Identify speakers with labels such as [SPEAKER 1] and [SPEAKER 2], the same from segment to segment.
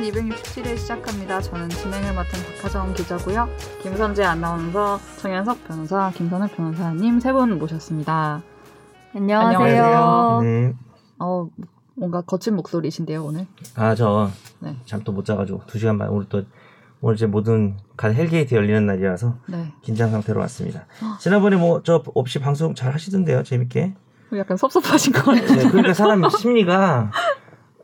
[SPEAKER 1] 시를 시작합니다. 저는 진행을 맡은 박하정 기자고요. 김선재 아나운서, 정현석 변호사, 김선욱 변호사님 세 분 모셨습니다. 안녕하세요.
[SPEAKER 2] 안녕하세요.
[SPEAKER 3] 네.
[SPEAKER 1] 어, 뭔가 거친 목소리신데요, 오늘.
[SPEAKER 3] 아, 저,
[SPEAKER 1] 네.
[SPEAKER 3] 잠 또 못 자가지고, 두 시간 반, 오늘 또, 오늘 제 모든, 간 헬게이트 열리는 날이라서,
[SPEAKER 1] 네.
[SPEAKER 3] 긴장 상태로 왔습니다.
[SPEAKER 1] 아.
[SPEAKER 3] 지난번에 뭐, 저 없이 방송 잘 하시던데요, 재밌게.
[SPEAKER 1] 약간 섭섭하신 것 같아요.
[SPEAKER 3] 네, 그러니까 사람 심리가,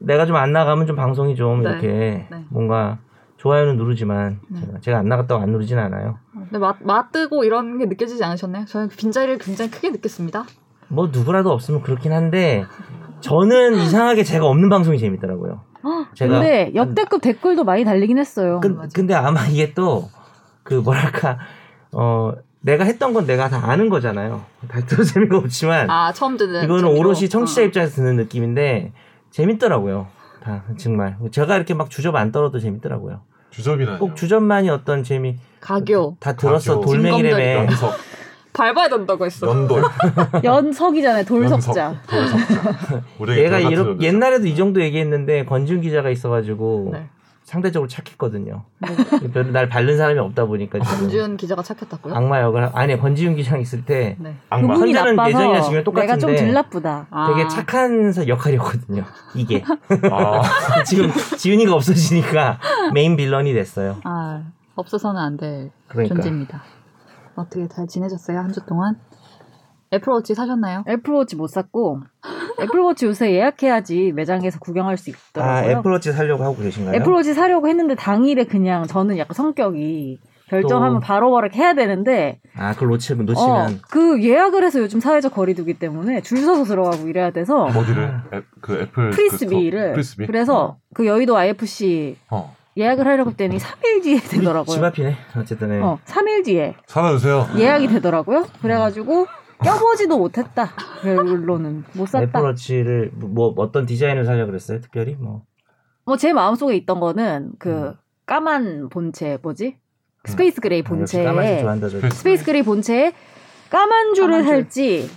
[SPEAKER 3] 내가 좀 안 나가면 좀 방송이 좀,
[SPEAKER 1] 네.
[SPEAKER 3] 이렇게,
[SPEAKER 1] 네.
[SPEAKER 3] 뭔가, 좋아요는 누르지만,
[SPEAKER 1] 네.
[SPEAKER 3] 제가, 제가 안 나갔다고 안 누르진 않아요.
[SPEAKER 1] 근데 맛, 맛 뜨고 이런 게 느껴지지 않으셨나요? 저는 빈자리를 굉장히 크게 느꼈습니다.
[SPEAKER 3] 뭐, 누구라도 없으면 그렇긴 한데, 저는 이상하게 제가 없는 방송이 재밌더라고요. 제가
[SPEAKER 2] 근데 역대급 댓글도 많이 달리긴 했어요.
[SPEAKER 3] 근,
[SPEAKER 1] 맞아.
[SPEAKER 3] 근데 아마 이게 또 그 뭐랄까 어 내가 했던 건 내가 다 아는 거잖아요. 다 들어 재미가 없지만
[SPEAKER 1] 아, 처음 듣는.
[SPEAKER 3] 이거는
[SPEAKER 1] 재미로.
[SPEAKER 3] 오롯이 청취자
[SPEAKER 1] 어.
[SPEAKER 3] 입장에서 듣는 느낌인데 재밌더라고요. 다 정말 제가 이렇게 막 주접 안 떨어도 재밌더라고요.
[SPEAKER 4] 주접이라뇨.
[SPEAKER 3] 꼭 주접만이 어떤 재미
[SPEAKER 1] 가교.
[SPEAKER 3] 다 들었어
[SPEAKER 4] 가교.
[SPEAKER 3] 돌멩이래매
[SPEAKER 4] 연석,
[SPEAKER 1] 밟아야 된다고 했어.
[SPEAKER 3] 뭐?
[SPEAKER 4] 연돌,
[SPEAKER 2] 연석이잖아요. 돌석자.
[SPEAKER 4] 연석, 돌석자. 우리에게
[SPEAKER 3] 얘가
[SPEAKER 4] 네, 돌 같은
[SPEAKER 3] 이렇
[SPEAKER 4] 존재죠.
[SPEAKER 3] 옛날에도 이 정도 얘기했는데 권준 기자가 있어가지고
[SPEAKER 1] 네.
[SPEAKER 3] 상대적으로 착했거든요.
[SPEAKER 1] 네.
[SPEAKER 3] 별로 날 밟는 사람이 없다 보니까 지금
[SPEAKER 1] 권지윤 기자가 착했다고요?
[SPEAKER 3] 악마 역을 하- 아니 권지윤 기자랑 있을 때
[SPEAKER 1] 네.
[SPEAKER 4] 악마.
[SPEAKER 2] 그분이
[SPEAKER 3] 선자는
[SPEAKER 2] 나빠서
[SPEAKER 3] 예전이나 지금이나
[SPEAKER 2] 내가 좀
[SPEAKER 3] 똑같은데.
[SPEAKER 2] 덜 나쁘다.
[SPEAKER 1] 아.
[SPEAKER 3] 되게 착한 사- 역할이었거든요. 이게
[SPEAKER 4] 아,
[SPEAKER 3] 지금 지훈이가 없어지니까 메인 빌런이 됐어요.
[SPEAKER 1] 아, 없어서는 안 될
[SPEAKER 3] 그러니까.
[SPEAKER 1] 존재입니다. 어떻게 잘 지내셨어요? 한 주 동안? 애플워치
[SPEAKER 3] 아,
[SPEAKER 1] 사셨나요?
[SPEAKER 2] 애플워치 못 샀고 애플워치 요새 예약해야지 매장에서 구경할 수
[SPEAKER 3] 아
[SPEAKER 2] 있더라고요.
[SPEAKER 3] 애플워치 사려고 하고 계신가요?
[SPEAKER 2] 애플워치 사려고 했는데 당일에 그냥 저는 약간 성격이 결정하면
[SPEAKER 3] 또-
[SPEAKER 2] 바로바로 해야 되는데
[SPEAKER 3] 아 그걸 놓치면
[SPEAKER 2] 어,
[SPEAKER 3] 놓치면
[SPEAKER 2] 그 예약을 해서 요즘 사회적 거리두기 때문에 줄 서서 들어가고 이래야 돼서
[SPEAKER 3] 아,
[SPEAKER 4] 어디를? 애, 그 애플 그,
[SPEAKER 2] 프리스비를
[SPEAKER 4] 저- 프리스비.
[SPEAKER 3] 어.
[SPEAKER 2] 그래서 그 여의도 IFC
[SPEAKER 4] 어
[SPEAKER 2] 예약을 하려고 했더니 3일 뒤에 되더라고요.
[SPEAKER 3] 집 앞이네. 어쨌든 네.
[SPEAKER 2] 어, 3일 뒤에
[SPEAKER 4] 사다주세요.
[SPEAKER 2] 예약이 되더라고요. 그래가지고 껴보지도 못했다. 별로는 못 샀다.
[SPEAKER 3] 네, 애플워치를 뭐 어떤 디자인을 사려 고 그랬어요? 특별히 뭐
[SPEAKER 2] 뭐 제 마음속에 있던 거는
[SPEAKER 3] 음. 아,
[SPEAKER 2] 그 까만 본체 뭐지? 스페이스 그레이
[SPEAKER 3] 역시 까만색
[SPEAKER 2] 본체에
[SPEAKER 3] 좋아한다 저.
[SPEAKER 2] 스페이스 그레이 본체에 까만 줄을
[SPEAKER 1] 까만 줄.
[SPEAKER 2] 살지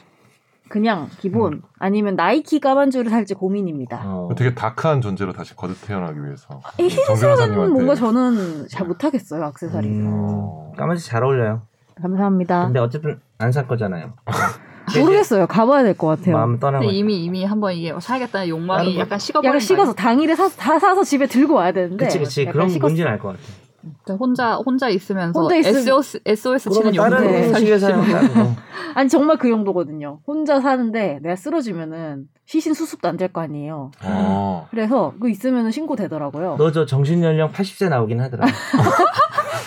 [SPEAKER 2] 그냥 기본
[SPEAKER 3] 음.
[SPEAKER 2] 아니면 나이키 까만 줄을 살지 고민입니다.
[SPEAKER 3] 어.
[SPEAKER 4] 되게 다크한 존재로 다시 거듭 태어나기 위해서.
[SPEAKER 3] 아,
[SPEAKER 2] 이
[SPEAKER 4] 정 변호사님한테.
[SPEAKER 2] 흰색은 뭔가 저는 잘 못하겠어요 그 악세사리.
[SPEAKER 3] 음, 까만색 잘 어울려요.
[SPEAKER 2] 감사합니다.
[SPEAKER 3] 근데 어쨌든 안 살 거잖아요.
[SPEAKER 2] 모르겠어요. 가봐야 될 것 같아요.
[SPEAKER 3] 마음 떠난
[SPEAKER 1] 근데
[SPEAKER 3] 거.
[SPEAKER 1] 이미 이미 한번 이게 사야겠다는
[SPEAKER 3] 다른
[SPEAKER 1] 욕망이
[SPEAKER 3] 거-
[SPEAKER 1] 약간 식어버린 거
[SPEAKER 2] 약간 식어서 당일에 사서 다 사서 집에 들고 와야 되는데.
[SPEAKER 3] 그치 그치
[SPEAKER 2] 약간
[SPEAKER 3] 그런
[SPEAKER 2] 식었-
[SPEAKER 3] 뭔지는 알 것 같아.
[SPEAKER 1] 아니에요? 혼자 혼자 있으면서
[SPEAKER 2] 혼자 있으면-
[SPEAKER 1] SOS SOS 치는
[SPEAKER 3] 그러면
[SPEAKER 1] 욕망을
[SPEAKER 3] 다른
[SPEAKER 2] 네.
[SPEAKER 3] 식의 뭐. 사람 따로.
[SPEAKER 2] 아니 정말 그 정도거든요. 혼자 사는데 내가 쓰러지면은 시신 수습도 안 될 거 아니에요.
[SPEAKER 3] 음.
[SPEAKER 4] 어.
[SPEAKER 2] 그래서 그 있으면은 신고되더라고요.
[SPEAKER 3] 너 저 정신 연령 80세 나오긴 하더라.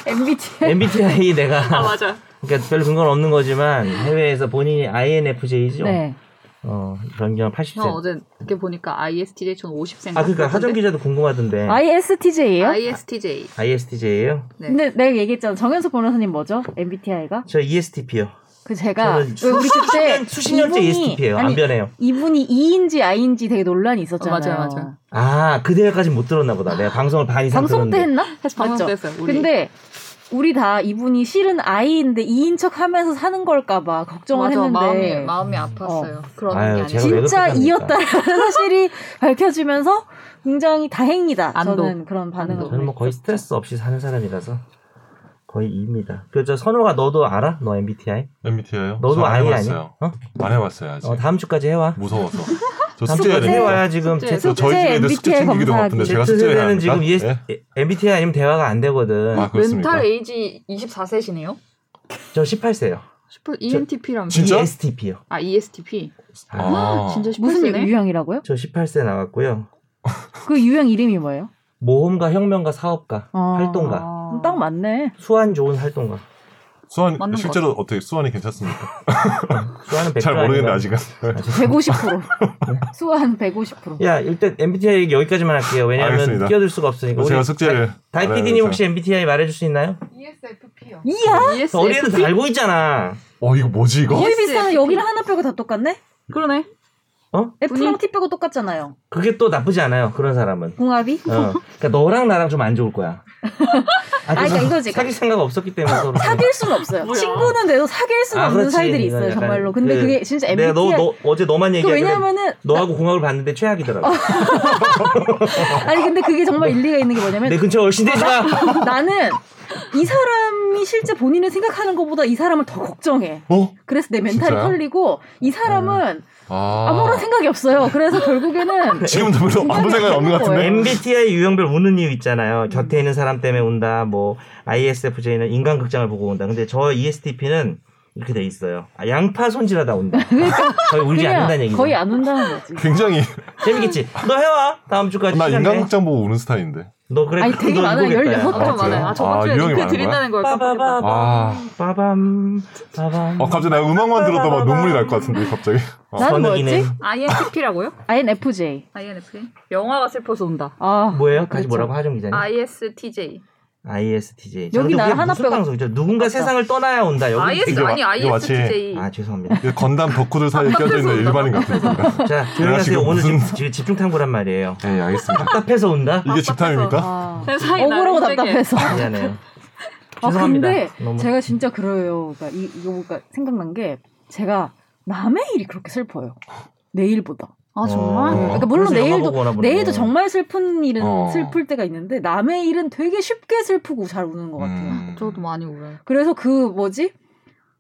[SPEAKER 2] MBTI
[SPEAKER 3] MBTI 내가
[SPEAKER 1] 아 맞아.
[SPEAKER 3] 그러니까 별 근거는 없는 거지만 해외에서 본인이 INFJ죠.
[SPEAKER 2] 네.
[SPEAKER 3] 어 변경 80세.
[SPEAKER 1] 형 어제 이렇게 보니까 ISTJ 저는 50세인
[SPEAKER 3] 아 그러니까 하정 기자도 궁금하던데.
[SPEAKER 2] 아, ISTJ예요?
[SPEAKER 1] ISTJ.
[SPEAKER 3] ISTJ예요?
[SPEAKER 1] 네.
[SPEAKER 2] 근데 내가 얘기했잖아. 정현석 변호사님 뭐죠? MBTI가?
[SPEAKER 3] 저 E ESTP요.
[SPEAKER 2] 그 제가
[SPEAKER 3] 저는
[SPEAKER 2] 왜 우리 그때
[SPEAKER 3] 수십 년째
[SPEAKER 2] 네. 이분이-
[SPEAKER 3] E ESTP예요. 안
[SPEAKER 2] 아니,
[SPEAKER 3] 변해요.
[SPEAKER 2] 이분이 E인지 I인지 되게 논란이 있었잖아요.
[SPEAKER 1] 어, 맞아요, 맞아요.
[SPEAKER 3] 아 그대까지 못 들었나 보다. 내가 방송을 반 이상
[SPEAKER 2] 방송 때
[SPEAKER 3] 들었는데.
[SPEAKER 2] 했나?
[SPEAKER 1] 방송
[SPEAKER 2] 맞죠?
[SPEAKER 1] 때 했어요. 우리.
[SPEAKER 2] 아, 근데 우리 다 이분이 실은 아이인데 이인 척 하면서 사는 걸까 봐 걱정을
[SPEAKER 1] 맞아,
[SPEAKER 2] 했는데
[SPEAKER 1] 마음이 마음이 아팠어요. 그런
[SPEAKER 3] 아유,
[SPEAKER 1] 게
[SPEAKER 3] 제가
[SPEAKER 1] 아니라
[SPEAKER 3] 왜
[SPEAKER 2] 진짜
[SPEAKER 3] 그렇게 합니까?
[SPEAKER 2] 이였다라는 사실이 밝혀지면서 굉장히 다행이다.
[SPEAKER 1] 안도.
[SPEAKER 2] 저는 그런 반응을
[SPEAKER 3] 저는 뭐 거의 스트레스 없이 사는 사람이라서 거의 E입니다. 그저 선호가 너도 알아? 너 MBTI?
[SPEAKER 4] MBTI요?
[SPEAKER 3] 너도
[SPEAKER 4] 안
[SPEAKER 3] 아이 아니?
[SPEAKER 4] 해봤어요.
[SPEAKER 3] 어?
[SPEAKER 4] 안 해봤어요 아직.
[SPEAKER 3] 어 다음 주까지 해와.
[SPEAKER 4] 무서워서. 저
[SPEAKER 3] 다음
[SPEAKER 4] 숙제해야
[SPEAKER 3] 주까지 그
[SPEAKER 4] 됩니다.
[SPEAKER 3] 해와야 지금
[SPEAKER 1] 숙제.
[SPEAKER 3] 제-
[SPEAKER 4] 저 저희
[SPEAKER 2] 숙제
[SPEAKER 4] 집에 있는 숙제
[SPEAKER 2] MBTI
[SPEAKER 4] 챙기기도
[SPEAKER 2] 검사하기.
[SPEAKER 4] 바쁜데 제가 숙제를
[SPEAKER 3] Z세대는
[SPEAKER 4] 해야 합니까?
[SPEAKER 3] 지금 E ES,
[SPEAKER 4] 예?
[SPEAKER 3] MBTI 아니면 대화가 안 되거든.
[SPEAKER 4] 아 그렇습니까?
[SPEAKER 1] 멘탈 에이지 24세시네요.
[SPEAKER 3] 저 18세요. E
[SPEAKER 1] 슈퍼 E ENTP랑
[SPEAKER 4] 진- 진짜?
[SPEAKER 3] ESTP요.
[SPEAKER 1] 아 ESTP.
[SPEAKER 4] 아.
[SPEAKER 1] 진짜
[SPEAKER 2] 무슨
[SPEAKER 1] 18세네.
[SPEAKER 2] 유형이라고요?
[SPEAKER 3] 저 18세 나왔고요.
[SPEAKER 2] 그 유형 이름이 뭐예요?
[SPEAKER 3] 모험가, 혁명가, 사업가,
[SPEAKER 2] 아.
[SPEAKER 3] 활동가.
[SPEAKER 1] 아.
[SPEAKER 2] 딱 맞네.
[SPEAKER 3] 수완 좋은 활동가.
[SPEAKER 4] 수완
[SPEAKER 1] 맞는 것
[SPEAKER 4] 실제로 어떻게 수완이 괜찮습니까?
[SPEAKER 3] 수완은 100%
[SPEAKER 4] 잘 모르겠는데 아직은.
[SPEAKER 2] 150% 수완 150%.
[SPEAKER 3] 야, 일단 MBTI 얘기 여기까지만 할게요. 왜냐하면
[SPEAKER 4] 알겠습니다.
[SPEAKER 3] 끼어들 수가 없으니까.
[SPEAKER 4] 제가
[SPEAKER 3] 우리
[SPEAKER 4] 숙제를.
[SPEAKER 3] 다이
[SPEAKER 4] 알아야
[SPEAKER 3] PD님
[SPEAKER 4] 돼서.
[SPEAKER 3] 혹시 MBTI 말해줄 수 있나요?
[SPEAKER 5] ESFP요.
[SPEAKER 2] 이야
[SPEAKER 1] E
[SPEAKER 3] 어린애들 다
[SPEAKER 1] ESFP.
[SPEAKER 3] 알고 있잖아.
[SPEAKER 4] 어 이거 뭐지 이거?
[SPEAKER 2] 거의
[SPEAKER 1] ESFP.
[SPEAKER 2] 비슷하네. 여기는 하나 빼고 다 똑같네.
[SPEAKER 1] 그러네.
[SPEAKER 3] 어?
[SPEAKER 2] 애플랑 티 빼고 똑같잖아요.
[SPEAKER 3] 그게 또 나쁘지 않아요. 그런 사람은.
[SPEAKER 2] 궁합이?
[SPEAKER 3] 어. 그러니까 너랑 나랑 좀 안 좋을 거야.
[SPEAKER 2] 그러니까
[SPEAKER 3] 아, 그래서
[SPEAKER 2] 이거지.
[SPEAKER 3] 사귈 생각 없었기 때문에 서로.
[SPEAKER 2] 사귈 수는 없어요.
[SPEAKER 1] 뭐야.
[SPEAKER 2] 친구는 돼도 사귈 수는
[SPEAKER 3] 아,
[SPEAKER 2] 없는
[SPEAKER 3] 그렇지.
[SPEAKER 2] 사이들이 있어요,
[SPEAKER 3] 이건 약간
[SPEAKER 2] 정말로. 근데
[SPEAKER 3] 그-
[SPEAKER 2] 그, 게 진짜 MBTI.
[SPEAKER 3] 내가 너, 너 어제 너만
[SPEAKER 2] 그
[SPEAKER 3] 얘기하길래
[SPEAKER 2] 왜냐면은
[SPEAKER 3] 너하고 궁합을 봤는데 최악이더라고.
[SPEAKER 2] 어. 아니 근데 그게 정말 일리가 있는 게 뭐냐면
[SPEAKER 3] 내 근처 얼씬 되지 마.
[SPEAKER 2] 나는 이 사람이 실제 본인을 생각하는 것보다 이 사람을 더 걱정해.
[SPEAKER 4] 어?
[SPEAKER 2] 그래서 내 멘탈이
[SPEAKER 4] 진짜요?
[SPEAKER 2] 털리고 이
[SPEAKER 3] 네.
[SPEAKER 2] 사람은
[SPEAKER 4] 아.
[SPEAKER 2] 아무런 생각이 없어요. 그래서 결국에는
[SPEAKER 4] 지금도 별로 아무 생각이 없는 것 같은데.
[SPEAKER 3] MBTI 유형별 우는 이유 있잖아요. 곁에 있는 사람 때문에 운다. 뭐 ISFJ는 인간 극장을 보고 온다. 근데 저 ESTP는 이렇게 돼 있어요. 아, 양파 손질하다 온다. 거의 울지 않는다는
[SPEAKER 2] 그러니까 그냥
[SPEAKER 3] 얘기죠.
[SPEAKER 2] 거의 안 온다는 거지.
[SPEAKER 4] 굉장히
[SPEAKER 3] 재밌겠지. 너 해와 다음 주까지.
[SPEAKER 4] 나
[SPEAKER 3] 시간 내.
[SPEAKER 4] 인간극장 보고 우는 스타일인데.
[SPEAKER 3] 너 그래.
[SPEAKER 2] 아니, 되게
[SPEAKER 3] 너
[SPEAKER 2] 많아요.
[SPEAKER 3] 이거겠다, 야.
[SPEAKER 2] 16
[SPEAKER 1] 엄청
[SPEAKER 4] 아,
[SPEAKER 1] 많아요. 아, 저번
[SPEAKER 4] 아,
[SPEAKER 1] 주에
[SPEAKER 4] 유형이
[SPEAKER 1] 링크
[SPEAKER 4] 많은
[SPEAKER 1] 드린다는 걸 깜빡했다.
[SPEAKER 4] 아,
[SPEAKER 3] 빠밤 빠밤.
[SPEAKER 4] 아 갑자기 내가 음악만 들어도 막 눈물이 날 것 같은데 갑자기. 어.
[SPEAKER 2] 나는
[SPEAKER 3] 선욱이네.
[SPEAKER 2] 뭐였지?
[SPEAKER 1] INFP라고요?
[SPEAKER 2] INFJ.
[SPEAKER 1] INFP? 영화가 슬퍼서 온다.
[SPEAKER 2] 아
[SPEAKER 3] 뭐예요? 다시
[SPEAKER 2] 그렇죠.
[SPEAKER 3] 뭐라고 하정 기자님?
[SPEAKER 1] ISTJ.
[SPEAKER 3] ISTJ.
[SPEAKER 2] 여기 나 아, 하나
[SPEAKER 3] 무슨
[SPEAKER 2] 빼고-
[SPEAKER 3] 방송이죠? 누군가
[SPEAKER 2] 맞다.
[SPEAKER 3] 세상을 떠나야 온다. 여기
[SPEAKER 1] IS
[SPEAKER 4] 이거 마-
[SPEAKER 1] 아니
[SPEAKER 4] 이거 마치-
[SPEAKER 1] ISTJ.
[SPEAKER 3] 아 죄송합니다.
[SPEAKER 4] 이게 건담 덕후들 사이에 껴져 있는 일반인 같으니까.
[SPEAKER 3] 자 조용히
[SPEAKER 4] 내가
[SPEAKER 2] 아,
[SPEAKER 3] 하세요.
[SPEAKER 4] 지금
[SPEAKER 3] 오늘
[SPEAKER 4] 무슨-
[SPEAKER 3] 지금- 지금 집중 탐구란 말이에요.
[SPEAKER 4] 네 알겠습니다.
[SPEAKER 3] 답답해서 온다.
[SPEAKER 4] 이게 집탐입니까?
[SPEAKER 2] 아,
[SPEAKER 1] 세상이 나를
[SPEAKER 2] 억울하고
[SPEAKER 1] 세게.
[SPEAKER 2] 답답해서.
[SPEAKER 3] 미안해요.
[SPEAKER 2] 아
[SPEAKER 3] 죄송합니다.
[SPEAKER 2] 근데
[SPEAKER 3] 너무-
[SPEAKER 2] 제가 진짜 그래요. 그러니까 이 이거 그러니까 생각난 게 제가 남의 일이 그렇게 슬퍼요. 내일보다.
[SPEAKER 1] 아 정말?
[SPEAKER 3] 어.
[SPEAKER 2] 그러니까 물론
[SPEAKER 3] 그래서 영화
[SPEAKER 2] 내일도
[SPEAKER 3] 보고 오나 보네.
[SPEAKER 2] 내일도 정말 슬픈 일은
[SPEAKER 4] 어.
[SPEAKER 2] 슬플 때가 있는데 남의 일은 되게 쉽게 슬프고 잘 우는 것 같아요.
[SPEAKER 4] 음.
[SPEAKER 1] 저도 많이 울어요.
[SPEAKER 2] 그래서 그 뭐지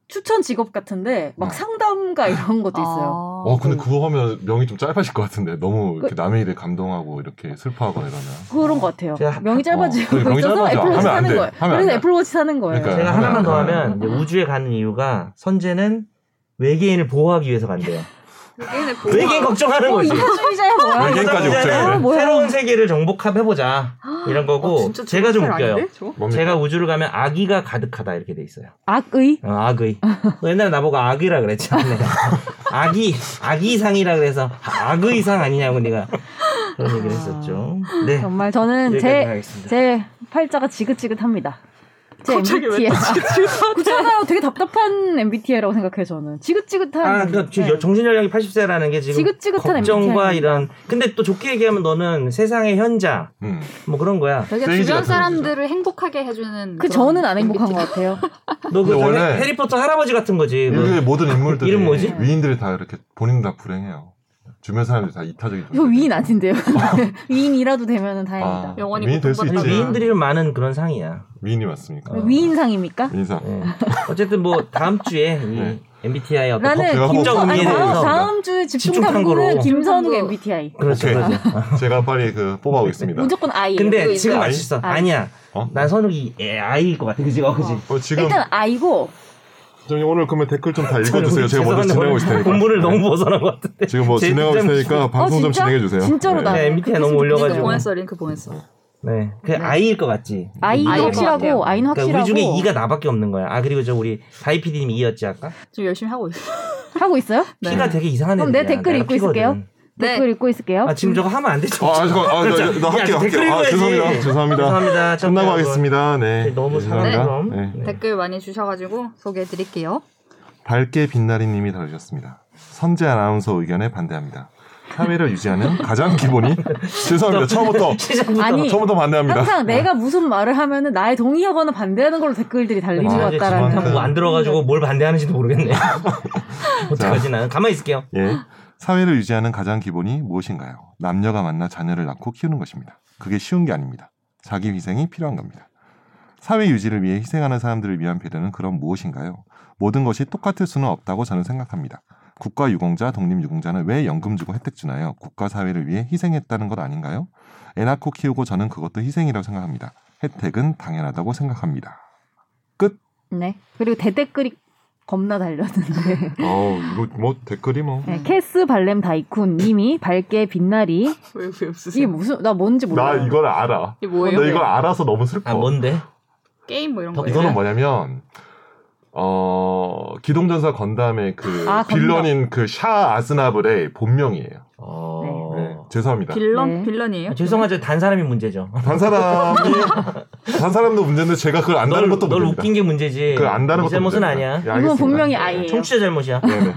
[SPEAKER 2] 추천 직업 같은데 막
[SPEAKER 4] 어.
[SPEAKER 2] 상담가 이런 것도 있어요.
[SPEAKER 4] 어 근데 그거 하면 명이 좀 짧아질 것 같은데 너무 이렇게 남의 일에 감동하고 이렇게 슬퍼하고 이러면.
[SPEAKER 2] 그런 것 같아요.
[SPEAKER 3] 제가-
[SPEAKER 2] 명이 짧아지고
[SPEAKER 4] 어, 명이
[SPEAKER 2] 있어서 애플워치
[SPEAKER 4] 짧아져. 하면 안
[SPEAKER 2] 사는
[SPEAKER 4] 돼.
[SPEAKER 2] 거예요.
[SPEAKER 4] 하면 안
[SPEAKER 2] 그래서
[SPEAKER 4] 돼.
[SPEAKER 2] 애플워치 사는 거예요.
[SPEAKER 4] 그러니까.
[SPEAKER 3] 제가
[SPEAKER 4] 하면
[SPEAKER 3] 하나만
[SPEAKER 4] 안
[SPEAKER 2] 아.
[SPEAKER 3] 더
[SPEAKER 4] 돼요.
[SPEAKER 3] 하면 이제 우주에 가는 이유가 선재는 외계인을 보호하기 위해서 간대요.
[SPEAKER 1] 외계인의 보호.
[SPEAKER 3] 외계인 걱정하는
[SPEAKER 2] 아. 어,
[SPEAKER 3] 그 거지.
[SPEAKER 2] 이타주의자야 뭐야?
[SPEAKER 4] 외계인까지
[SPEAKER 3] 이거는
[SPEAKER 4] 걱정을 해.
[SPEAKER 2] 뭐야? 아,
[SPEAKER 3] 새로운 세계를 정복해보자 이런 거고
[SPEAKER 1] 어, 진짜
[SPEAKER 3] 제가 좀
[SPEAKER 1] 정말
[SPEAKER 3] 웃겨요.
[SPEAKER 1] 아닌데, 저거?
[SPEAKER 4] 뭡니까?
[SPEAKER 3] 제가 우주를 가면 아기가 가득하다 이렇게 돼 있어요.
[SPEAKER 2] 악의?
[SPEAKER 3] 어, 악의. 너 옛날에 나보고 악이라 그랬잖아. 내가. 악이 악이상이라 그래서 악의상 아니냐고 네가 그런 얘기를 했었죠. 네.
[SPEAKER 2] 정말 저는
[SPEAKER 3] 여기까지
[SPEAKER 2] 제
[SPEAKER 3] 하겠습니다.
[SPEAKER 2] 제 팔자가 지긋지긋합니다. 제
[SPEAKER 1] 갑자기 왜
[SPEAKER 2] MBTI. 그렇잖아요. 되게 답답한 MBTI라고 생각해요, 저는. 지긋지긋한.
[SPEAKER 3] 아, 그러니까 지금
[SPEAKER 2] 네.
[SPEAKER 3] 여- 정신 연령이 80세라는 게 지금
[SPEAKER 2] 지긋지긋한
[SPEAKER 3] 걱정과
[SPEAKER 2] MBTI.
[SPEAKER 3] 이런. 근데 또 좋게 얘기하면 너는 세상의 현자
[SPEAKER 4] 음.
[SPEAKER 3] 뭐 그런 거야.
[SPEAKER 1] 되게
[SPEAKER 4] 세이지
[SPEAKER 1] 주변
[SPEAKER 4] 같은
[SPEAKER 1] 사람들을 행복하게 해주는.
[SPEAKER 2] 그
[SPEAKER 1] 그런
[SPEAKER 2] 저는 안 행복한
[SPEAKER 1] MBTI.
[SPEAKER 2] 것 같아요.
[SPEAKER 3] 너 그
[SPEAKER 4] 근데 원래-
[SPEAKER 3] 해리포터 할아버지 같은 거지. 뭐.
[SPEAKER 4] 인류의 모든 인물들이
[SPEAKER 3] 이름 뭐지?
[SPEAKER 4] 위인들이 다 이렇게 본인 다 불행해요. 주변 사람들이 다 이타적인.
[SPEAKER 2] 이거 위인 아닌데요. 위인이라도 되면 다행이다.
[SPEAKER 1] 영원히
[SPEAKER 4] 위인 될 수
[SPEAKER 1] 고통받는
[SPEAKER 4] 있지.
[SPEAKER 3] 아니, 위인들이 좀 많은 그런 상이야.
[SPEAKER 4] 위인이 맞습니까?
[SPEAKER 3] 어.
[SPEAKER 2] 위인상입니까?
[SPEAKER 4] 위인상.
[SPEAKER 3] 예. 어쨌든 뭐 다음 주에 이
[SPEAKER 4] 네.
[SPEAKER 3] MBTI 어떤
[SPEAKER 2] 나는
[SPEAKER 4] 제가
[SPEAKER 2] 김선
[SPEAKER 3] 한번
[SPEAKER 2] 아니, 다음,
[SPEAKER 3] 해보겠습니다.
[SPEAKER 2] 다음 주에 집중
[SPEAKER 3] 그러니까 집중 탐구로.
[SPEAKER 2] 탐구는 김선욱
[SPEAKER 1] 탐구.
[SPEAKER 2] MBTI.
[SPEAKER 3] 그렇죠,
[SPEAKER 4] 오케이.
[SPEAKER 3] 그렇죠.
[SPEAKER 4] 제가 빨리 그
[SPEAKER 3] 네,
[SPEAKER 4] 뽑아오겠습니다.
[SPEAKER 2] 무조건 아이.
[SPEAKER 3] 근데
[SPEAKER 1] 이거
[SPEAKER 3] 지금
[SPEAKER 1] 있어요.
[SPEAKER 3] 맞췄어.
[SPEAKER 2] 예, 아이?
[SPEAKER 3] 아니야.
[SPEAKER 4] 어?
[SPEAKER 3] 난 선욱이 애- 아이일 것 같아. 그지, 어, 그지.
[SPEAKER 4] 어, 지금
[SPEAKER 2] 일단 아이고 어,
[SPEAKER 4] 저희 오늘 그러면 댓글 좀 다 읽어주세요. 제가 먼저
[SPEAKER 3] 아, 죄송한데
[SPEAKER 4] 진행하고 있을
[SPEAKER 3] 오늘
[SPEAKER 4] 테니까.
[SPEAKER 3] 공부를
[SPEAKER 4] 네.
[SPEAKER 3] 너무 벗어난 것 같은데.
[SPEAKER 4] 지금 뭐
[SPEAKER 3] 제 어,
[SPEAKER 4] 진행하고 있을
[SPEAKER 3] 입장에서-
[SPEAKER 4] 테니까 방송 좀
[SPEAKER 2] 진짜?
[SPEAKER 4] 진행해 주세요. 그러니까
[SPEAKER 2] 진짜로 나.
[SPEAKER 3] 네, MBTI 너무 올려가지고.
[SPEAKER 1] 그러니까 보냈어 링크 보냈어.
[SPEAKER 3] 네, 그 아이일 것 같지.
[SPEAKER 2] 아이
[SPEAKER 1] 아이인 것
[SPEAKER 2] 확실하고
[SPEAKER 1] 같아요.
[SPEAKER 2] 아이는
[SPEAKER 3] 네. 그러니까
[SPEAKER 2] 확실하고
[SPEAKER 3] 우리 중에 이가 나밖에 없는 거야. 아 그리고 저 우리 다이 PD님 이였지 아까.
[SPEAKER 1] 지금 열심히 하고 있어.
[SPEAKER 2] 하고 있어요?
[SPEAKER 3] 피가 되게 이상한 애들.
[SPEAKER 2] 네. 그럼 내 댓글 읽고 있을게요.
[SPEAKER 1] 네.
[SPEAKER 2] 댓글 읽고 있을게요.
[SPEAKER 3] 아 지금 저거 하면 안 되죠.
[SPEAKER 4] 아, 아, 잠깐, 아, 나,
[SPEAKER 3] 그렇죠.
[SPEAKER 4] 나 할게요,
[SPEAKER 3] 야, 댓글
[SPEAKER 4] 할게요. 아,
[SPEAKER 3] 읽어야지. 네,
[SPEAKER 4] 죄송합니다.
[SPEAKER 3] 죄송합니다.
[SPEAKER 4] 죄송합니다. 끝나고
[SPEAKER 3] 저
[SPEAKER 4] 하겠습니다. 네.
[SPEAKER 3] 너무 사랑해요. 그럼.
[SPEAKER 4] 죄송합니다. 네.
[SPEAKER 3] 네.
[SPEAKER 1] 댓글 많이 주셔가지고 소개해드릴게요.
[SPEAKER 4] 밝게 빛나리님이 달으셨습니다. 선재 아나운서 의견에 반대합니다. 사회를 유지하는 가장 기본이 죄송합니다. 처음부터
[SPEAKER 3] 시작부터.
[SPEAKER 2] 아니,
[SPEAKER 4] 처음부터 반대합니다.
[SPEAKER 2] 항상
[SPEAKER 3] 네.
[SPEAKER 2] 내가 무슨 말을 하면은 나의 동의하거나 반대하는 걸로 댓글들이 달리는 것
[SPEAKER 3] 아,
[SPEAKER 2] 같다라는
[SPEAKER 4] 지방에서
[SPEAKER 2] 점.
[SPEAKER 4] 뭐
[SPEAKER 3] 안 들어가지고 뭘 반대하는지도 모르겠네. 어떡하지 나는 가만히 있을게요.
[SPEAKER 4] 예. 사회를 유지하는 가장 기본이 무엇인가요? 남녀가 만나 자녀를 낳고 키우는 것입니다. 그게 쉬운 게 아닙니다. 자기 희생이 필요한 겁니다. 사회 유지를 위해 희생하는 사람들을 위한 배려는 그럼 무엇인가요? 모든 것이 똑같을 수는 없다고 저는 생각합니다. 국가 유공자, 독립 유공자는 왜 연금 주고 혜택 주나요? 국가 사회를 위해 희생했다는 것 아닌가요? 애 낳고 키우고 저는 그것도 희생이라고 생각합니다. 혜택은 당연하다고 생각합니다.
[SPEAKER 2] 네. 그리고 대댓글이 겁나 달렸는데.
[SPEAKER 4] 어, 이거 뭐 댓글이 뭐
[SPEAKER 2] 네, 캐스 발렘 다이쿤 님이 밝게 빛나리.
[SPEAKER 1] 왜 왜 없으세요?
[SPEAKER 2] 이게 무슨 나 뭔지 몰라.
[SPEAKER 4] 알아.
[SPEAKER 1] 이게 뭐예요?
[SPEAKER 4] 알아서 너무 슬퍼.
[SPEAKER 3] 아 뭔데?
[SPEAKER 1] 게임 뭐 이런
[SPEAKER 2] 어, 네.
[SPEAKER 1] 거.
[SPEAKER 4] 이거는 뭐냐면 어 기동전사 건담의 그
[SPEAKER 2] 아, 건담.
[SPEAKER 4] 빌런인 그 샤 아스나블의 본명이에요.
[SPEAKER 3] 어.
[SPEAKER 4] 네, 죄송합니다.
[SPEAKER 1] 빌런
[SPEAKER 2] 네.
[SPEAKER 1] 빌런이에요?
[SPEAKER 3] 아, 죄송하죠 단 사람이 문제죠.
[SPEAKER 4] 단 사람이 단 사람도 문제인데 제가 그걸 안다는 것도
[SPEAKER 3] 널
[SPEAKER 4] 문제입니다.
[SPEAKER 3] 웃긴 게 문제지.
[SPEAKER 4] 그
[SPEAKER 3] 네
[SPEAKER 4] 안다는 것도
[SPEAKER 3] 잘못은
[SPEAKER 4] 문제입니다.
[SPEAKER 3] 아니야.
[SPEAKER 4] 예,
[SPEAKER 2] 이건
[SPEAKER 4] 알겠습니다.
[SPEAKER 2] 분명히 아이예요.
[SPEAKER 3] 청취자 잘못이야.
[SPEAKER 4] 네네.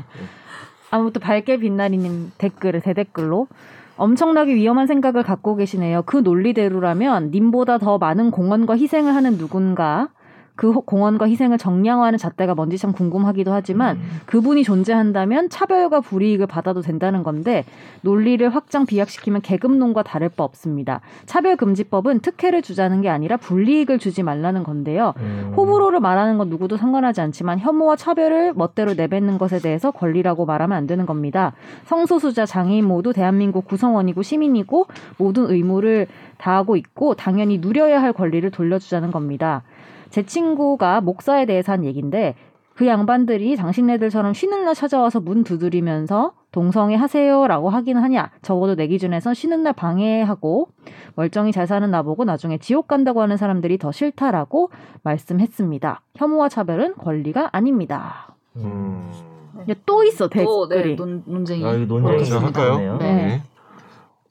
[SPEAKER 2] 아무튼 밝게 빛나리님 댓글을 대댓글로 엄청나게 위험한 생각을 갖고 계시네요. 그 논리대로라면 님보다 더 많은 공헌과 희생을 하는 누군가 그 호- 공헌과 희생을 정량화하는 잣대가 뭔지 참 궁금하기도 하지만 그분이 존재한다면 차별과 불이익을 받아도 된다는 건데 논리를 확장 비약시키면 계급론과 다를 바 없습니다. 차별금지법은 특혜를 주자는 게 아니라 불이익을 주지 말라는 건데요.
[SPEAKER 3] 음.
[SPEAKER 2] 호불호를 말하는 건 누구도 상관하지 않지만 혐오와 차별을 멋대로 내뱉는 것에 대해서 권리라고 말하면 안 되는 겁니다. 성소수자 장애인 모두 대한민국 구성원이고 시민이고 모든 의무를 다하고 있고 당연히 누려야 할 권리를 돌려주자는 겁니다. 제 친구가 목사에 대해서 한 얘긴데 그 양반들이 당신네들처럼 쉬는 날 찾아와서 문 두드리면서 동성애 하세요라고 하긴 하냐 적어도 내 기준에선 쉬는 날 방해하고 멀쩡히 잘 사는 나보고 나중에 지옥 간다고 하는 사람들이 더 싫다라고 말씀했습니다. 혐오와 차별은 권리가 아닙니다.
[SPEAKER 3] 음.
[SPEAKER 2] 근데 또 있어
[SPEAKER 1] 또 네,
[SPEAKER 2] 댓글이.
[SPEAKER 1] 논, 논쟁이.
[SPEAKER 3] 아, 이거 논쟁이
[SPEAKER 1] 벌어졌습니다.
[SPEAKER 4] 먼저 할까요?
[SPEAKER 2] 네.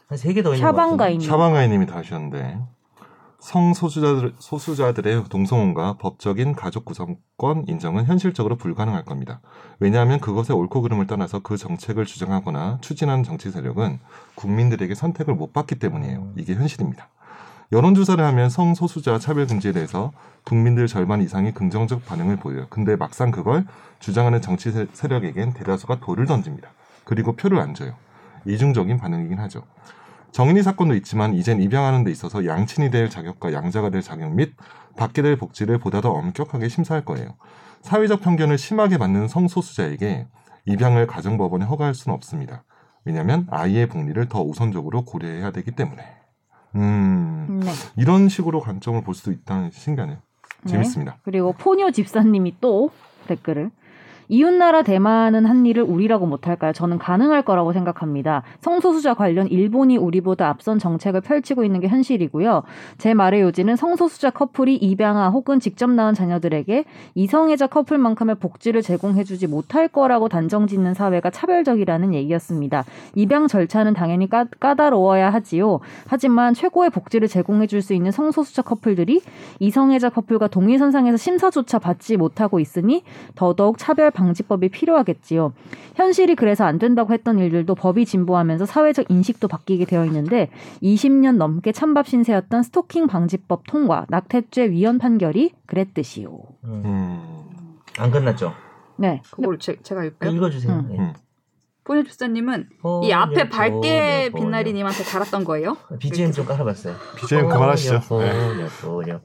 [SPEAKER 3] 한세 개 더 있는
[SPEAKER 2] 샤방가
[SPEAKER 3] 것
[SPEAKER 2] 있는.
[SPEAKER 4] 샤방가이님이 다 하셨는데 성소수자들 소수자들의 동성혼과 법적인 가족 구성권 인정은 현실적으로 불가능할 겁니다. 왜냐하면 그것의 옳고 그름을 떠나서 그 정책을 주장하거나 추진하는 정치 세력은 국민들에게 선택을 못 받기 때문이에요. 이게 현실입니다. 여론조사를 하면 성소수자 차별 금지에 대해서 국민들 절반 이상이 긍정적 반응을 보여요. 근데 막상 그걸 주장하는 정치 세- 세력에겐 대다수가 돌을 던집니다. 그리고 표를 안 줘요. 이중적인 반응이긴 하죠. 정인이 사건도 있지만 이젠 입양하는 데 있어서 양친이 될 자격과 양자가 될 자격 및 받게 될 복지를 보다 더 엄격하게 심사할 거예요. 사회적 편견을 심하게 받는 성소수자에게 입양을 가정법원에 허가할 수는 없습니다. 왜냐하면 아이의 복리를 더 우선적으로 고려해야 되기 때문에. 음
[SPEAKER 2] 네.
[SPEAKER 4] 이런 식으로 관점을 볼 수도 있다는 신기하네요.
[SPEAKER 2] 네.
[SPEAKER 4] 재밌습니다.
[SPEAKER 2] 그리고 포뇨 집사님이 또 댓글을 이웃나라 대만은 한 일을 우리라고 못할까요? 저는 가능할 거라고 생각합니다. 성소수자 관련 일본이 우리보다 앞선 정책을 펼치고 있는 게 현실이고요. 제 말의 요지는 성소수자 커플이 입양아 혹은 직접 낳은 자녀들에게 이성애자 커플만큼의 복지를 제공해주지 못할 거라고 단정짓는 사회가 차별적이라는 얘기였습니다. 입양 절차는 당연히 까, 까다로워야 하지요. 하지만 최고의 복지를 제공해줄 수 있는 성소수자 커플들이 이성애자 커플과 동일선상에서 심사조차 받지 못하고 있으니 더더욱 차별 방지법이 필요하겠지요. 현실이 그래서 안 된다고 했던 일들도 법이 진보하면서 사회적 인식도 바뀌게 되어 있는데 20년 넘게 찬밥 신세였던 스토킹 방지법 통과, 낙태죄 위헌 판결이 그랬듯이요.
[SPEAKER 3] 같은데. 음.
[SPEAKER 4] 음,
[SPEAKER 3] 안 끝났죠?
[SPEAKER 2] 네.
[SPEAKER 1] 그걸 제, 제가
[SPEAKER 3] 네,
[SPEAKER 1] 읽을까요?
[SPEAKER 3] 읽어주세요.
[SPEAKER 2] 음.
[SPEAKER 3] 네.
[SPEAKER 4] 음.
[SPEAKER 1] 포니 집사님은
[SPEAKER 3] 어,
[SPEAKER 1] 이
[SPEAKER 3] 예,
[SPEAKER 1] 앞에 밝게 빛나리님한테 갈았던 거예요?
[SPEAKER 3] BGM 좀 깔아봤어요.
[SPEAKER 4] BGM 그만하시죠.
[SPEAKER 3] 어,
[SPEAKER 4] 네.
[SPEAKER 3] 소녀, 소녀.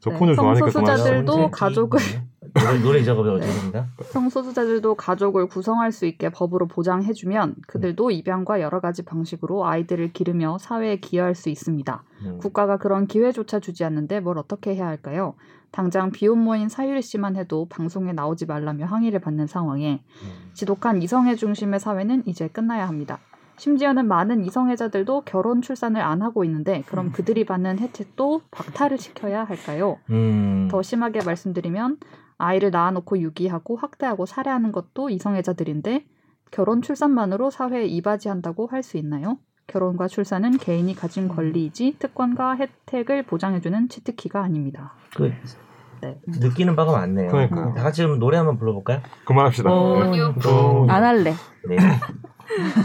[SPEAKER 4] 저
[SPEAKER 1] 네,
[SPEAKER 4] 폰을 좋아하니까
[SPEAKER 1] 성소수자들도
[SPEAKER 4] 그만하시죠.
[SPEAKER 1] 가족을-
[SPEAKER 3] 음. 노래, 노래 작업이 어제입니다.
[SPEAKER 1] 성소수자들도 가족을 구성할 수 있게 법으로 보장해주면 그들도 입양과 여러 가지 방식으로 아이들을 기르며 사회에 기여할 수 있습니다.
[SPEAKER 3] 음.
[SPEAKER 1] 국가가 그런 기회조차 주지 않는데 뭘 어떻게 해야 할까요? 당장 비혼모인 사유리 씨만 해도 방송에 나오지 말라며 항의를 받는 상황에
[SPEAKER 3] 음.
[SPEAKER 1] 지독한 이성애 중심의 사회는 이제 끝나야 합니다. 심지어는 많은 이성애자들도 결혼 출산을 안 하고 있는데 그럼 그들이 받는 혜택도 박탈을 시켜야 할까요?
[SPEAKER 3] 음.
[SPEAKER 1] 더 심하게 말씀드리면 아이를 낳아놓고 유기하고 학대하고 살해하는 것도 이성애자들인데 결혼 출산만으로 사회에 이바지한다고 할 수 있나요? 결혼과 출산은 개인이 가진 권리이지 특권과 혜택을 보장해주는 치트키가 아닙니다.
[SPEAKER 3] 그,
[SPEAKER 1] 네.
[SPEAKER 3] 느끼는 바가 많네요. 음.
[SPEAKER 4] 그러니까요.
[SPEAKER 3] 다 같이 그럼 노래 한번 불러볼까요?
[SPEAKER 4] 그만합시다.
[SPEAKER 2] 어,
[SPEAKER 4] 네.
[SPEAKER 2] 아니요.
[SPEAKER 4] 어,
[SPEAKER 2] 안 할래.
[SPEAKER 3] 네.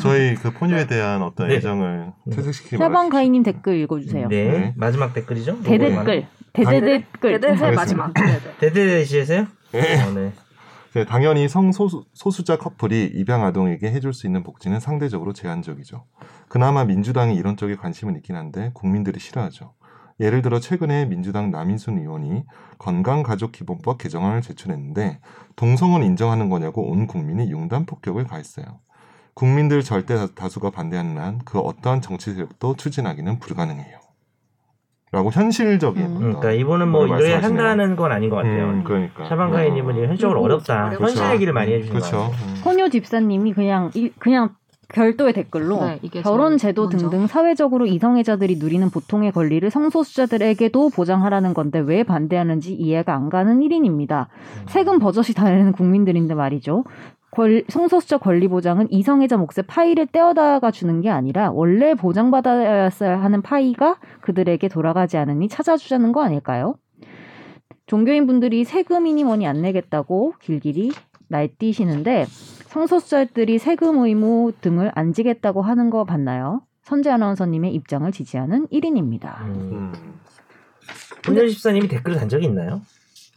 [SPEAKER 4] 저희 그 포뇨에 대한 어떤
[SPEAKER 3] 네.
[SPEAKER 4] 애정을 퇴색시키기
[SPEAKER 2] 샤방
[SPEAKER 4] 말아주십시오.
[SPEAKER 2] 가이님 댓글 읽어주세요.
[SPEAKER 3] 네. 아,
[SPEAKER 4] 네.
[SPEAKER 3] 마지막 댓글이죠?
[SPEAKER 2] 대댓글.
[SPEAKER 1] 네,
[SPEAKER 2] 대대댓글.
[SPEAKER 1] 네, 네,
[SPEAKER 4] 알겠습니다.
[SPEAKER 1] 마지막. 네, 네.
[SPEAKER 3] 대대대시에서요?
[SPEAKER 4] 네.
[SPEAKER 3] 어, 네.
[SPEAKER 4] 네, 당연히 성소수자 커플이 입양 아동에게 해줄 수 있는 복지는 상대적으로 제한적이죠. 그나마 민주당이 이런 쪽에 관심은 있긴 한데 국민들이 싫어하죠. 예를 들어 최근에 민주당 남인순 의원이 건강가족기본법 개정안을 제출했는데 동성은 인정하는 거냐고 온 국민이 융단 폭격을 가했어요. 국민들 절대 다- 다수가 반대하는 한 그 어떠한 정치 세력도 추진하기는 불가능해요. 라고 현실적인
[SPEAKER 2] 음.
[SPEAKER 4] 어떤
[SPEAKER 3] 그러니까 이분은 뭐
[SPEAKER 4] 그걸
[SPEAKER 3] 이래야
[SPEAKER 4] 말씀하시네요.
[SPEAKER 3] 한다는 건 아닌 것 같아요.
[SPEAKER 4] 음, 그러니까
[SPEAKER 3] 샤방가이님은 이거 현실적으로
[SPEAKER 1] 음,
[SPEAKER 3] 어렵다.
[SPEAKER 1] 그렇죠.
[SPEAKER 3] 현실 얘기를 많이 해주신 거
[SPEAKER 4] 그렇죠.
[SPEAKER 3] 같아요.
[SPEAKER 4] 음.
[SPEAKER 2] 포뇨 집사님이 그냥 이- 그냥 별도의 댓글로
[SPEAKER 1] 네, 이게
[SPEAKER 2] 결혼
[SPEAKER 1] 제일
[SPEAKER 2] 제도
[SPEAKER 1] 먼저.
[SPEAKER 2] 등등 사회적으로 이성애자들이 누리는 보통의 권리를 성소수자들에게도 보장하라는 건데 왜 반대하는지 이해가 안 가는 일인입니다. 세금 버젓이 다내는 국민들인데 말이죠. 권- 성소수자 권리 보장은 이성애자 몫의 파이를 떼어다가 주는 게 아니라 원래 보장받아야 하는 파이가 그들에게 돌아가지 않으니 찾아주자는 거 아닐까요? 종교인분들이 세금이니 뭐니 안 내겠다고 길길이 날뛰시는데 성소수자들이 세금 의무 등을 안 지겠다고 하는 거 봤나요? 선재 아나운서님의 입장을 지지하는 1인입니다.
[SPEAKER 3] 음.
[SPEAKER 4] 음.
[SPEAKER 3] 혼자 집사님이 댓글을 단 적이 있나요?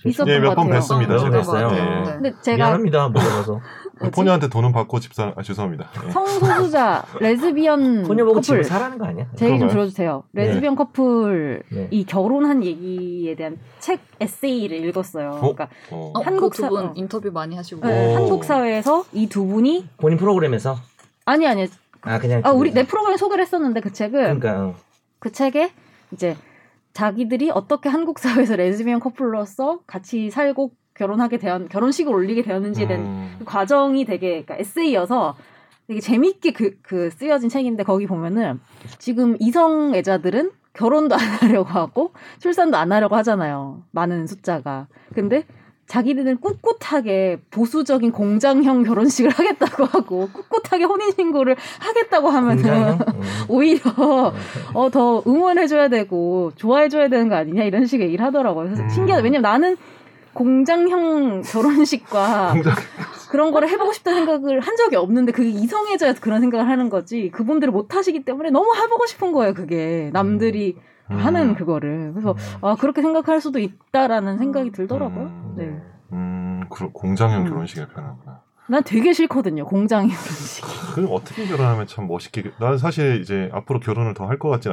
[SPEAKER 2] 있었던
[SPEAKER 4] 예,
[SPEAKER 2] 것
[SPEAKER 4] 몇 번
[SPEAKER 2] 같아요.
[SPEAKER 4] 뵀습니다.
[SPEAKER 3] 어,
[SPEAKER 4] 제가.
[SPEAKER 3] 네, 뵀어요?
[SPEAKER 4] 네.
[SPEAKER 1] 네.
[SPEAKER 2] 근데 제가
[SPEAKER 3] 미안합니다 물어봐서
[SPEAKER 2] 뭐지?
[SPEAKER 4] 그 포녀한테 돈은 받고 집사 아, 죄송합니다. 예.
[SPEAKER 2] 성소수자 레즈비언
[SPEAKER 3] 혼자 보고 집을
[SPEAKER 2] 음, 커플
[SPEAKER 3] 사라는 거 아니야?
[SPEAKER 2] 제 얘기 좀
[SPEAKER 4] 그런가요?
[SPEAKER 2] 들어주세요. 레즈비언 커플
[SPEAKER 3] 네.
[SPEAKER 2] 이 결혼한 얘기에 대한 책 에세이를 읽었어요. 그러니까
[SPEAKER 4] 어.
[SPEAKER 1] 어,
[SPEAKER 2] 한국
[SPEAKER 1] 한국 두분
[SPEAKER 2] 사- 어.
[SPEAKER 1] 인터뷰 많이 하시고
[SPEAKER 2] 네,
[SPEAKER 4] 오.
[SPEAKER 2] 한국 사회에서 이 두 분이
[SPEAKER 3] 본인 프로그램에서
[SPEAKER 2] 아니 아니
[SPEAKER 3] 아 그냥
[SPEAKER 2] 아 우리 내
[SPEAKER 3] 그냥.
[SPEAKER 2] 프로그램 소개를 했었는데 그 책을
[SPEAKER 3] 그러니까 어.
[SPEAKER 2] 그 책에 이제 자기들이 어떻게 한국 사회에서 레즈비언 커플로서 같이 살고 결혼하게 되었 결혼식을 올리게 되었는지에 대한 그
[SPEAKER 4] 음.
[SPEAKER 2] 과정이 되게 그러니까 에세이여서 되게 재밌게 그, 그 쓰여진 책인데 거기 보면은 지금 이성애자들은 결혼도 안 하려고 하고 출산도 안 하려고 하잖아요. 많은 숫자가. 근데 자기들은 꿋꿋하게 보수적인 공장형 결혼식을 하겠다고 하고 꿋꿋하게 혼인신고를 하겠다고
[SPEAKER 3] 굉장히
[SPEAKER 2] 하면은
[SPEAKER 3] 음.
[SPEAKER 4] 네.
[SPEAKER 2] 오히려 어 더 응원해줘야 되고 좋아해줘야 되는 거 아니냐 이런 식의 얘기를 하더라고요. 그래서
[SPEAKER 3] 음.
[SPEAKER 2] 신기하다. 왜냐면 나는 공장형 결혼식과
[SPEAKER 4] 공장-
[SPEAKER 2] 그런 거를 해보고 싶다는 생각을 한 적이 없는데 그게 이성애자여서 그런 생각을 하는 거지 그분들을 못 하시기 때문에 너무 해보고 싶은 거예요 그게 남들이
[SPEAKER 4] 음.
[SPEAKER 2] 하는 그거를 그래서 아 그렇게 생각할 수도 있다라는 생각이 들더라고요
[SPEAKER 4] 음.
[SPEAKER 2] 네.
[SPEAKER 4] 음, 그 공장형
[SPEAKER 2] 음.
[SPEAKER 4] 결혼식에 표현하구나.
[SPEAKER 2] 난 되게 싫거든요 공장 결혼식
[SPEAKER 4] 그 어떻게 결혼하면 참 멋있게. 나는 사실 이제 앞으로 결혼을 더 할 것 같진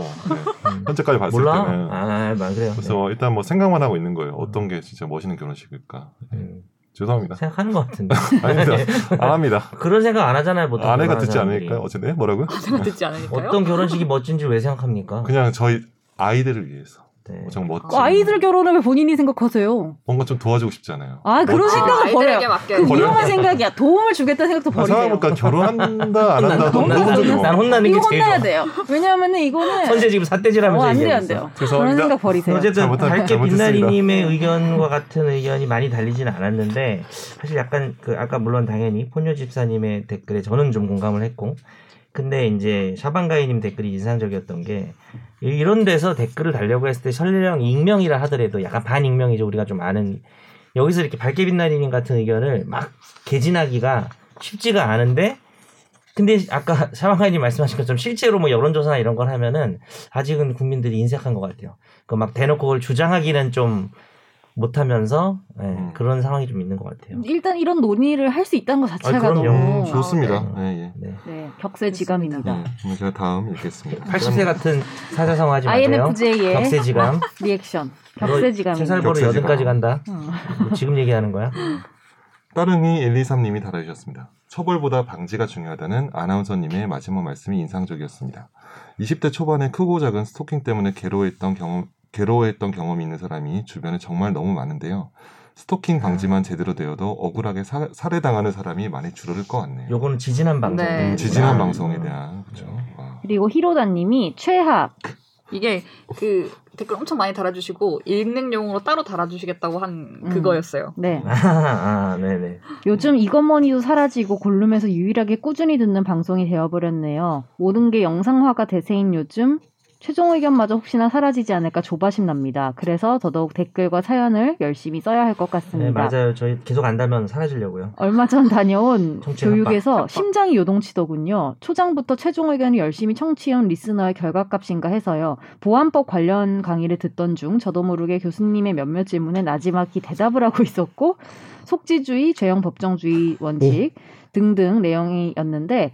[SPEAKER 4] 네.
[SPEAKER 3] 음.
[SPEAKER 4] 현재까지 봤을
[SPEAKER 3] 몰라
[SPEAKER 4] 때는
[SPEAKER 3] 아안 그래요 네.
[SPEAKER 4] 그래서 일단 뭐 생각만 하고 있는 거예요. 어떤 게 진짜 멋있는 결혼식일까.
[SPEAKER 3] 네. 음.
[SPEAKER 4] 죄송합니다.
[SPEAKER 3] 생각하는 것 같은데 네.
[SPEAKER 4] 아닙니다. 안 합니다.
[SPEAKER 3] 그런 생각 안 하잖아요 보통
[SPEAKER 4] 아내가
[SPEAKER 3] 결혼한
[SPEAKER 4] 듣지
[SPEAKER 3] 사람들이.
[SPEAKER 4] 않을까요? 어쨌든 뭐라고요?
[SPEAKER 1] 제가 듣지 않으니까요.
[SPEAKER 3] 어떤 결혼식이 멋진지 왜 생각합니까?
[SPEAKER 4] 그냥 뭐 저희 아이들을 위해서
[SPEAKER 3] 네.
[SPEAKER 4] 엄청 멋진
[SPEAKER 2] 그 아이들 결혼을 왜 본인이 생각하세요
[SPEAKER 4] 뭔가 좀 도와주고 싶잖아요.
[SPEAKER 2] 아, 그런
[SPEAKER 4] 멋지게.
[SPEAKER 2] 생각-
[SPEAKER 1] 아이들에게 맡겨요.
[SPEAKER 2] 그
[SPEAKER 4] 네, 버려요?
[SPEAKER 2] 위험한 생각이야 도움을 주겠다는 생각도
[SPEAKER 4] 아,
[SPEAKER 2] 버리세요
[SPEAKER 4] 생각해보니까 결혼한다 안 한다 너무
[SPEAKER 2] 혼나,
[SPEAKER 4] 너무
[SPEAKER 2] 혼나.
[SPEAKER 4] 적이
[SPEAKER 3] 난
[SPEAKER 4] 뭐.
[SPEAKER 3] 혼나는 게
[SPEAKER 2] 이거
[SPEAKER 3] 제일
[SPEAKER 2] 혼나야
[SPEAKER 3] 좋아.
[SPEAKER 2] 돼요 왜냐하면은 이거는
[SPEAKER 3] 선제 지금 사태질하면서
[SPEAKER 2] 어, 안 돼요
[SPEAKER 3] 얘기하고
[SPEAKER 2] 안
[SPEAKER 3] 있어.
[SPEAKER 2] 돼요 그런
[SPEAKER 4] 죄송합니다.
[SPEAKER 2] 생각 버리세요
[SPEAKER 3] 어쨌든
[SPEAKER 4] 잘못한-
[SPEAKER 3] 밝게
[SPEAKER 4] 잘못했습니다.
[SPEAKER 3] 빛나리님의 의견과 같은 의견이 많이 달리진 않았는데 사실 약간 그 아까 물론 당연히 포뇨 집사님의 댓글에 저는 좀 공감을 했고 근데 이제 샤방가이님 댓글이 인상적이었던 게 이런 데서 댓글을 달려고 했을 때 설령 익명이라 하더라도 약간 반익명이죠 우리가 좀 아는 여기서 이렇게 밝게 빛나리님 같은 의견을 막 개진하기가 쉽지가 않은데 근데 아까 샤방가이님 말씀하신 것처럼 실제로 뭐 여론조사나 이런 걸 하면은 아직은 국민들이 인색한 것 같아요. 그 막 대놓고 그걸 주장하기는 좀 못하면서 예,
[SPEAKER 4] 음.
[SPEAKER 3] 그런 상황이 좀 있는 것 같아요.
[SPEAKER 2] 일단 이런 논의를 할 수 있다는 것 자체가
[SPEAKER 3] 그럼요.
[SPEAKER 2] 너무
[SPEAKER 4] 음, 좋습니다.
[SPEAKER 3] 아,
[SPEAKER 4] 네, 예.
[SPEAKER 3] 네.
[SPEAKER 2] 음, 네, 격세지감입니다.
[SPEAKER 4] 네, 그럼 제가 다음 읽겠습니다.
[SPEAKER 3] 80세 같은 사자성어 하지 마세요. 뭐-
[SPEAKER 2] INFJ의
[SPEAKER 3] 격세지감.
[SPEAKER 2] 리액션. 격세지감입니다.
[SPEAKER 3] 세살보로
[SPEAKER 4] 격세지감.
[SPEAKER 3] 여든까지 간다.
[SPEAKER 2] 어.
[SPEAKER 3] 뭐 지금 얘기하는 거야?
[SPEAKER 4] 따릉이 123님이 달아주셨습니다. 처벌보다 방지가 중요하다는 아나운서님의 마지막 말씀이 인상적이었습니다. 20대 초반에 크고 작은 스토킹 때문에 괴로워했던 경험, 괴로워했던 경험이 있는 사람이 주변에 정말 너무 많은데요. 스토킹 방지만 제대로 되어도 억울하게 사, 살해당하는 사람이 많이 줄어들 것 같네요.
[SPEAKER 3] 요거는 지진한 방송.
[SPEAKER 1] 네.
[SPEAKER 4] 음, 지진한
[SPEAKER 3] 음.
[SPEAKER 4] 방송에 대한 그렇죠. 와.
[SPEAKER 2] 그리고 히로다님이 최하
[SPEAKER 1] 이게 그 댓글 엄청 많이 달아주시고 읽는 용으로 따로 달아주시겠다고 한
[SPEAKER 2] 음.
[SPEAKER 1] 그거였어요.
[SPEAKER 2] 네.
[SPEAKER 3] 아, 네네.
[SPEAKER 2] 요즘 이것머니도 사라지고 골룸에서 유일하게 꾸준히 듣는 방송이 되어버렸네요. 모든 게 영상화가 대세인 요즘 최종 의견마저 혹시나 사라지지 않을까 조바심 납니다. 그래서 더더욱 댓글과 사연을 열심히 써야 할 것
[SPEAKER 3] 네,
[SPEAKER 2] 같습니다.
[SPEAKER 3] 맞아요. 저희 계속 안다면 사라지려고요.
[SPEAKER 2] 얼마 전 다녀온
[SPEAKER 3] 청취한
[SPEAKER 2] 교육에서 심장이 요동치더군요. 초장부터 최종 의견을 열심히 청취해온 리스너의 결과값인가 해서요. 보안법 관련 강의를 듣던 중 저도 모르게 교수님의 몇몇 질문에 나지막히 대답을 하고 있었고 속지주의, 죄형 법정주의 원칙 등등 내용이었는데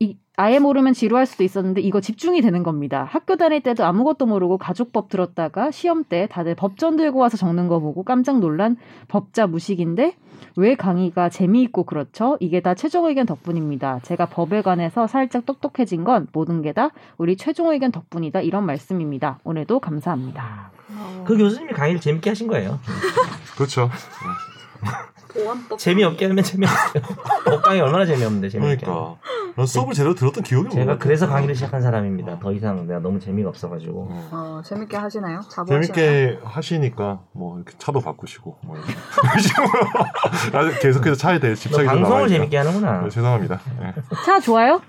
[SPEAKER 2] 이- 아예 모르면 지루할 수도 있었는데 이거 집중이 되는 겁니다. 학교 다닐 때도 아무것도 모르고 가족법 들었다가 시험 때 다들 법전 들고 와서 적는 거 보고 깜짝 놀란 법자 무식인데 왜 강의가 재미있고 그렇죠? 이게 다 최종 의견 덕분입니다. 제가 법에 관해서 살짝 똑똑해진 건 모든 게 다 우리 최종 의견 덕분이다 이런 말씀입니다. 오늘도 감사합니다. 어.
[SPEAKER 3] 그 교수님이 강의를 재밌게 하신 거예요.
[SPEAKER 4] 그렇죠.
[SPEAKER 1] 보안법
[SPEAKER 3] 재미없게 하면 재미없어요. 법강이 얼마나 재미없는데 재미없게. 하면.
[SPEAKER 4] 그러니까 난 수업을 제대로 들었던 기억이 어. 없는
[SPEAKER 3] 제가
[SPEAKER 4] 것
[SPEAKER 3] 그래서
[SPEAKER 4] 같아요.
[SPEAKER 3] 강의를 시작한 사람입니다. 더 이상 내가 너무 재미가 없어가지고.
[SPEAKER 4] 음.
[SPEAKER 1] 어, 재밌게 하시나요? 자부하시나요?
[SPEAKER 4] 재밌게 하시니까 뭐 이렇게 차도 바꾸시고 뭐 이렇게 아주 계속해서 차에 대해
[SPEAKER 3] 너
[SPEAKER 4] 집착이 좀
[SPEAKER 3] 방송을
[SPEAKER 4] 남아있다.
[SPEAKER 3] 재밌게 하는구나.
[SPEAKER 4] 네, 죄송합니다. 네.
[SPEAKER 2] 차 좋아요?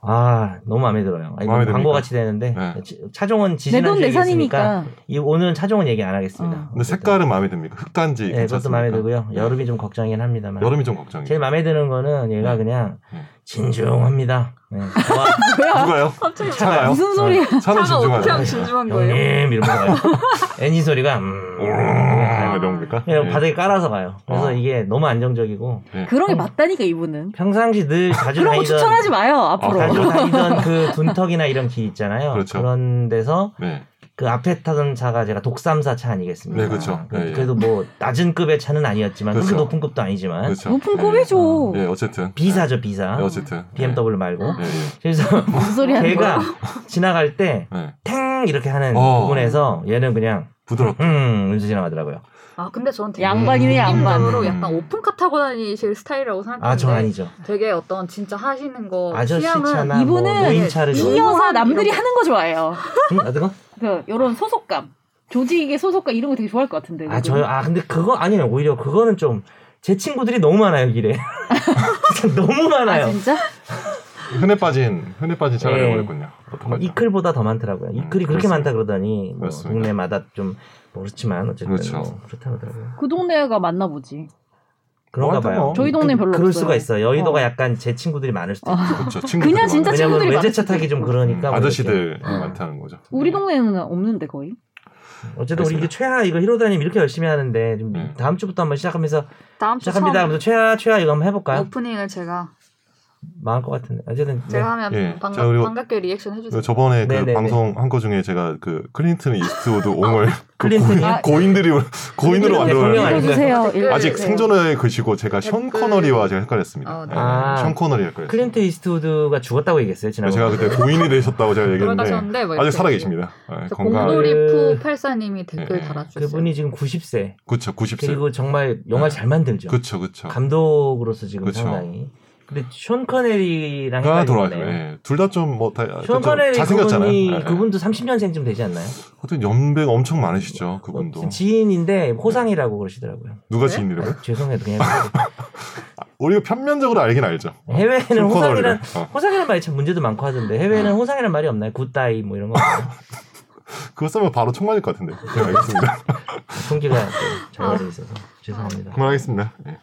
[SPEAKER 3] 아 너무 마음에 들어요. 아니,
[SPEAKER 4] 마음에
[SPEAKER 3] 광고
[SPEAKER 4] 듭니까?
[SPEAKER 3] 같이 되는데
[SPEAKER 4] 네.
[SPEAKER 3] 치- 차종원
[SPEAKER 2] 내
[SPEAKER 3] 지지난
[SPEAKER 2] 돈
[SPEAKER 3] 적이
[SPEAKER 2] 내산이니까.
[SPEAKER 3] 있으니까 이, 오늘은 차종원 얘기 안 하겠습니다.
[SPEAKER 2] 어.
[SPEAKER 4] 근데 색깔은 마음에 듭니까? 흑단지
[SPEAKER 3] 네, 그것도 마음에
[SPEAKER 4] 괜찮습니까?
[SPEAKER 3] 들고요. 여름이 좀 걱정이긴 합니다만.
[SPEAKER 4] 여름이 좀 걱정이에요.
[SPEAKER 3] 제일 마음에 드는 거는 얘가
[SPEAKER 4] 네.
[SPEAKER 3] 그냥
[SPEAKER 4] 네.
[SPEAKER 3] 진중합니다. 네. 좋아.
[SPEAKER 4] 누가요?
[SPEAKER 1] 갑자기
[SPEAKER 4] 차가요? 네.
[SPEAKER 2] 무슨 소리야?
[SPEAKER 4] 차는
[SPEAKER 1] 차가 어떻게 하면
[SPEAKER 4] 진중하죠. 네.
[SPEAKER 1] 진중한 거예요?
[SPEAKER 3] 형님 이러면서 가요. 애니 소리가 음.
[SPEAKER 4] 음, 이런 겁니까?
[SPEAKER 3] 네, 그냥
[SPEAKER 4] 예.
[SPEAKER 3] 바닥에 깔아서 가요. 그래서
[SPEAKER 4] 어.
[SPEAKER 3] 이게 너무 안정적이고
[SPEAKER 2] 그런 게
[SPEAKER 3] 어.
[SPEAKER 2] 맞다니까 이분은.
[SPEAKER 3] 평상시 늘 자주
[SPEAKER 2] 그런 거
[SPEAKER 3] 다니던
[SPEAKER 2] 추천하지 마요 앞으로.
[SPEAKER 4] 아,
[SPEAKER 3] 자주 어, 다니던 그 둔턱이나 이런 길 있잖아요.
[SPEAKER 4] 그렇죠.
[SPEAKER 3] 런 데서
[SPEAKER 4] 네.
[SPEAKER 3] 그 앞에 타던 차가 제가 독삼사 차 아니겠습니까?
[SPEAKER 4] 네, 그렇죠. 예, 예.
[SPEAKER 3] 그래도 뭐 낮은 급의 차는 아니었지만 그렇게
[SPEAKER 4] 그렇죠.
[SPEAKER 3] 높은 급도 아니지만
[SPEAKER 4] 그렇죠.
[SPEAKER 2] 높은
[SPEAKER 4] 예.
[SPEAKER 2] 꿈이죠.
[SPEAKER 3] 네.
[SPEAKER 4] 예, 어쨌든.
[SPEAKER 3] 비사죠 아,
[SPEAKER 4] 예,
[SPEAKER 3] 비사.
[SPEAKER 4] 어쨌든. 예.
[SPEAKER 3] BMW 말고.
[SPEAKER 4] 예, 예.
[SPEAKER 3] 그래서
[SPEAKER 2] 무슨 소리 하는
[SPEAKER 3] 걔가
[SPEAKER 2] 거야?
[SPEAKER 3] 지나갈 때
[SPEAKER 4] 예.
[SPEAKER 3] 탱 이렇게 하는
[SPEAKER 4] 어.
[SPEAKER 3] 부분에서 얘는 그냥
[SPEAKER 4] 부드럽다.
[SPEAKER 3] 음 이렇게 지나가더라고요.
[SPEAKER 1] 아 근데 저는 되게
[SPEAKER 2] 양반이네 양반.
[SPEAKER 1] 개인적으로
[SPEAKER 3] 음.
[SPEAKER 1] 약간 오픈카 타고 다니실 스타일이라고
[SPEAKER 3] 아 저
[SPEAKER 2] 네.
[SPEAKER 1] 생각하는데
[SPEAKER 3] 아니죠.
[SPEAKER 1] 되게 어떤 진짜 하시는 거
[SPEAKER 3] 아저씨
[SPEAKER 1] 취향은
[SPEAKER 3] 차나
[SPEAKER 2] 어, 이분은
[SPEAKER 3] 뭐 노인차를
[SPEAKER 1] 이-
[SPEAKER 3] 좋아-
[SPEAKER 4] 네.
[SPEAKER 2] 이 여사 남들이 하는 거 좋아해요.
[SPEAKER 3] 음? 어떤 거?
[SPEAKER 2] 그 이런 소속감, 조직의 소속감 이런 거 되게 좋아할 것 같은데.
[SPEAKER 3] 아 저요. 아 근데 그거 아니에요. 오히려 그거는 좀 제 친구들이 너무 많아요 길에. 진짜 너무
[SPEAKER 2] 아
[SPEAKER 3] 많아요.
[SPEAKER 2] 진짜?
[SPEAKER 4] 흔해 빠진 흔해 빠진 차를
[SPEAKER 3] 예.
[SPEAKER 4] 이용했군요. 보통
[SPEAKER 3] 뭐
[SPEAKER 4] 같죠.
[SPEAKER 3] 이클보다 더 많더라고요. 이클이 그렇게
[SPEAKER 4] 그렇습니다.
[SPEAKER 3] 많다 그러다니 뭐
[SPEAKER 4] 그렇습니다.
[SPEAKER 3] 동네마다 좀 모르지만 어쨌든
[SPEAKER 4] 그렇죠.
[SPEAKER 3] 뭐 그렇다 그러더라고요.
[SPEAKER 2] 그 동네가 맞나 보지.
[SPEAKER 3] 그런가
[SPEAKER 4] 뭐 하여튼
[SPEAKER 3] 봐요.
[SPEAKER 4] 뭐.
[SPEAKER 2] 저희 동네 별로
[SPEAKER 3] 그럴
[SPEAKER 2] 없어요.
[SPEAKER 3] 수가 있어요. 여의도가
[SPEAKER 2] 어.
[SPEAKER 3] 약간 제 친구들이 많을 수도
[SPEAKER 2] 어.
[SPEAKER 3] 있어요.
[SPEAKER 4] 그렇죠. 친구들이
[SPEAKER 2] 그냥
[SPEAKER 4] 많아요.
[SPEAKER 2] 진짜
[SPEAKER 3] 왜냐면
[SPEAKER 2] 친구들이
[SPEAKER 3] 외제차
[SPEAKER 2] 많으시죠.
[SPEAKER 3] 타기 좀 그러니까 뭐
[SPEAKER 4] 음,
[SPEAKER 3] 이렇게.
[SPEAKER 4] 아저씨들
[SPEAKER 3] 어.
[SPEAKER 4] 많다는 거죠.
[SPEAKER 2] 우리
[SPEAKER 4] 예.
[SPEAKER 2] 동네는 없는데 거의.
[SPEAKER 3] 어쨌든 우리
[SPEAKER 4] 알겠습니다.
[SPEAKER 3] 이제 최하 이거 히로다님 이렇게 열심히 하는데 좀
[SPEAKER 4] 음.
[SPEAKER 3] 다음 주부터 한번 시작하면서
[SPEAKER 1] 다음 주
[SPEAKER 3] 시작합니다.
[SPEAKER 1] 처음
[SPEAKER 3] 하면서 최하 최하 이거 한번 해볼까요?
[SPEAKER 2] 어.
[SPEAKER 1] 오프닝을 제가
[SPEAKER 3] 망할 것 같은데 어쨌든 네.
[SPEAKER 1] 제가 하면
[SPEAKER 4] 예.
[SPEAKER 1] 반가,
[SPEAKER 4] 자, 그리고-
[SPEAKER 1] 반갑게 리액션
[SPEAKER 4] 그
[SPEAKER 1] 해주세요.
[SPEAKER 4] 저번에 그
[SPEAKER 3] 네네네.
[SPEAKER 4] 방송 한 거 중에 제가 그 클린튼 이스트우드 옹을 그
[SPEAKER 3] 클린튼이요?
[SPEAKER 4] 고인-
[SPEAKER 2] 아,
[SPEAKER 4] 고인들이 올- 고인으로
[SPEAKER 3] 이름이 대통령
[SPEAKER 4] 만들었는데
[SPEAKER 3] 아니에요?
[SPEAKER 2] 읽어주세요.
[SPEAKER 1] 댓글.
[SPEAKER 4] 아직
[SPEAKER 1] 네.
[SPEAKER 4] 생존의 것이고 제가 션
[SPEAKER 1] 댓글.
[SPEAKER 4] 코너리와 제가 헷갈렸습니다.
[SPEAKER 1] 어, 네.
[SPEAKER 4] 예,
[SPEAKER 3] 아.
[SPEAKER 4] 션 코너리 헷갈렸어요.
[SPEAKER 3] 클린트 이스트우드가 죽었다고 얘기했어요 지난번에.
[SPEAKER 4] 제가 그때 고인이 되셨다고 제가 얘기했는데
[SPEAKER 1] 돌아가셨는데 뭐
[SPEAKER 4] 아직
[SPEAKER 1] 이렇게.
[SPEAKER 4] 살아계십니다. 예,
[SPEAKER 1] 그래서
[SPEAKER 4] 건강
[SPEAKER 1] 공돌이프 84님이 댓글
[SPEAKER 4] 예.
[SPEAKER 1] 달아주셨어요.
[SPEAKER 3] 네, 그분이 지금 90세
[SPEAKER 4] 그렇죠 90세
[SPEAKER 3] 그리고 정말 영화
[SPEAKER 4] 네.
[SPEAKER 3] 잘 만들죠.
[SPEAKER 4] 그렇죠 그렇죠.
[SPEAKER 3] 감독으로서 지금
[SPEAKER 4] 그쵸.
[SPEAKER 3] 상당히. 근데 션 커넬이랑
[SPEAKER 4] 가 돌아요.
[SPEAKER 3] 헷갈리는데
[SPEAKER 4] 네. 둘다 좀뭐다
[SPEAKER 3] 션 커넬이
[SPEAKER 4] 잘생겼잖아요.
[SPEAKER 3] 그분이
[SPEAKER 4] 예, 예.
[SPEAKER 3] 그분도 30년생쯤 되지 않나요?
[SPEAKER 4] 하여튼 연배가 엄청 많으시죠 그분도.
[SPEAKER 3] 어, 지인인데 호상이라고 그러시더라고요.
[SPEAKER 4] 누가
[SPEAKER 1] 네?
[SPEAKER 4] 지인이라고요?
[SPEAKER 3] 죄송해요 그냥
[SPEAKER 4] 우리가 편면적으로 알긴 알죠.
[SPEAKER 3] 해외에는
[SPEAKER 4] 션 코너리를. 네.
[SPEAKER 3] 호상이란
[SPEAKER 4] 어,
[SPEAKER 3] 호상이란 말이 참 문제도 많고 하던데 해외에는 호상이란 말이 없나요? 굿다이 뭐 이런 거 없나요?
[SPEAKER 4] 그거 쓰면 바로 총 맞을 것 같은데. 네, 알겠습니다.
[SPEAKER 3] 통계가 또 잘못돼 있어서 죄송합니다.
[SPEAKER 4] 그만하겠습니다. 예.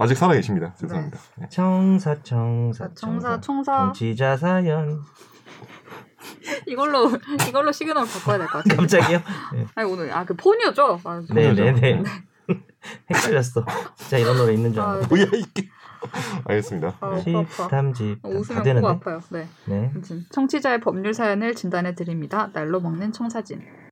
[SPEAKER 4] 아직 살아계십니다. 죄송합니다. 예.
[SPEAKER 3] 청사 청사
[SPEAKER 1] 청사
[SPEAKER 3] 청사
[SPEAKER 1] 청사
[SPEAKER 3] 정치자 사연
[SPEAKER 1] 이걸로 이걸로 시그널 바꿔야 될 것 같아요.
[SPEAKER 3] 갑자기요?
[SPEAKER 1] 아니 오늘 아 그 포뇨죠? 아,
[SPEAKER 3] 네네네 헷갈렸어. 진짜 이런 노래 있는 줄
[SPEAKER 1] 아,
[SPEAKER 3] 알았어.
[SPEAKER 4] 뭐야 이게? 알겠습니다.
[SPEAKER 1] 아,
[SPEAKER 4] 예.
[SPEAKER 1] 오빠 아파.
[SPEAKER 3] 시탐집 다
[SPEAKER 1] 웃으면 코
[SPEAKER 3] 되는데.
[SPEAKER 1] 아파요. 네.
[SPEAKER 3] 네.
[SPEAKER 1] 아무튼 청취자의 법률 사연을 진단해 드립니다. 날로 먹는 청사진.
[SPEAKER 3] 음.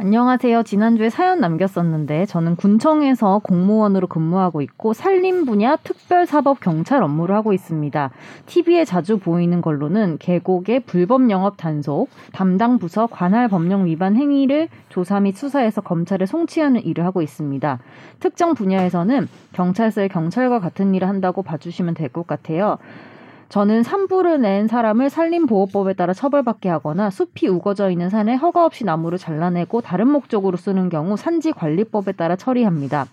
[SPEAKER 2] 안녕하세요. 지난주에 사연 남겼었는데 저는 군청에서 공무원으로 근무하고 있고 산림 분야 특별사법 경찰 업무를 하고 있습니다. TV에 자주 보이는 걸로는 계곡의 불법 영업 단속, 담당 부서 관할 법령 위반 행위를 조사 및 수사해서 검찰에 송치하는 일을 하고 있습니다. 특정 분야에서는 경찰서의 경찰과 같은 일을 한다고 봐주시면 될 것 같아요. 저는 산불을 낸 사람을 산림보호법에 따라 처벌받게 하거나 숲이 우거져 있는 산에 허가 없이 나무를 잘라내고 다른 목적으로 쓰는 경우 산지관리법에 따라 처리합니다.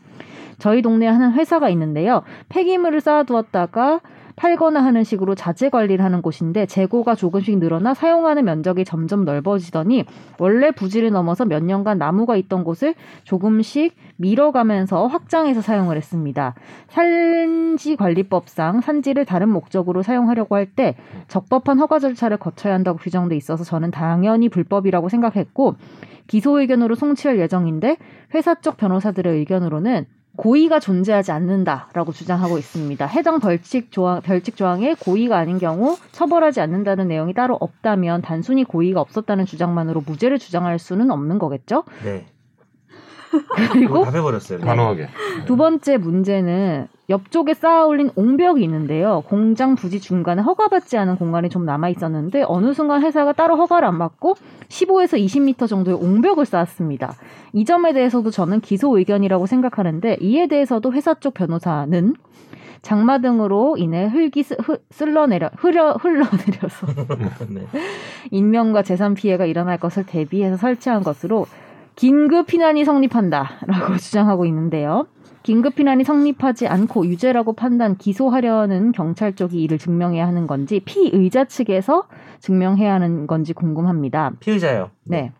[SPEAKER 2] 저희 동네에 하는 회사가 있는데요. 폐기물을 쌓아두었다가 팔거나 하는 식으로 자재 관리를 하는 곳인데 재고가 조금씩 늘어나 사용하는 면적이 점점 넓어지더니 원래 부지를 넘어서 몇 년간 나무가 있던 곳을 조금씩 밀어가면서 확장해서 사용을 했습니다. 산지관리법상 산지를 다른 목적으로 사용하려고 할 때 적법한 허가 절차를 거쳐야 한다고 규정돼 있어서 저는 당연히 불법이라고 생각했고 기소 의견으로 송치할 예정인데 회사 쪽 변호사들의 의견으로는 고의가 존재하지 않는다라고 주장하고 있습니다. 해당 벌칙 조항, 벌칙 조항에 고의가 아닌 경우 처벌하지 않는다는 내용이 따로 없다면 단순히 고의가 없었다는 주장만으로 무죄를 주장할 수는 없는 거겠죠?
[SPEAKER 3] 네.
[SPEAKER 2] 그리고
[SPEAKER 3] 답해버렸어요. 네.
[SPEAKER 4] 단호하게.
[SPEAKER 2] 두 번째 문제는 옆쪽에 쌓아올린 옹벽이 있는데요. 공장 부지 중간에 허가받지 않은 공간이 좀 남아 있었는데 어느 순간 회사가 따로 허가를 안 받고 15에서 20m 정도의 옹벽을 쌓았습니다. 이 점에 대해서도 저는 기소 의견이라고 생각하는데 이에 대해서도 회사 쪽 변호사는 장마 등으로 인해 흙이 쓰, 흐, 쓸러내려 흐려 흘러내려서
[SPEAKER 3] 네.
[SPEAKER 2] 인명과 재산 피해가 일어날 것을 대비해서 설치한 것으로 긴급 피난이 성립한다라고 주장하고 있는데요. 긴급 피난이 성립하지 않고 유죄라고 판단 기소하려는 경찰 쪽이 이를 증명해야 하는 건지 피의자 측에서 증명해야 하는 건지 궁금합니다.
[SPEAKER 3] 피의자요.
[SPEAKER 2] 네.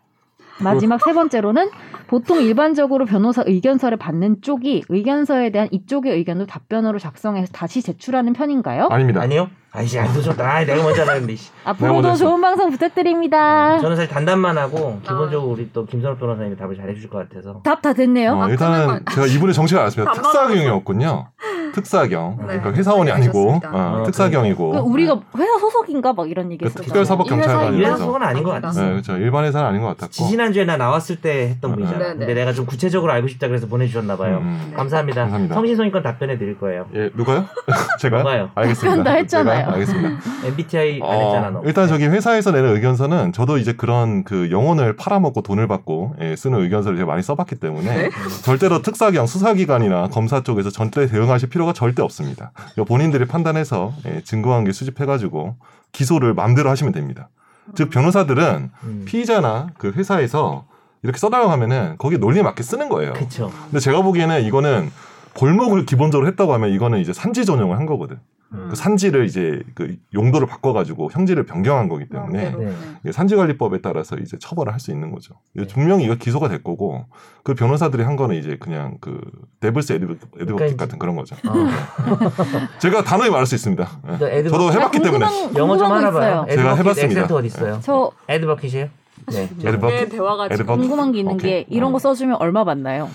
[SPEAKER 2] 마지막 세 번째로는 보통 일반적으로 변호사 의견서를 받는 쪽이 의견서에 대한 이쪽의 의견도 답변으로 작성해서 다시 제출하는 편인가요?
[SPEAKER 4] 아닙니다.
[SPEAKER 3] 아니요. 아이씨 안 도졌다. 아 내가 먼저 하는데. 음,
[SPEAKER 4] 내가 먼저
[SPEAKER 2] 앞으로도
[SPEAKER 4] 했어.
[SPEAKER 2] 좋은 방송 부탁드립니다.
[SPEAKER 3] 저는 사실 단답만 하고 기본적으로 우리 또 김선호 변호사님이 답을 잘해주실 것 같아서.
[SPEAKER 2] 답 다 됐네요.
[SPEAKER 4] 어,
[SPEAKER 1] 아,
[SPEAKER 4] 일단은
[SPEAKER 1] 그러면-
[SPEAKER 4] 제가 이분의 정체를 알았습니다.
[SPEAKER 5] 반말하고
[SPEAKER 4] 특사경이었군요. 특사경.
[SPEAKER 3] 네.
[SPEAKER 4] 그러니까 회사원이 아니고
[SPEAKER 5] 그렇습니다.
[SPEAKER 4] 어,
[SPEAKER 3] 어,
[SPEAKER 4] 특사경이고.
[SPEAKER 2] 그 우리가 회사 소속인가 막 이런 얘기
[SPEAKER 4] 그
[SPEAKER 2] 했었잖아요.
[SPEAKER 4] 특별사법 경찰관.
[SPEAKER 3] 일반 소은 아닌 것 같아.
[SPEAKER 4] 네, 그렇죠. 일반 회사는 아닌 것 같았고.
[SPEAKER 3] 지지난 주에 나 나왔을 때 했던
[SPEAKER 4] 아,
[SPEAKER 3] 분이잖아.
[SPEAKER 5] 네, 네.
[SPEAKER 3] 근데 내가 좀 구체적으로 알고 싶다 그래서 보내주셨나 봐요.
[SPEAKER 4] 음.
[SPEAKER 3] 감사합니다.
[SPEAKER 4] 감사합니다.
[SPEAKER 3] 성신성의껏 답변해 드릴 거예요.
[SPEAKER 4] 예, 누가요? 제가요?
[SPEAKER 3] 누가요?
[SPEAKER 4] 알겠습니다.
[SPEAKER 2] 나 했잖아요.
[SPEAKER 4] 제가? 알겠습니다.
[SPEAKER 3] MBTI 안
[SPEAKER 4] 어,
[SPEAKER 3] 했잖아 너. 네.
[SPEAKER 4] 일단 저기 회사에서 내는 의견서는 저도 이제 그런 그 영혼을 팔아먹고 돈을 받고 예, 쓰는 의견서를 되게 많이 써봤기
[SPEAKER 3] 네.
[SPEAKER 4] 때문에 절대로 특사경 수사기관이나 검사 쪽에서 절대 대응하실 필요가 절대 없습니다. 이거 본인들이 판단해서 예, 증거관계 수집해가지고 기소를 마음대로 하시면 됩니다. 즉 변호사들은
[SPEAKER 3] 음.
[SPEAKER 4] 피의자나 그 회사에서 이렇게 써달라고 하면은 거기에 논리에 맞게 쓰는 거예요.
[SPEAKER 3] 그쵸.
[SPEAKER 4] 근데 제가 보기에는 이거는 골목을 기본적으로 했다고 하면 이거는 이제 산지 전용을 한 거거든.
[SPEAKER 3] 음.
[SPEAKER 4] 그 산지를 이제 그 용도를 바꿔가지고 형지를 변경한
[SPEAKER 2] 아,
[SPEAKER 4] 거기
[SPEAKER 1] 아,
[SPEAKER 4] 때문에
[SPEAKER 5] 마음대로.
[SPEAKER 3] 네.
[SPEAKER 4] 예, 산지관리법에 따라서 이제 처벌을 할 수 있는 거죠. 예,
[SPEAKER 3] 네.
[SPEAKER 4] 분명히 이거 기소가 될 거고 그 변호사들이 한 거는 이제 그냥 그 데블스 에드버- 에드버킷
[SPEAKER 3] 그러니까
[SPEAKER 4] 같은 그런 거죠.
[SPEAKER 3] 어.
[SPEAKER 4] 제가 단호히 말할 수 있습니다. 예.
[SPEAKER 3] 너 애드
[SPEAKER 4] 저도 해봤기 때문에
[SPEAKER 3] 영어 좀
[SPEAKER 2] 네. 궁금한 거
[SPEAKER 3] 하나
[SPEAKER 2] 있어요.
[SPEAKER 3] 봐요.
[SPEAKER 4] 제가 해봤습니다.
[SPEAKER 3] 엑센트 어디 있어요?
[SPEAKER 2] 저
[SPEAKER 3] 애드버킷이에요? 네.
[SPEAKER 4] 에드버-
[SPEAKER 5] 네, 대화가
[SPEAKER 4] 에드버-
[SPEAKER 5] 지금
[SPEAKER 2] 궁금한 게 있는
[SPEAKER 4] 어, 오케이.
[SPEAKER 2] 게 이런 거 써주면 얼마 받나요?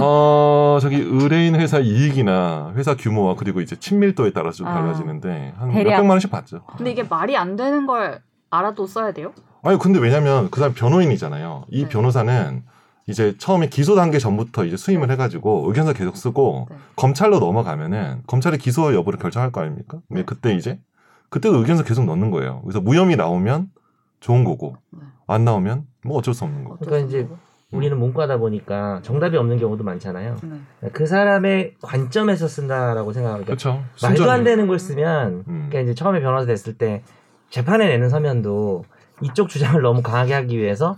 [SPEAKER 4] 어 저기 의뢰인 회사 이익이나 회사 규모와 그리고 이제 친밀도에 따라서 좀
[SPEAKER 2] 아.
[SPEAKER 4] 달라지는데 한
[SPEAKER 2] 대략.
[SPEAKER 4] 몇백만 원씩 받죠.
[SPEAKER 1] 근데 이게 말이 안 되는 걸 알아도 써야 돼요?
[SPEAKER 4] 아니 근데 왜냐면 그 사람 변호인이잖아요. 이
[SPEAKER 1] 네.
[SPEAKER 4] 변호사는 이제 처음에 기소 단계 전부터 이제 수임을 해가지고 의견서 계속 쓰고
[SPEAKER 1] 네.
[SPEAKER 4] 검찰로 넘어가면은 검찰이 기소 여부를 결정할 거 아닙니까?
[SPEAKER 1] 네.
[SPEAKER 4] 근데 그때 이제 그때도 의견서 계속 넣는 거예요. 그래서 무혐의 나오면 좋은 거고
[SPEAKER 1] 네.
[SPEAKER 4] 안 나오면 뭐 어쩔 수 없는 거고.
[SPEAKER 3] 그러니까 이제 우리는 문과다 보니까 정답이 없는 경우도 많잖아요.
[SPEAKER 1] 네.
[SPEAKER 3] 그 사람의 관점에서 쓴다라고 생각하니까
[SPEAKER 4] 그렇죠.
[SPEAKER 3] 말도 안 되는 걸 쓰면
[SPEAKER 4] 음.
[SPEAKER 3] 그러니까 이제 처음에 변호사 됐을 때 재판에 내는 서면도 이쪽 주장을 너무 강하게 하기 위해서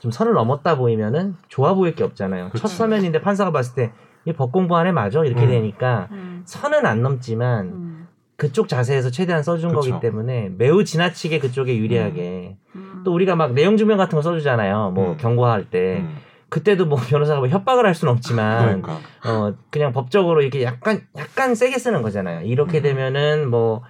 [SPEAKER 3] 좀 선을 넘었다 보이면은 좋아 보일 게 없잖아요.
[SPEAKER 4] 그치.
[SPEAKER 3] 첫 서면인데 판사가 봤을 때 이 법 공부 안에 맞아 이렇게
[SPEAKER 4] 그렇죠. 음.
[SPEAKER 3] 되니까 선은 안 넘지만
[SPEAKER 1] 음.
[SPEAKER 3] 그쪽 자세에서 최대한 써준
[SPEAKER 4] 그쵸.
[SPEAKER 3] 거기 때문에 매우 지나치게 그쪽에 유리하게
[SPEAKER 1] 음.
[SPEAKER 3] 또 우리가 막 내용 증명 같은 거 써주잖아요. 뭐
[SPEAKER 4] 음.
[SPEAKER 3] 경고할 때
[SPEAKER 4] 음.
[SPEAKER 3] 그때도 뭐 변호사가 뭐 협박을 할 수는 없지만
[SPEAKER 4] 그러니까
[SPEAKER 3] 어 그냥 법적으로 이렇게 약간 약간 세게 쓰는 거잖아요. 이렇게
[SPEAKER 4] 음.
[SPEAKER 3] 되면은 뭐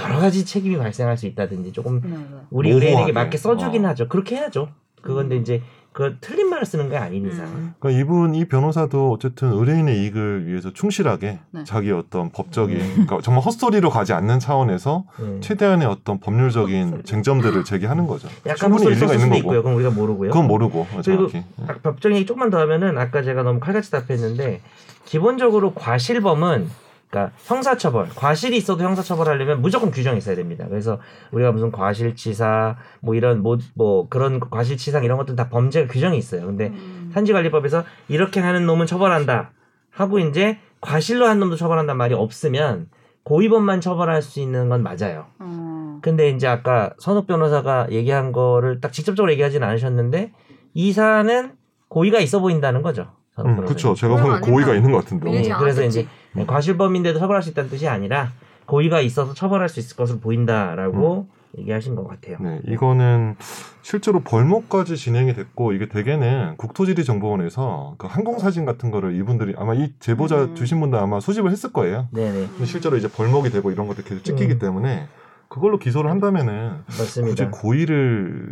[SPEAKER 3] 여러 가지 책임이 발생할 수 있다든지 조금
[SPEAKER 1] 네, 네.
[SPEAKER 3] 우리
[SPEAKER 4] 모호하게.
[SPEAKER 3] 의뢰인에게 맞게 써주긴
[SPEAKER 4] 어. 음.
[SPEAKER 3] 하죠. 그렇게 해야죠. 그건데 이제 그 틀린 말을 쓰는 게 아닌
[SPEAKER 1] 음.
[SPEAKER 3] 이상.
[SPEAKER 4] 그러니까 이분 이 변호사도 어쨌든 의뢰인의 이익을 위해서 충실하게
[SPEAKER 1] 네.
[SPEAKER 4] 자기 어떤 법적인 그러니까 정말 헛소리로 가지 않는 차원에서
[SPEAKER 3] 예.
[SPEAKER 4] 음. 최대한의 어떤 법률적인 쟁점들을 제기하는 거죠.
[SPEAKER 3] 아, 약간
[SPEAKER 4] 충분히
[SPEAKER 3] 목소리
[SPEAKER 4] 일리가
[SPEAKER 3] 썼을
[SPEAKER 4] 있는
[SPEAKER 3] 수도
[SPEAKER 4] 거고.
[SPEAKER 3] 있고요. 그건 우리가 모르고요.
[SPEAKER 4] 그건 모르고 어, 정확히. 예.
[SPEAKER 3] 아, 법적인 얘기 조금만 더 하면은 아까 제가 너무 칼같이 답했는데 기본적으로 과실범은 그러니까 형사처벌 과실이 있어도 형사처벌하려면 무조건 규정이 있어야 됩니다. 그래서 우리가 무슨 과실치사 뭐 이런 뭐, 뭐 그런 과실치상 이런 것들 다 범죄 규정이 있어요. 근데
[SPEAKER 1] 음.
[SPEAKER 3] 산지관리법에서 이렇게 하는 놈은 처벌한다 하고 이제 과실로 한 놈도 처벌한단 말이 없으면 고의범만 처벌할 수 있는 건 맞아요.
[SPEAKER 1] 음.
[SPEAKER 3] 근데 이제 아까 선욱 변호사가 얘기한 거를 딱 직접적으로 얘기하진 않으셨는데 이 사안은 고의가 있어 보인다는 거죠. 선욱 변호사님.
[SPEAKER 4] 그렇죠. 제가
[SPEAKER 5] 그건
[SPEAKER 4] 보기엔 고의가
[SPEAKER 5] 아니면
[SPEAKER 4] 있는 것 같은데. 어,
[SPEAKER 3] 밀리지
[SPEAKER 5] 밀리지
[SPEAKER 3] 예, 그래서 이제
[SPEAKER 5] 않았겠지.
[SPEAKER 3] 네, 과실범인데도 처벌할 수 있다는 뜻이 아니라 고의가 있어서 처벌할 수 있을 것으로 보인다라고 얘기하신 것 같아요.
[SPEAKER 4] 네, 이거는 실제로 벌목까지 진행이 됐고 이게 대개는 국토지리정보원에서 그 항공사진 같은 거를 이분들이 아마 이 제보자
[SPEAKER 1] 음.
[SPEAKER 4] 주신 분도 아마 수집을 했을 거예요.
[SPEAKER 3] 네네
[SPEAKER 4] 근데 실제로 이제 벌목이 되고 이런 것들 계속 찍히기
[SPEAKER 3] 음.
[SPEAKER 4] 때문에 그걸로 기소를 한다면은 굳이
[SPEAKER 3] 맞습니다.
[SPEAKER 4] 고의를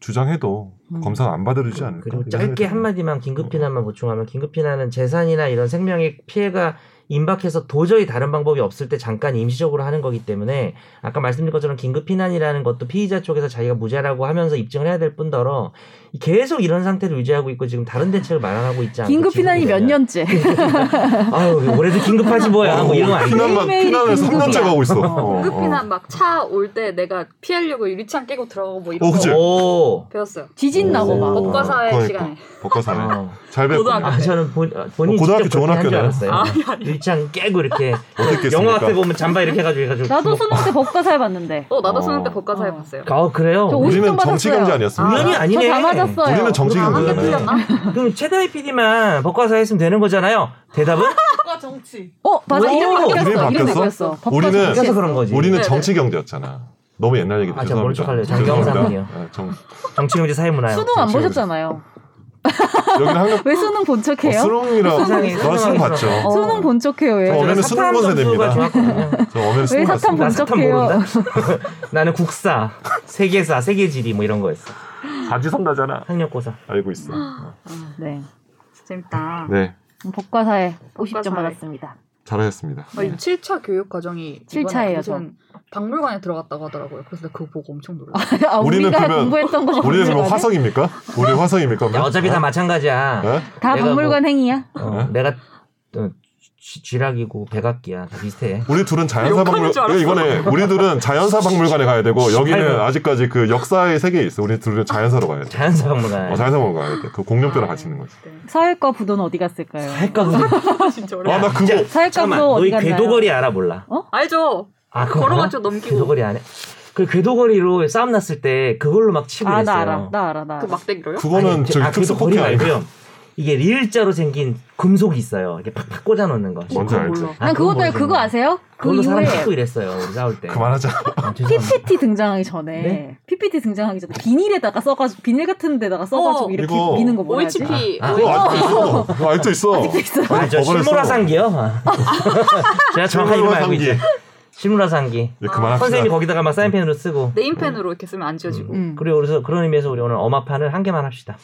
[SPEAKER 4] 주장해도
[SPEAKER 2] 음.
[SPEAKER 4] 검사가 안 받아주지 않을까.
[SPEAKER 3] 그리고
[SPEAKER 4] 이런
[SPEAKER 3] 그렇죠. 짧게
[SPEAKER 4] 생각이 들어요.
[SPEAKER 3] 한마디만 긴급 피난만 보충하면 긴급 피난은 재산이나 이런 생명의 피해가 임박해서 도저히 다른 방법이 없을 때 잠깐 임시적으로 하는 거기 때문에 아까 말씀드린 것처럼 긴급 피난이라는 것도 피의자 쪽에서 자기가 무죄라고 하면서 입증을 해야 될 뿐더러 계속 이런 상태를 유지하고 있고 지금 다른 대책을 마련하고 있지
[SPEAKER 4] 그
[SPEAKER 3] 않고
[SPEAKER 2] 긴급 피난이 몇
[SPEAKER 3] 지금이라면.
[SPEAKER 2] 년째?
[SPEAKER 3] 아유 올해도 긴급하지 뭐야 뭐 이런 거 아니에요?
[SPEAKER 4] 피난만
[SPEAKER 2] 매일매일이
[SPEAKER 4] 피난을
[SPEAKER 2] 긴급이야.
[SPEAKER 4] 3년째 가고 있어.
[SPEAKER 2] 어,
[SPEAKER 4] 어, 어.
[SPEAKER 5] 급히난 막 차 올 때 내가 피하려고 유리창 깨고 들어가고 뭐 이런
[SPEAKER 4] 어,
[SPEAKER 5] 거
[SPEAKER 4] 그치?
[SPEAKER 3] 오.
[SPEAKER 5] 배웠어요.
[SPEAKER 2] 지진 나고 막.
[SPEAKER 4] 오.
[SPEAKER 5] 법과사의
[SPEAKER 4] 그러니까.
[SPEAKER 5] 시간에.
[SPEAKER 4] 법과사회.
[SPEAKER 3] 어.
[SPEAKER 4] 잘 배웠군요.
[SPEAKER 5] 고등학교
[SPEAKER 3] 아 저는 본, 본인
[SPEAKER 4] 어, 고등학교 좋은 학교네요.
[SPEAKER 3] 알았어요.
[SPEAKER 5] 아니 아니.
[SPEAKER 3] 유리창 깨고 이렇게
[SPEAKER 4] 어떻겠습니까?
[SPEAKER 3] 영화 앞에 보면 잠바 이렇게 해가지고 해가지고
[SPEAKER 2] 나도
[SPEAKER 3] 주먹-
[SPEAKER 2] 수능 때 법과사 해봤는데.
[SPEAKER 5] 어 나도
[SPEAKER 4] 어.
[SPEAKER 5] 수능 때 법과사에
[SPEAKER 2] 어.
[SPEAKER 5] 봤어요.
[SPEAKER 3] 아 그래요?
[SPEAKER 2] 저 오십-
[SPEAKER 4] 우리는
[SPEAKER 2] 오십 점
[SPEAKER 4] 정치
[SPEAKER 2] 받았어요.
[SPEAKER 4] 경제 아니었습니까?
[SPEAKER 3] 우연이 아니네.
[SPEAKER 2] 저다 맞았어요.
[SPEAKER 4] 우리는 정치
[SPEAKER 5] 아, 한개
[SPEAKER 4] 경제잖아요.
[SPEAKER 5] 틀렸나?
[SPEAKER 3] 그럼 최다희 PD만 법과사 했으면 되는 거잖아요. 대답은
[SPEAKER 6] 과 정치.
[SPEAKER 2] 어 맞아
[SPEAKER 3] 오,
[SPEAKER 2] 이름이 바뀌었어.
[SPEAKER 4] 이름이
[SPEAKER 2] 이름이 바뀌었어.
[SPEAKER 4] 바뀌었어?
[SPEAKER 2] 법과
[SPEAKER 4] 우리는-
[SPEAKER 2] 정치.
[SPEAKER 3] 그래서 그런 거지.
[SPEAKER 4] 우리는
[SPEAKER 5] 네, 네.
[SPEAKER 4] 정치 경제였잖아. 너무 옛날 얘기다.
[SPEAKER 3] 아, 제가
[SPEAKER 4] 죄송합니다.
[SPEAKER 3] 멀쩡할래요.
[SPEAKER 4] 죄송합니다.
[SPEAKER 3] 정경삼이에요.
[SPEAKER 4] 아, 정-
[SPEAKER 3] 정치경제 사회문화요.
[SPEAKER 2] 수능 안
[SPEAKER 4] 정치
[SPEAKER 2] 보셨잖아요.
[SPEAKER 4] 여기는 한국
[SPEAKER 2] 왜 수능 본척해요?
[SPEAKER 4] 어, 수능이라고
[SPEAKER 3] 세상에,
[SPEAKER 4] 저 수능
[SPEAKER 3] 세상에.
[SPEAKER 4] 봤죠.
[SPEAKER 2] 어. 수능 본척해요.
[SPEAKER 4] 저
[SPEAKER 2] 왜?
[SPEAKER 4] 어머니는 수능 본 세대입니다. 저 오늘 수능
[SPEAKER 2] 사탕
[SPEAKER 4] 봤습니다.
[SPEAKER 3] 나 사탄
[SPEAKER 2] 본적해요.
[SPEAKER 3] 모른다. 나는 국사, 세계사, 세계지리 뭐 이런 거였어.
[SPEAKER 4] 사지선다잖아.
[SPEAKER 3] 학력고사.
[SPEAKER 4] 알고 있어.
[SPEAKER 2] 네.
[SPEAKER 5] 재밌다.
[SPEAKER 4] 네,
[SPEAKER 2] 법과사에 50점
[SPEAKER 5] 법과사에.
[SPEAKER 2] 받았습니다.
[SPEAKER 4] 잘하셨습니다.
[SPEAKER 5] 어, 이 7차 교육 과정이 이번에
[SPEAKER 2] 7차 예요,
[SPEAKER 5] 무슨 박물관에 들어갔다고 하더라고요. 그래서 그거 보고 엄청 놀랐어요.
[SPEAKER 2] 아,
[SPEAKER 4] 우리는
[SPEAKER 2] 우리가
[SPEAKER 4] 그러면-
[SPEAKER 2] 공부했던 거
[SPEAKER 4] 우리는 그럼
[SPEAKER 2] 박물관에?
[SPEAKER 4] 화성입니까? 우리 화성입니까? 네?
[SPEAKER 3] 야, 어차피 다 마찬가지야.
[SPEAKER 4] 예?
[SPEAKER 2] 다
[SPEAKER 3] 내가
[SPEAKER 2] 박물관 행위야.
[SPEAKER 3] 어, 내가 어, 쥐- 쥐락이고 백악기야 다 비슷해.
[SPEAKER 4] 우리 둘은 자연사 박물관 예,
[SPEAKER 5] 욕하는 줄 알았어.
[SPEAKER 4] 이거네 우리 둘은 자연사 박물관에 가야 되고 여기는
[SPEAKER 3] 아이고.
[SPEAKER 4] 아직까지 그 역사의 세계에 있어 우리 둘은 자연사로 가야 돼
[SPEAKER 3] 자연사 박물관.
[SPEAKER 4] 어, 자연사 박물관 가야 돼그
[SPEAKER 5] 아.
[SPEAKER 4] 공룡뼈랑 같이 있는 거지
[SPEAKER 2] 사회과 부도는 어디 갔을까요?
[SPEAKER 3] 할까 그거.
[SPEAKER 5] 네. 진짜
[SPEAKER 4] 아
[SPEAKER 5] 어려워.
[SPEAKER 4] 나 그거
[SPEAKER 2] 사회과
[SPEAKER 3] 잠깐만.
[SPEAKER 2] 부도
[SPEAKER 3] 너희
[SPEAKER 2] 어디 갔나요?
[SPEAKER 3] 궤도거리 알아 몰라?
[SPEAKER 5] 알죠?
[SPEAKER 3] 아 그거 알아?
[SPEAKER 5] 걸어가지고 넘기고
[SPEAKER 3] 궤도거리 안 해. 그 궤도거리로 싸움 났을 때 그걸로 막 치고
[SPEAKER 2] 아,
[SPEAKER 3] 그랬어요.
[SPEAKER 2] 나 알아. 나 알아. 나
[SPEAKER 5] 그
[SPEAKER 2] 알아.
[SPEAKER 5] 막대기로요?
[SPEAKER 4] 그거는
[SPEAKER 3] 아니,
[SPEAKER 4] 저기
[SPEAKER 3] 아,
[SPEAKER 4] 특수
[SPEAKER 3] 궤도거리
[SPEAKER 4] 포켓 아니고요
[SPEAKER 3] 말고요. 이게 리을자로 생긴 금속이 있어요. 이렇게 팍팍 꽂아 넣는 거.
[SPEAKER 1] 뭐,
[SPEAKER 4] 뭔지 알지
[SPEAKER 2] 난 아, 그것도 알고 그거 아세요? 그
[SPEAKER 3] 그걸로 사람
[SPEAKER 2] 이후에
[SPEAKER 3] 치고 이랬어요. 우리 싸울 때.
[SPEAKER 4] 그만하자
[SPEAKER 3] 아, 죄송합니다.
[SPEAKER 2] PPT 등장하기 전에
[SPEAKER 3] 네?
[SPEAKER 2] PPT 등장하기 전에 비닐에다가 써가지고 비닐 같은 데다가 써가지고
[SPEAKER 5] 어,
[SPEAKER 2] 이렇게
[SPEAKER 4] 이거-
[SPEAKER 2] 미는 거 뭐야지?
[SPEAKER 5] OHP
[SPEAKER 3] 아,
[SPEAKER 4] 그거
[SPEAKER 5] OHP.
[SPEAKER 4] 아직도 있어 그거 아직도 있어
[SPEAKER 2] 아직도 있어.
[SPEAKER 3] 아, 저
[SPEAKER 4] 법원에서-
[SPEAKER 3] 실무라상기요. 아. 제가 정확한 이름 알고
[SPEAKER 4] 상기.
[SPEAKER 3] 있죠. 실무라상기.
[SPEAKER 4] 예, 그만합시다
[SPEAKER 3] 선생님이 뭐 거기다가 막 사인펜으로 쓰고.
[SPEAKER 5] 네임펜으로 이렇게 쓰면 안 지워지고.
[SPEAKER 2] 음.
[SPEAKER 3] 그리고 그래서 그런 의미에서 우리 오늘 엄마판을 한 개만 합시다.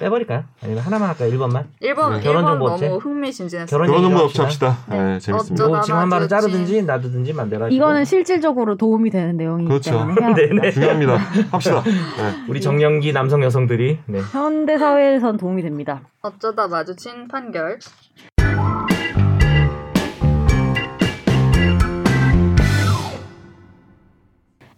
[SPEAKER 3] 빼버릴까요? 아니면 하나만 할까요? 1번만?
[SPEAKER 4] 네,
[SPEAKER 5] 1번, 1번
[SPEAKER 3] 결혼 정보 업체?
[SPEAKER 5] 너무 흥미진진했어요.
[SPEAKER 3] 결혼
[SPEAKER 4] 그런
[SPEAKER 3] 얘기로
[SPEAKER 4] 정보 없이 합시다 예
[SPEAKER 5] 네.
[SPEAKER 4] 재밌습니다
[SPEAKER 5] 어쩌다
[SPEAKER 3] 뭐 지금 한 말을
[SPEAKER 5] 맞았지.
[SPEAKER 3] 자르든지 놔두든지 마음대로 하시고.
[SPEAKER 2] 이거는 실질적으로 도움이 되는 내용이기
[SPEAKER 4] 그렇죠.
[SPEAKER 2] 때문에 해야 합니다.
[SPEAKER 3] 네네.
[SPEAKER 4] 중요합니다 합시다 예.
[SPEAKER 3] 우리 정년기 남성 여성들이 네.
[SPEAKER 2] 현대 사회에선 도움이 됩니다.
[SPEAKER 5] 어쩌다 마주친 판결.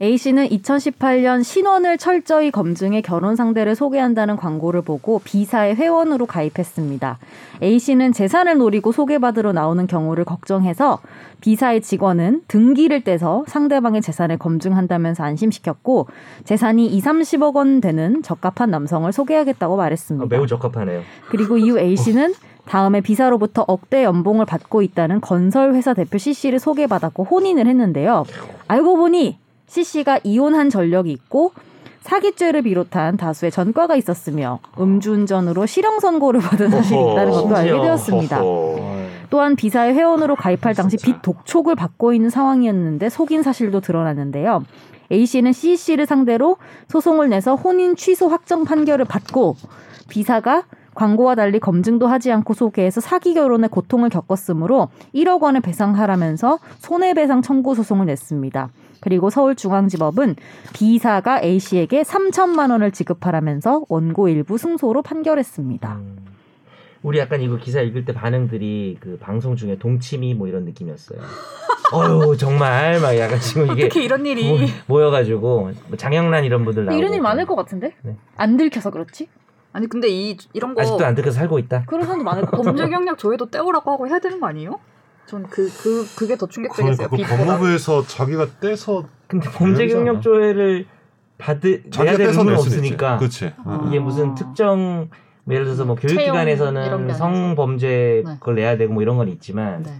[SPEAKER 2] A 씨는 2018년 신원을 철저히 검증해 결혼 상대를 소개한다는 광고를 보고 B사의 회원으로 가입했습니다. A 씨는 재산을 노리고 소개받으러 나오는 경우를 걱정해서 B사의 직원은 등기를 떼서 상대방의 재산을 검증한다면서 안심시켰고 재산이 2, 30억 원 되는 적합한 남성을 소개하겠다고 말했습니다.
[SPEAKER 3] 어, 매우 적합하네요.
[SPEAKER 2] 그리고 이후 A 씨는 다음에 비사로부터 억대 연봉을 받고 있다는 건설회사 대표 C 씨를 소개받았고 혼인을 했는데요. 알고 보니 C 씨가 이혼한 전력이 있고 사기죄를 비롯한 다수의 전과가 있었으며 음주운전으로 실형 선고를 받은 사실이
[SPEAKER 4] 어허.
[SPEAKER 2] 있다는 것도 알게
[SPEAKER 3] 심지어.
[SPEAKER 2] 되었습니다.
[SPEAKER 4] 어허.
[SPEAKER 2] 또한 비사의 회원으로 가입할 당시 빚 독촉을 받고 있는 상황이었는데 속인 사실도 드러났는데요. A 씨는 C 씨를 상대로 소송을 내서 혼인 취소 확정 판결을 받고 비사가 광고와 달리 검증도 하지 않고 소개해서 사기 결혼의 고통을 겪었으므로 1억 원을 배상하라면서 손해배상 청구 소송을 냈습니다. 그리고 서울중앙지법은 B사가 A씨에게 3천만 원을 지급하라면서 원고 일부 승소로 판결했습니다.
[SPEAKER 3] 음. 우리 약간 이거 기사 읽을 때 반응들이 그 방송 중에 동치미 뭐 이런 느낌이었어요. 어유 정말 막 약간 지금 이게
[SPEAKER 5] 어떻게 이런
[SPEAKER 3] 모,
[SPEAKER 4] 뭐,
[SPEAKER 5] 일이.
[SPEAKER 3] 모여가지고 뭐 장영란 이런 분들 나오고
[SPEAKER 2] 이런 일 많을 것 같은데?
[SPEAKER 3] 네.
[SPEAKER 2] 안 들켜서 그렇지?
[SPEAKER 5] 아니 근데 이 이런 거
[SPEAKER 3] 아직도 안 들켜서 살고 있다.
[SPEAKER 2] 그런 사람도 많을 것 같아요.
[SPEAKER 5] 범죄 경력 조회도 떼오라고 하고 해야 되는 거 아니에요? 전 그 그 그, 게더 충격적이었어요.
[SPEAKER 4] 그러니까 그
[SPEAKER 5] 비보다.
[SPEAKER 4] 법무부에서 자기가 떼서
[SPEAKER 3] 근데 범죄 경력 조회를 받을 내야
[SPEAKER 4] 자기가
[SPEAKER 3] 될
[SPEAKER 4] 떼서
[SPEAKER 3] 의무는
[SPEAKER 4] 낼 수는 있지 어.
[SPEAKER 3] 없으니까 음.
[SPEAKER 4] 그렇지
[SPEAKER 2] 아.
[SPEAKER 3] 이게 무슨 특정 뭐 예를 들어서 뭐
[SPEAKER 5] 이런 게
[SPEAKER 3] 교육기관에서는
[SPEAKER 5] 아니죠.
[SPEAKER 3] 성범죄
[SPEAKER 5] 네.
[SPEAKER 3] 걸 내야 되고 뭐 이런 건 있지만
[SPEAKER 5] 네.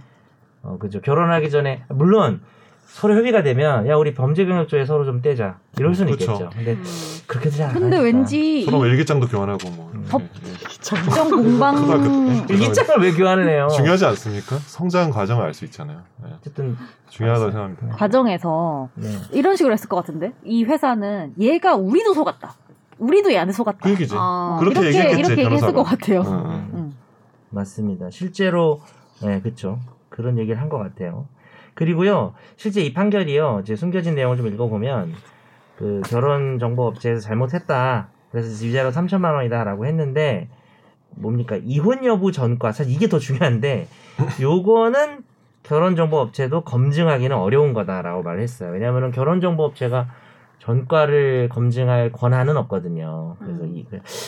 [SPEAKER 3] 어 그죠 결혼하기 전에 물론 서로 협의가 되면 야 우리 범죄 경력 조회 서로 좀 떼자 이럴 수는
[SPEAKER 4] 그쵸.
[SPEAKER 3] 있겠죠. 근데
[SPEAKER 5] 음,
[SPEAKER 3] 그렇게 되지 그러니까. 않아.
[SPEAKER 2] 근데
[SPEAKER 4] 그러니까.
[SPEAKER 2] 왠지
[SPEAKER 4] 서로 일기장도 교환하고 뭐 이렇게.
[SPEAKER 2] 법-
[SPEAKER 4] 예.
[SPEAKER 2] 법정 공방
[SPEAKER 4] 그러니까
[SPEAKER 3] 일기장을 왜 교환을 해요?
[SPEAKER 4] 중요하지 않습니까? 성장 과정을 알 수 있잖아요. 예.
[SPEAKER 3] 어쨌든
[SPEAKER 4] 중요하다고 네. 생각합니다.
[SPEAKER 2] 과정에서
[SPEAKER 3] 네.
[SPEAKER 2] 이런 식으로 했을 것 같은데 이 회사는 얘가 우리도 속았다. 우리도 얘한테 속았다. 어,
[SPEAKER 4] 그 얘기지.
[SPEAKER 5] 아,
[SPEAKER 4] 그렇게
[SPEAKER 2] 이렇게
[SPEAKER 4] 얘기했겠지,
[SPEAKER 2] 이렇게
[SPEAKER 4] 변호사가. 어.
[SPEAKER 2] 얘기했을 것 같아요.
[SPEAKER 4] 응, 응.
[SPEAKER 2] 음.
[SPEAKER 3] 맞습니다. 실제로 네, 그렇죠. 그런 얘기를 한 것 같아요. 그리고요, 실제 이 판결이요, 이제 숨겨진 내용을 좀 읽어보면 그 결혼 정보 업체에서 잘못했다. 그래서 유죄로 3천만 원이다라고 했는데 뭡니까 이혼 여부 전과 사실 이게 더 중요한데 요거는 결혼 정보 업체도 검증하기는 어려운 거다라고 말했어요. 왜냐하면 결혼 정보 업체가 전과를 검증할 권한은 없거든요. 그래서
[SPEAKER 5] 음.
[SPEAKER 3] 이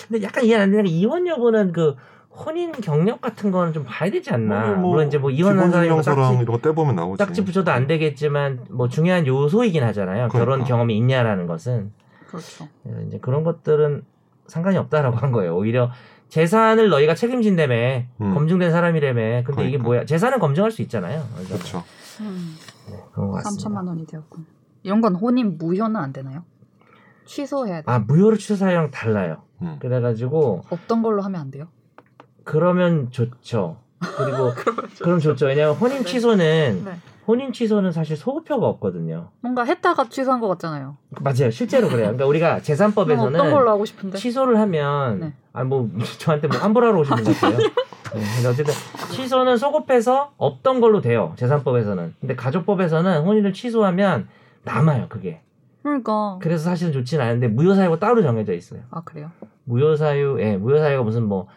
[SPEAKER 3] 근데 약간 이해 안 되는 게 이혼 여부는 그 혼인 경력 같은 거는 좀 봐야 되지 않나. 물론 이제 뭐 이혼한 사람이 뭐
[SPEAKER 4] 기본증명서랑
[SPEAKER 3] 딱지,
[SPEAKER 4] 이런 거 떼보면 나오지.
[SPEAKER 3] 딱지 붙여도 안 되겠지만 뭐 중요한 요소이긴 하잖아요. 결혼
[SPEAKER 4] 그러니까.
[SPEAKER 3] 경험이 있냐라는 것은
[SPEAKER 5] 그렇죠.
[SPEAKER 3] 그래서 이제 그런 것들은 상관이 없다라고 한 거예요. 오히려 재산을 너희가 책임진다며
[SPEAKER 4] 음.
[SPEAKER 3] 검증된 사람이라며 근데 이게
[SPEAKER 4] 그러니까.
[SPEAKER 3] 뭐야 재산은 검증할 수 있잖아요. 그래서
[SPEAKER 4] 그렇죠.
[SPEAKER 3] 네, 그런 것 같습니다.
[SPEAKER 5] 3천만 원이 되었군.
[SPEAKER 1] 이런 건 혼인 무효는 안 되나요? 취소해야 돼.
[SPEAKER 3] 아 무효로 취소사유랑 달라요.
[SPEAKER 4] 음.
[SPEAKER 3] 그래가지고
[SPEAKER 1] 없던 걸로 하면 안 돼요?
[SPEAKER 3] 그러면 좋죠. 그리고 그럼 좋죠. 왜냐하면 혼인 취소는
[SPEAKER 5] 네.
[SPEAKER 3] 혼인 취소는 사실 소급표가 없거든요.
[SPEAKER 1] 뭔가 했다가 취소한 것 같잖아요.
[SPEAKER 3] 맞아요, 실제로 그래요. 그러니까 우리가
[SPEAKER 1] 그럼 어떤
[SPEAKER 3] 재산법에서는
[SPEAKER 1] 걸로 하고 싶은데?
[SPEAKER 3] 취소를 하면
[SPEAKER 1] 네.
[SPEAKER 3] 아 뭐 저한테 뭐 환불하러 오시는 것 같아요. 네, 근데 어쨌든 취소는 소급해서 없던 걸로 돼요. 재산법에서는. 근데 가족법에서는 혼인을 취소하면 남아요, 그게.
[SPEAKER 1] 그러니까.
[SPEAKER 3] 그래서 사실은 좋진 않은데 무효사유가 따로 정해져 있어요.
[SPEAKER 1] 아 그래요?
[SPEAKER 3] 무효사유, 예, 무효사유가 무슨 뭐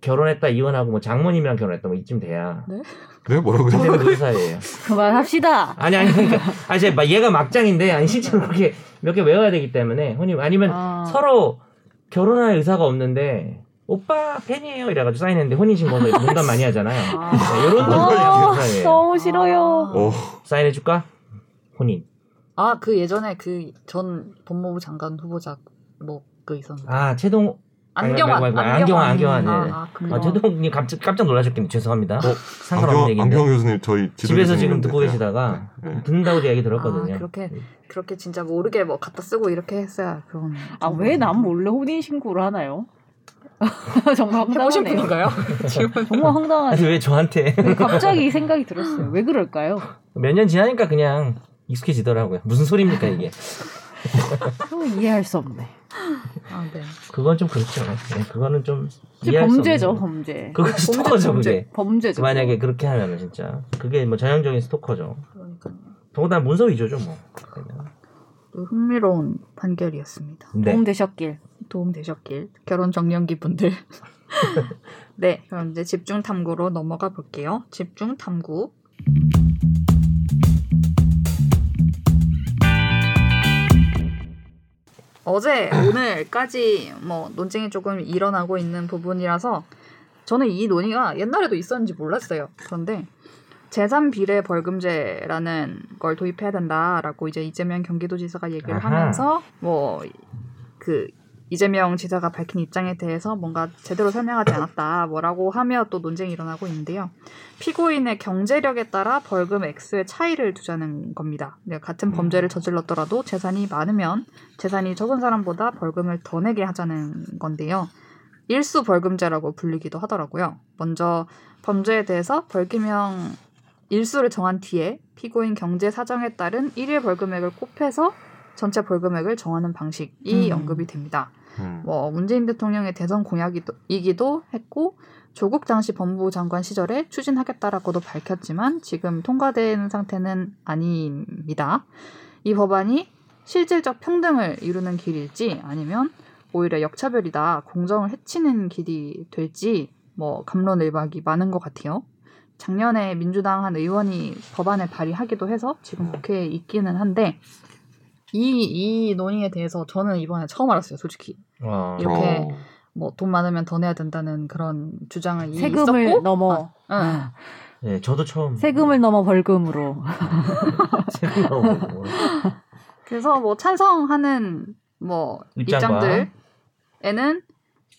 [SPEAKER 3] 결혼했다 이혼하고 뭐 장모님이랑 결혼했다 뭐 이쯤 돼야
[SPEAKER 4] 네, 뭐라고
[SPEAKER 3] 그때
[SPEAKER 4] 그래?
[SPEAKER 3] 무효사유예요.
[SPEAKER 4] 어,
[SPEAKER 2] 그만합시다.
[SPEAKER 3] 아니 아니 그러니까 아니 이제 막 얘가 막장인데 아니 실제로 그렇게 몇 개 외워야 되기 때문에 혼님 아니면
[SPEAKER 2] 아.
[SPEAKER 3] 서로 결혼할 의사가 없는데 오빠 팬이에요 이래가지고 사인했는데 혼인신고는 농담 많이
[SPEAKER 2] 어.
[SPEAKER 3] 하잖아요.
[SPEAKER 5] 아,
[SPEAKER 3] 이런
[SPEAKER 2] 아,
[SPEAKER 3] 거예요.
[SPEAKER 2] 너무 싫어요.
[SPEAKER 4] 오,
[SPEAKER 3] 사인해줄까? 혼인.
[SPEAKER 1] 아 그 예전에 그 전 법무부 장관 후보자 뭐 그 있었는데.
[SPEAKER 3] 아 최동
[SPEAKER 1] 안경환.
[SPEAKER 3] 말고, 말고, 안경환, 안경환,
[SPEAKER 1] 아,
[SPEAKER 3] 예.
[SPEAKER 1] 아,
[SPEAKER 3] 아,
[SPEAKER 2] 어.
[SPEAKER 1] 그래요.
[SPEAKER 3] 최동님 깜짝 깜짝 놀라셨겠네요. 죄송합니다. 상관없는
[SPEAKER 4] 어, 안경,
[SPEAKER 3] 얘기인데
[SPEAKER 4] 안경 교수님 저희 지도자
[SPEAKER 3] 집에서 지금
[SPEAKER 4] 교수님인데.
[SPEAKER 3] 듣고 계시다가
[SPEAKER 4] 네. 네.
[SPEAKER 3] 듣는다고 제가 얘기 들었거든요.
[SPEAKER 1] 아, 그렇게 그렇게 진짜 모르게 뭐 갖다 쓰고 이렇게 했어야 그런.
[SPEAKER 2] 아 왜 남 몰래 혼인 신고를 하나요? 정말
[SPEAKER 5] 해보신
[SPEAKER 2] 황당하네요.
[SPEAKER 5] 분인가요? 지금
[SPEAKER 2] 정말 황당하네.
[SPEAKER 3] 아니 왜 저한테
[SPEAKER 2] 요 갑자기 생각이 들었어요. 왜 그럴까요?
[SPEAKER 3] 몇 년 지나니까 그냥 익숙해지더라고요. 무슨 소리입니까 이게?
[SPEAKER 2] 그거 이해할 수 없네.
[SPEAKER 1] 아 네.
[SPEAKER 3] 그건 좀 그렇죠. 네, 그거는 좀
[SPEAKER 2] 진짜
[SPEAKER 3] 이해할 수
[SPEAKER 2] 범죄죠,
[SPEAKER 3] 없는
[SPEAKER 2] 범죄.
[SPEAKER 3] 그거 스토커죠,
[SPEAKER 2] 범죄.
[SPEAKER 3] 그게.
[SPEAKER 2] 범죄죠.
[SPEAKER 3] 만약에 그렇게 하면 진짜 그게 뭐 전형적인 스토커죠.
[SPEAKER 1] 그러니까
[SPEAKER 3] 더구나 문서 위조죠 뭐. 그러면.
[SPEAKER 1] 흥미로운 판결이었습니다.
[SPEAKER 3] 네.
[SPEAKER 2] 도움 되셨길.
[SPEAKER 1] 도움 되셨길 결혼 정년기 분들. 네, 그럼 이제 집중 탐구로 넘어가 볼게요. 집중 탐구. 어제 오늘까지 뭐 논쟁이 조금 일어나고 있는 부분이라서 저는 이 논의가 옛날에도 있었는지 몰랐어요. 그런데 재산 비례 벌금제라는 걸 도입해야 된다라고 이제 이재명 경기도지사가 얘기를
[SPEAKER 3] 아하.
[SPEAKER 1] 하면서 뭐그 이재명 지사가 밝힌 입장에 대해서 뭔가 제대로 설명하지 않았다 뭐라고 하며 또 논쟁이 일어나고 있는데요. 피고인의 경제력에 따라 벌금 액수의 차이를 두자는 겁니다. 네, 같은
[SPEAKER 3] 음.
[SPEAKER 1] 범죄를 저질렀더라도 재산이 많으면 재산이 적은 사람보다 벌금을 더 내게 하자는 건데요. 일수 벌금제라고 불리기도 하더라고요. 먼저 범죄에 대해서 벌금형 일수를 정한 뒤에 피고인 경제 사정에 따른 일일 벌금액을 곱해서 전체 벌금액을 정하는 방식이
[SPEAKER 2] 음.
[SPEAKER 1] 언급이 됩니다.
[SPEAKER 4] 음.
[SPEAKER 1] 뭐 문재인 대통령의 대선 공약이기도 했고 조국 당시 법무부 장관 시절에 추진하겠다라고도 밝혔지만 지금 통과된 상태는 아닙니다. 이 법안이 실질적 평등을 이루는 길일지 아니면 오히려 역차별이다 공정을 해치는 길이 될지 뭐 감론을박이 많은 것 같아요. 작년에 민주당 한 의원이 법안을 발의하기도 해서 지금 국회에 있기는 한데 이 이 논의에 대해서 저는 이번에 처음 알았어요, 솔직히.
[SPEAKER 3] 어,
[SPEAKER 1] 이렇게
[SPEAKER 4] 어.
[SPEAKER 1] 뭐 돈 많으면 더 내야 된다는 그런 주장을 이미
[SPEAKER 2] 세금을
[SPEAKER 1] 있었고
[SPEAKER 3] 아.
[SPEAKER 2] 넘어
[SPEAKER 1] 응.
[SPEAKER 3] 네, 저도 처음.
[SPEAKER 2] 세금을 넘어 벌금으로
[SPEAKER 3] 세금을 넘어.
[SPEAKER 1] 그래서 뭐 찬성하는 뭐
[SPEAKER 3] 입장과.
[SPEAKER 1] 입장들에는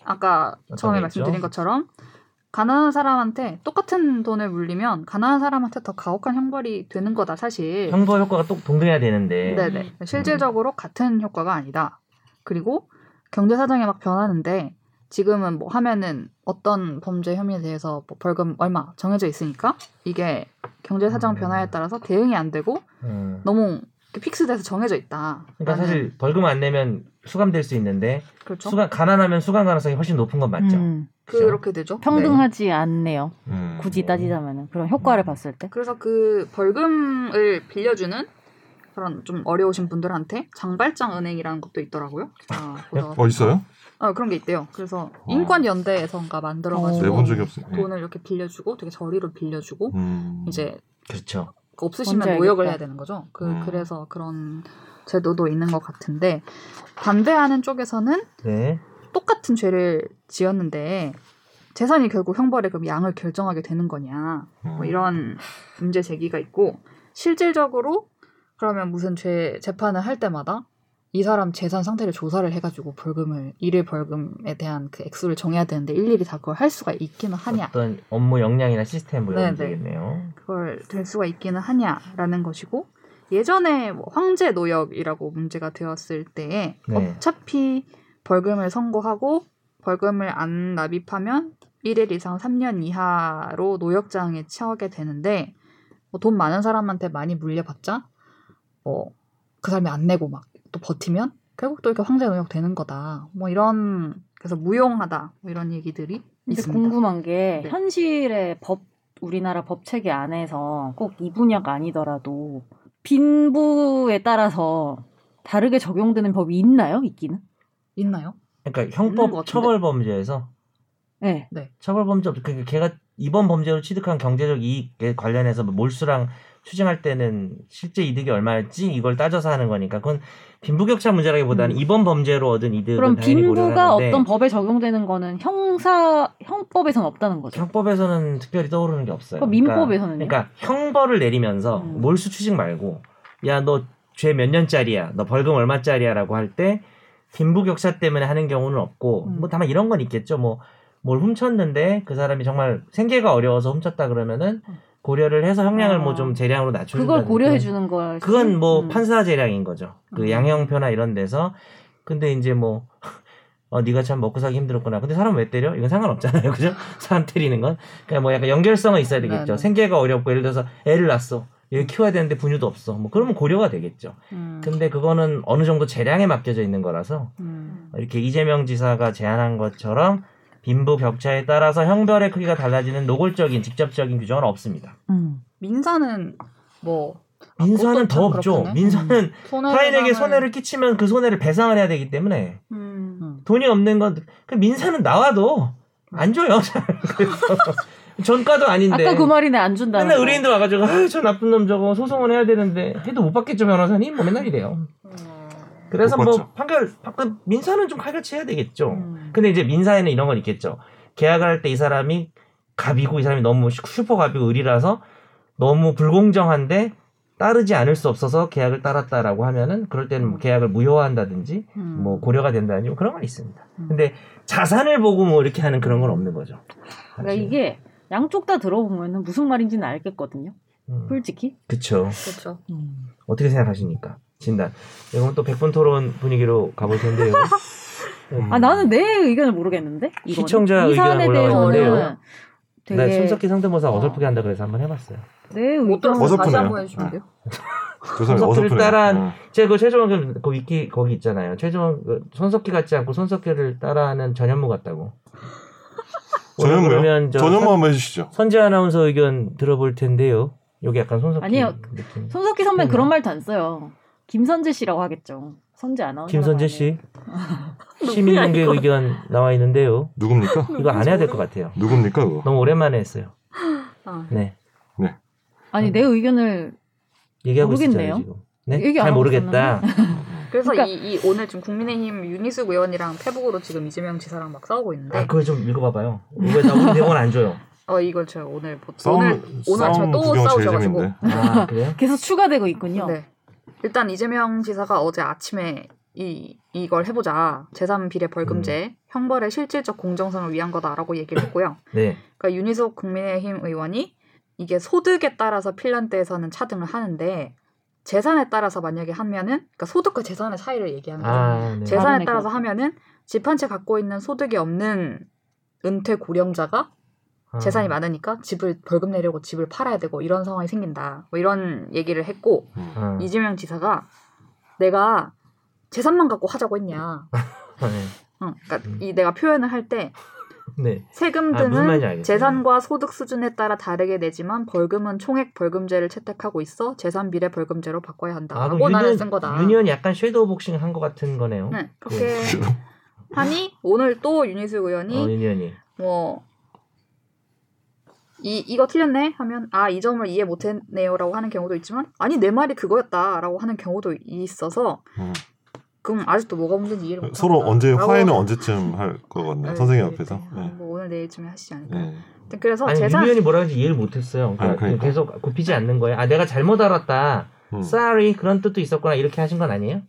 [SPEAKER 1] 아까
[SPEAKER 3] 어떤
[SPEAKER 1] 처음에
[SPEAKER 3] 게
[SPEAKER 1] 말씀드린
[SPEAKER 3] 있죠?
[SPEAKER 1] 것처럼 가난한 사람한테 똑같은 돈을 물리면 가난한 사람한테 더 가혹한 형벌이 되는 거다 사실.
[SPEAKER 3] 형벌 효과가 똑 동등해야 되는데.
[SPEAKER 1] 네네. 실질적으로 같은 효과가 아니다. 그리고 경제 사정이 막 변하는데 지금은 뭐 하면은 어떤 범죄 혐의에 대해서 뭐 벌금 얼마 정해져 있으니까 이게 경제 사정
[SPEAKER 3] 음.
[SPEAKER 1] 변화에 따라서 대응이 안 되고
[SPEAKER 3] 음.
[SPEAKER 1] 너무 이렇게 픽스돼서 정해져 있다.
[SPEAKER 3] 그러니까 사실 벌금 안 내면 수감될 수 있는데
[SPEAKER 1] 그렇죠.
[SPEAKER 3] 수감 가난하면 수감 가능성이 훨씬 높은 건 맞죠.
[SPEAKER 2] 음,
[SPEAKER 3] 그죠?
[SPEAKER 1] 그렇게 되죠.
[SPEAKER 2] 평등하지 않네요.
[SPEAKER 4] 음.
[SPEAKER 2] 굳이
[SPEAKER 3] 음.
[SPEAKER 2] 따지자면은 그런 효과를 봤을 때.
[SPEAKER 1] 그래서 그 벌금을 빌려주는 그런 좀 어려우신 분들한테 장발장 은행이라는 것도 있더라고요. 아, 그래서
[SPEAKER 3] 뭐
[SPEAKER 4] 어 있어요?
[SPEAKER 1] 아, 그런 게 있대요. 그래서 인권 연대에서가
[SPEAKER 3] 뭐네
[SPEAKER 1] 만들어가지고
[SPEAKER 4] 내본 적이 없어요. 예.
[SPEAKER 1] 돈을 이렇게 빌려주고 되게 저리로 빌려주고
[SPEAKER 4] 음.
[SPEAKER 1] 이제
[SPEAKER 3] 그렇죠.
[SPEAKER 1] 없으시면
[SPEAKER 2] 뭔지
[SPEAKER 1] 모욕을
[SPEAKER 2] 알겠다.
[SPEAKER 1] 해야 되는 거죠. 그
[SPEAKER 4] 음.
[SPEAKER 1] 그래서 그런 제도도 있는 것 같은데 반대하는 쪽에서는
[SPEAKER 3] 네.
[SPEAKER 1] 똑같은 죄를 지었는데 재산이 결국 형벌의 그럼 양을 결정하게 되는 거냐
[SPEAKER 4] 음.
[SPEAKER 1] 뭐 이런 문제 제기가 있고 실질적으로 그러면 무슨 죄 재판을 할 때마다 이 사람 재산 상태를 조사를 해가지고 벌금을 일일 벌금에 대한 그 액수를 정해야 되는데 일일이 다 그걸 할 수가 있기는 하냐
[SPEAKER 3] 어떤 업무 역량이나 시스템 뭐
[SPEAKER 1] 네,
[SPEAKER 3] 이런
[SPEAKER 1] 네.
[SPEAKER 3] 문제겠네요.
[SPEAKER 1] 그걸 될 수가 있기는 하냐라는 것이고 예전에 뭐 황제 노역이라고 문제가 되었을 때에
[SPEAKER 3] 네.
[SPEAKER 1] 어차피 벌금을 선고하고 벌금을 안 납입하면 1일 이상 3년 이하로 노역장에 처하게 되는데 뭐돈 많은 사람한테 많이 물려봤자 뭐 그 사람이 안 내고 막 또 버티면 결국 또 이렇게 황제 노역 되는 거다 뭐 이런 그래서 무용하다 뭐 이런 얘기들이
[SPEAKER 2] 근데
[SPEAKER 1] 있습니다.
[SPEAKER 2] 궁금한 게
[SPEAKER 1] 네.
[SPEAKER 2] 현실의 법 우리나라 법 체계 안에서 꼭 이 분야가 아니더라도 빈부에 따라서 다르게 적용되는 법이 있나요? 있기는?
[SPEAKER 1] 있나요?
[SPEAKER 3] 그러니까
[SPEAKER 1] 것
[SPEAKER 3] 형법
[SPEAKER 1] 같은데.
[SPEAKER 3] 처벌 범죄에서
[SPEAKER 2] 네.
[SPEAKER 3] 처벌 범죄 그러니까 걔가 이번 범죄로 취득한 경제적 이익에 관련해서 뭐 몰수랑 추징할 때는 실제 이득이 얼마였지 이걸 따져서 하는 거니까 그건 빈부격차 문제라기보다는
[SPEAKER 1] 음.
[SPEAKER 3] 이번 범죄로 얻은 이득은
[SPEAKER 2] 그럼
[SPEAKER 3] 당연히 네.
[SPEAKER 2] 빈부가
[SPEAKER 3] 고려하는데
[SPEAKER 2] 어떤 법에 적용되는 거는 형사 형법에선 없다는 거죠.
[SPEAKER 3] 형법에서는 특별히 떠오르는 게 없어요.
[SPEAKER 2] 그럼 민법에서는요?
[SPEAKER 3] 그러니까, 그러니까 형벌을 내리면서
[SPEAKER 2] 음.
[SPEAKER 3] 몰수 추징 말고 야 너 죄 몇 년짜리야 너 벌금 얼마짜리야라고 할 때 빈부격차 때문에 하는 경우는 없고
[SPEAKER 2] 음.
[SPEAKER 3] 뭐 다만 이런 건 있겠죠 뭐 뭘 훔쳤는데 그 사람이 정말 생계가 어려워서 훔쳤다 그러면은 고려를 해서 형량을
[SPEAKER 2] 음. 아.
[SPEAKER 3] 뭐 좀 재량으로 낮추는
[SPEAKER 2] 그걸 고려해 주는 걸
[SPEAKER 3] 그건 뭐
[SPEAKER 2] 음.
[SPEAKER 3] 판사 재량인 거죠. 그
[SPEAKER 2] 음.
[SPEAKER 3] 양형표나 이런 데서 근데 이제 뭐 어, 네가 참 먹고 살기 힘들었구나. 근데 사람 왜 때려? 이건 상관없잖아요, 그죠? 사람 때리는 건. 그러니까 뭐 약간 연결성은 있어야 되겠죠.
[SPEAKER 1] 네네.
[SPEAKER 3] 생계가 어렵고 예를 들어서 애를 낳았어. 얘 키워야 되는데 분유도 없어. 뭐 그러면 고려가 되겠죠.
[SPEAKER 1] 음,
[SPEAKER 3] 근데 그거는 어느 정도 재량에 맡겨져 있는 거라서
[SPEAKER 1] 음,
[SPEAKER 3] 이렇게 이재명 지사가 제안한 것처럼 빈부 격차에 따라서 형별의 크기가 달라지는 노골적인 직접적인 규정은 없습니다.
[SPEAKER 2] 음.
[SPEAKER 1] 민사는 뭐 아,
[SPEAKER 3] 민사는 더
[SPEAKER 1] 그것도 참
[SPEAKER 3] 없죠.
[SPEAKER 1] 그렇겠네. 음.
[SPEAKER 3] 민사는
[SPEAKER 1] 손해배상을-
[SPEAKER 3] 타인에게 손해를 끼치면 그 손해를 배상을 해야 되기 때문에
[SPEAKER 5] 음.
[SPEAKER 3] 돈이 없는 건 그 민사는 나와도 안 줘요. 그래서 전과도 아닌데
[SPEAKER 2] 아까 그 말이네 안 준다.
[SPEAKER 3] 맨날 의뢰인들 와가지고 아, 저 나쁜 놈 저거 소송을 해야 되는데 해도 못 받겠죠 변호사님 뭐 맨날 이래요.
[SPEAKER 1] 음.
[SPEAKER 3] 그래서
[SPEAKER 4] 못
[SPEAKER 3] 뭐
[SPEAKER 4] 받죠.
[SPEAKER 3] 판결 그 민사는 좀 칼같이 해야 되겠죠.
[SPEAKER 2] 음.
[SPEAKER 3] 근데 이제 민사에는 이런 건 있겠죠. 계약을 할 때 이 사람이 갑이고 이 사람이 너무 슈- 슈퍼 갑이고 을이라서 너무 불공정한데 따르지 않을 수 없어서 계약을 따랐다라고 하면은 그럴 때는 뭐 계약을 무효화한다든지 뭐 고려가 된다든지 뭐 그런 건 있습니다. 근데 자산을 보고 뭐 이렇게 하는 그런 건 없는 거죠.
[SPEAKER 2] 음. 그러니까 이게 양쪽 다 들어보면 은 무슨 말인지는 알겠거든요.
[SPEAKER 3] 음,
[SPEAKER 2] 솔직히.
[SPEAKER 3] 그쵸.
[SPEAKER 1] 그렇죠.
[SPEAKER 3] 어떻게 생각하십니까? 진단. 이건 또 100분 토론 분위기로 가볼 텐데요. 음.
[SPEAKER 2] 아 나는 내 의견을 모르겠는데. 이거는.
[SPEAKER 3] 시청자
[SPEAKER 2] 이
[SPEAKER 3] 의견
[SPEAKER 2] 사안에
[SPEAKER 3] 올라오는데요.
[SPEAKER 2] 대해서는
[SPEAKER 3] 나
[SPEAKER 2] 되게
[SPEAKER 3] 네, 손석희 성대모사 어설프게 한다 그래서 한번 해봤어요.
[SPEAKER 2] 내 의견.
[SPEAKER 5] 못 들어서 다시
[SPEAKER 4] 어설프네요.
[SPEAKER 5] 한번 해주시면 돼요?
[SPEAKER 4] 조선이
[SPEAKER 3] 분석들을
[SPEAKER 4] 어설프네.
[SPEAKER 3] 따라한
[SPEAKER 4] 음.
[SPEAKER 3] 제가 그 최종원 그 위키 거기 있잖아요. 최종원 그 손석희 같지 않고 손석희를 따라하는 전현무 같다고. 오늘
[SPEAKER 4] 전현무요?
[SPEAKER 3] 그러면 저
[SPEAKER 4] 전현무
[SPEAKER 3] 선-
[SPEAKER 4] 한번 해주시죠.
[SPEAKER 3] 선재 아나운서 의견 들어볼 텐데요. 여기 약간 손석희
[SPEAKER 2] 아니요.
[SPEAKER 3] 느낌.
[SPEAKER 2] 손석희
[SPEAKER 3] 네.
[SPEAKER 2] 선배 는 그런 말도 안 써요. 김선재 씨라고 하겠죠. 선재 아나운서.
[SPEAKER 3] 김선재 씨 시민연계 의견 나와 있는데요.
[SPEAKER 4] 누굽니까?
[SPEAKER 3] 이거 안 해야 될 것 같아요.
[SPEAKER 4] 누굽니까 그거?
[SPEAKER 3] 너무 오랜만에 했어요.
[SPEAKER 1] 아.
[SPEAKER 3] 네
[SPEAKER 2] 아니
[SPEAKER 3] 음.
[SPEAKER 2] 내 의견을
[SPEAKER 3] 얘기하고
[SPEAKER 2] 모르겠네요.
[SPEAKER 3] 있었잖아요 지금. 네?
[SPEAKER 2] 얘기 안
[SPEAKER 3] 잘
[SPEAKER 2] 하고
[SPEAKER 1] 아,
[SPEAKER 3] 모르겠다.
[SPEAKER 1] 그래서
[SPEAKER 2] 그러니까-
[SPEAKER 1] 이, 이 오늘 지금 국민의힘 윤희숙 의원이랑 페북으로 지금 이재명 지사랑 막 싸우고 있는데
[SPEAKER 3] 아 그거 좀 읽어봐봐요. 왜 나오는 대본 안 줘요?
[SPEAKER 1] 어 이걸 제가 오늘 보- 오늘
[SPEAKER 4] 싸움
[SPEAKER 1] 오늘 아침에
[SPEAKER 4] 싸움
[SPEAKER 1] 또
[SPEAKER 4] 구경 제일
[SPEAKER 1] 싸우셔가지고.
[SPEAKER 4] 재밌는데.
[SPEAKER 3] 아 그래요?
[SPEAKER 2] 계속 추가되고 있군요.
[SPEAKER 1] 네. 일단 이재명 지사가 어제 아침에 이 이걸 해보자 재산 비례 벌금제 형벌의 실질적 공정성을 위한 거다라고 얘기를 했고요.
[SPEAKER 3] 네.
[SPEAKER 1] 그러니까 윤희숙 국민의힘 의원이 이게 소득에 따라서 핀란드에서는 차등을 하는데 재산에 따라서 만약에 하면은 그러니까 소득과 재산의 차이를 얘기하는 거예요.
[SPEAKER 3] 아 네.
[SPEAKER 1] 재산에
[SPEAKER 2] 다른
[SPEAKER 1] 따라서
[SPEAKER 2] 애가.
[SPEAKER 1] 하면은 집 한 채 갖고 있는 소득이 없는 은퇴 고령자가
[SPEAKER 3] 아.
[SPEAKER 1] 재산이 많으니까 집을 벌금 내려고 집을 팔아야 되고 이런 상황이 생긴다. 뭐 이런 얘기를 했고
[SPEAKER 4] 음.
[SPEAKER 3] 아,
[SPEAKER 1] 이재명 지사가 내가 재산만 갖고 하자고 했냐.
[SPEAKER 3] 아.
[SPEAKER 1] 응. 그러니까
[SPEAKER 3] 음.
[SPEAKER 1] 이 내가 표현을 할 때
[SPEAKER 3] 네.
[SPEAKER 1] 세금
[SPEAKER 3] 아, 무슨 말인지
[SPEAKER 1] 등은
[SPEAKER 5] 네.
[SPEAKER 3] 알겠어요.
[SPEAKER 1] 재산과 소득 수준에 따라 다르게 내지만 벌금은 총액 벌금제를 채택하고 있어 재산 비례 벌금제로 바꿔야
[SPEAKER 3] 아,
[SPEAKER 1] 한다라고
[SPEAKER 3] 그럼
[SPEAKER 1] 나는
[SPEAKER 3] 유니언,
[SPEAKER 1] 쓴 거다.
[SPEAKER 3] 유니언이 약간 섀도우 복싱 한 것 같은 거네요.
[SPEAKER 1] 네, 그렇게 하니 오늘 또 윤희숙
[SPEAKER 3] 어,
[SPEAKER 1] 의원이
[SPEAKER 3] 유니언이.
[SPEAKER 1] 뭐
[SPEAKER 5] 뭐 이 이거 틀렸네 하면 아 이 점을 이해 못했네요라고 하는 경우도 있지만 아니 내 말이 그거였다라고 하는 경우도 있어서
[SPEAKER 4] 음.
[SPEAKER 5] 그럼 아직도 뭐가 문제인지 이해를 못
[SPEAKER 4] 서로 언제 화해는 언제쯤 할 것 같네요. 선생님 앞에서. 네.
[SPEAKER 5] 뭐 오늘 내일쯤에 하시지 않을까.
[SPEAKER 4] 네.
[SPEAKER 5] 하여튼
[SPEAKER 1] 어,
[SPEAKER 5] 그래서
[SPEAKER 3] 아니
[SPEAKER 5] 제사
[SPEAKER 3] 유미언이 뭐라 하는지 이해를 못했어요. 그러니까
[SPEAKER 4] 아, 그러니까.
[SPEAKER 3] 계속 굽히지 않는 거예요. 아 내가 잘못 알았다.
[SPEAKER 4] 음.
[SPEAKER 3] Sorry 그런 뜻도 있었구나 이렇게 하신 건 아니에요?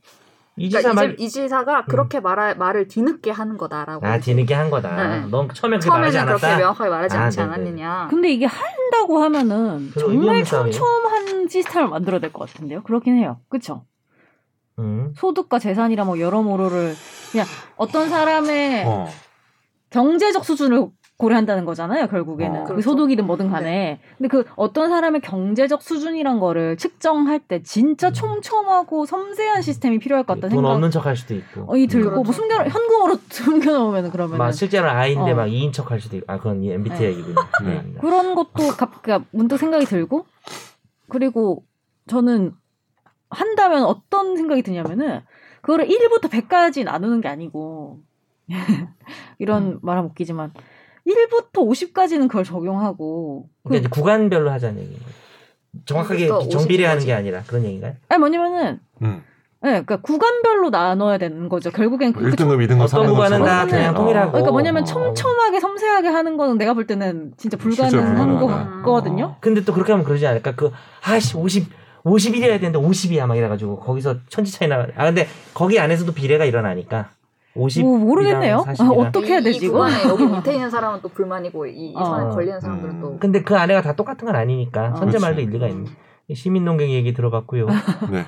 [SPEAKER 3] 이
[SPEAKER 5] 그러니까
[SPEAKER 3] 지사
[SPEAKER 5] 이제
[SPEAKER 3] 말. 음.
[SPEAKER 5] 이 지사가 그렇게 말말 말을 뒤늦게 하는 거다라고.
[SPEAKER 3] 아 뒤늦게 한
[SPEAKER 5] 네,
[SPEAKER 3] 거다.
[SPEAKER 5] 네.
[SPEAKER 3] 넌 처음에 그렇게
[SPEAKER 5] 처음에는
[SPEAKER 3] 말하지
[SPEAKER 5] 그렇게
[SPEAKER 3] 않았다.
[SPEAKER 5] 명확하게 말하지
[SPEAKER 3] 아,
[SPEAKER 5] 않지
[SPEAKER 3] 네네.
[SPEAKER 5] 않았느냐.
[SPEAKER 2] 근데 이게 한다고 하면은
[SPEAKER 3] 그거 의미
[SPEAKER 2] 정말
[SPEAKER 3] 없는 싸움이에요.
[SPEAKER 2] 촘촘한 시스템을 만들어야 될 것 같은데요. 그렇긴 해요. 그렇죠?
[SPEAKER 3] 음.
[SPEAKER 2] 소득과 재산이라 뭐 여러모로를 그냥 어떤 사람의
[SPEAKER 4] 어.
[SPEAKER 2] 경제적 수준을 고려한다는 거잖아요, 결국에는.
[SPEAKER 4] 어.
[SPEAKER 2] 그
[SPEAKER 5] 그렇죠.
[SPEAKER 2] 소득이든 뭐든 간에. 근데 그 어떤 사람의 경제적 수준이란 거를 측정할 때 진짜
[SPEAKER 3] 음.
[SPEAKER 2] 촘촘하고 섬세한 시스템이 필요할 것 같다는
[SPEAKER 3] 돈
[SPEAKER 2] 생각.
[SPEAKER 3] 없는 척 할 수도 있고.
[SPEAKER 2] 어, 이 들고 뭐
[SPEAKER 5] 그렇죠.
[SPEAKER 2] 숨겨 현금으로 숨겨 놓으면 그러면
[SPEAKER 3] 막 실제로 아이인데
[SPEAKER 2] 어.
[SPEAKER 3] 막 2인 척 할 수도 있고. 아 그건 이 MBTI 얘기군요.
[SPEAKER 4] 네.
[SPEAKER 3] 네.
[SPEAKER 2] 그런 것도 갑, 그러니까 문득 생각이 들고 그리고 저는 한다면 어떤 생각이 드냐면은 그거를 1부터 100까지 나누는 게 아니고 이런 말하면 웃기지만 1부터 50까지는 그걸 적용하고
[SPEAKER 3] 그러니까 이제 구간별로 하자는 얘기인 거예요. 정확하게
[SPEAKER 5] 그러니까
[SPEAKER 3] 정비례하는
[SPEAKER 5] 50
[SPEAKER 3] 게 아니라 그런 얘기인가요?
[SPEAKER 2] 아니 뭐냐면은
[SPEAKER 4] 음.
[SPEAKER 2] 예, 그러니까 구간별로 나눠야 되는 거죠. 결국엔
[SPEAKER 4] 뭐
[SPEAKER 2] 그 청-
[SPEAKER 4] 1등급, 2등급,
[SPEAKER 3] 어떤
[SPEAKER 4] 3등급
[SPEAKER 3] 구간은 다
[SPEAKER 2] 그냥
[SPEAKER 3] 통일하고.
[SPEAKER 2] 그러니까 뭐냐면
[SPEAKER 4] 어,
[SPEAKER 2] 촘촘하게 섬세하게 하는 거는 내가 볼 때는 진짜
[SPEAKER 4] 실제로
[SPEAKER 2] 불가능한 거
[SPEAKER 4] 불가능하다.
[SPEAKER 2] 같거든요.
[SPEAKER 3] 근데 또 그렇게 하면 그러지 않을까? 그 아씨 50 51이어야 되는데 50이야 막 이래가지고 거기서 천지 차이 나가. 아 근데 거기 안에서도 비례가 일어나니까 50.
[SPEAKER 4] 음.
[SPEAKER 2] 뭐 모르겠네요. 아, 어떻게 해야
[SPEAKER 5] 이-
[SPEAKER 2] 되지
[SPEAKER 5] 이
[SPEAKER 2] 이거?
[SPEAKER 5] 구간에 여기 밑에 있는 사람은 또 불만이고 이, 이 선에
[SPEAKER 2] 어.
[SPEAKER 5] 걸리는 사람들은 또.
[SPEAKER 4] 음.
[SPEAKER 3] 근데 그 안에가 다 똑같은 건 아니니까
[SPEAKER 2] 어.
[SPEAKER 3] 선제 말도
[SPEAKER 4] 그렇지.
[SPEAKER 3] 일리가 있네. 시민농경 얘기 들어봤고요.
[SPEAKER 4] 네.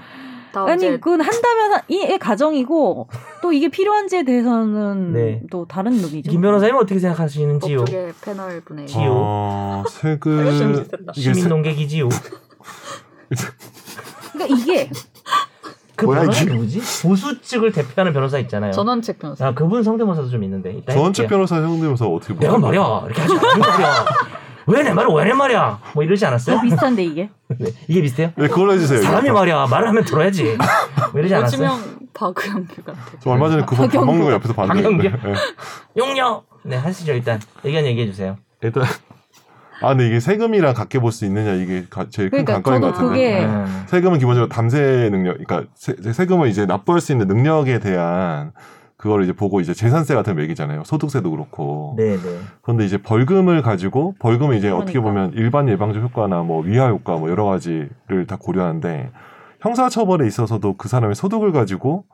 [SPEAKER 5] 다음
[SPEAKER 2] 아니
[SPEAKER 5] 이제 어.
[SPEAKER 2] 그건 한다면 하- 이의 가정이고 또 이게 필요한지에 대해서는
[SPEAKER 3] 네.
[SPEAKER 2] 또 다른 논의죠.
[SPEAKER 3] 김 변호사님은 어떻게 생각하시는지요?
[SPEAKER 5] 법조계 패널 분의
[SPEAKER 3] 지요.
[SPEAKER 4] 어, 세금 이게 세-
[SPEAKER 3] 그 시민농객이지요.
[SPEAKER 2] 그러니까 이게
[SPEAKER 3] 그
[SPEAKER 4] 뭐야,
[SPEAKER 3] 변호사
[SPEAKER 4] 이게.
[SPEAKER 3] 누구지? 보수 측을 대표하는 변호사 있잖아요.
[SPEAKER 5] 전원책 변호사.
[SPEAKER 3] 아 그분 성대모사도 좀 있는데. 이따
[SPEAKER 4] 전원책
[SPEAKER 3] 해볼게요.
[SPEAKER 4] 변호사 형님에서 어떻게 보세요?
[SPEAKER 3] 내가 말이야 이렇게 하지 말이야 왜 내 말을 왜내 말이야 뭐 이러지 않았어요?
[SPEAKER 2] 비슷한데 이게
[SPEAKER 3] 네. 이게 비슷해요?
[SPEAKER 4] 네, 그걸로 해주세요.
[SPEAKER 3] 사람이
[SPEAKER 4] 이거.
[SPEAKER 3] 말이야 말을 하면 들어야지 뭐 이러지 않았어요?
[SPEAKER 5] 오지명 박우영규 같아.
[SPEAKER 4] 저 얼마 전에 그분 밥 먹는 거 옆에서 봤는데.
[SPEAKER 3] 박영규?
[SPEAKER 4] 네.
[SPEAKER 3] 용녀 네 하시죠 일단 의견 얘기해 주세요
[SPEAKER 4] 일단 아 근데 이게 세금이랑 같게 볼 수 있느냐 이게 가- 제일 큰
[SPEAKER 2] 그러니까
[SPEAKER 4] 관건인 것
[SPEAKER 2] 저도
[SPEAKER 4] 같은데.
[SPEAKER 2] 그게 네.
[SPEAKER 3] 음.
[SPEAKER 4] 세금은 기본적으로 담세 능력, 그러니까 세, 금을 이제 납부할 수 있는 능력에 대한 그걸 이제 보고 이제 재산세 같은 거 매기잖아요. 소득세도 그렇고.
[SPEAKER 3] 네네
[SPEAKER 4] 그런데 이제 벌금을 가지고 벌금은 이제 어떻게
[SPEAKER 2] 그러니까.
[SPEAKER 4] 보면 일반 예방적 효과나 뭐 위하 효과 뭐 여러 가지를 다 고려하는데 형사 처벌에 있어서도 그 사람의 소득을 가지고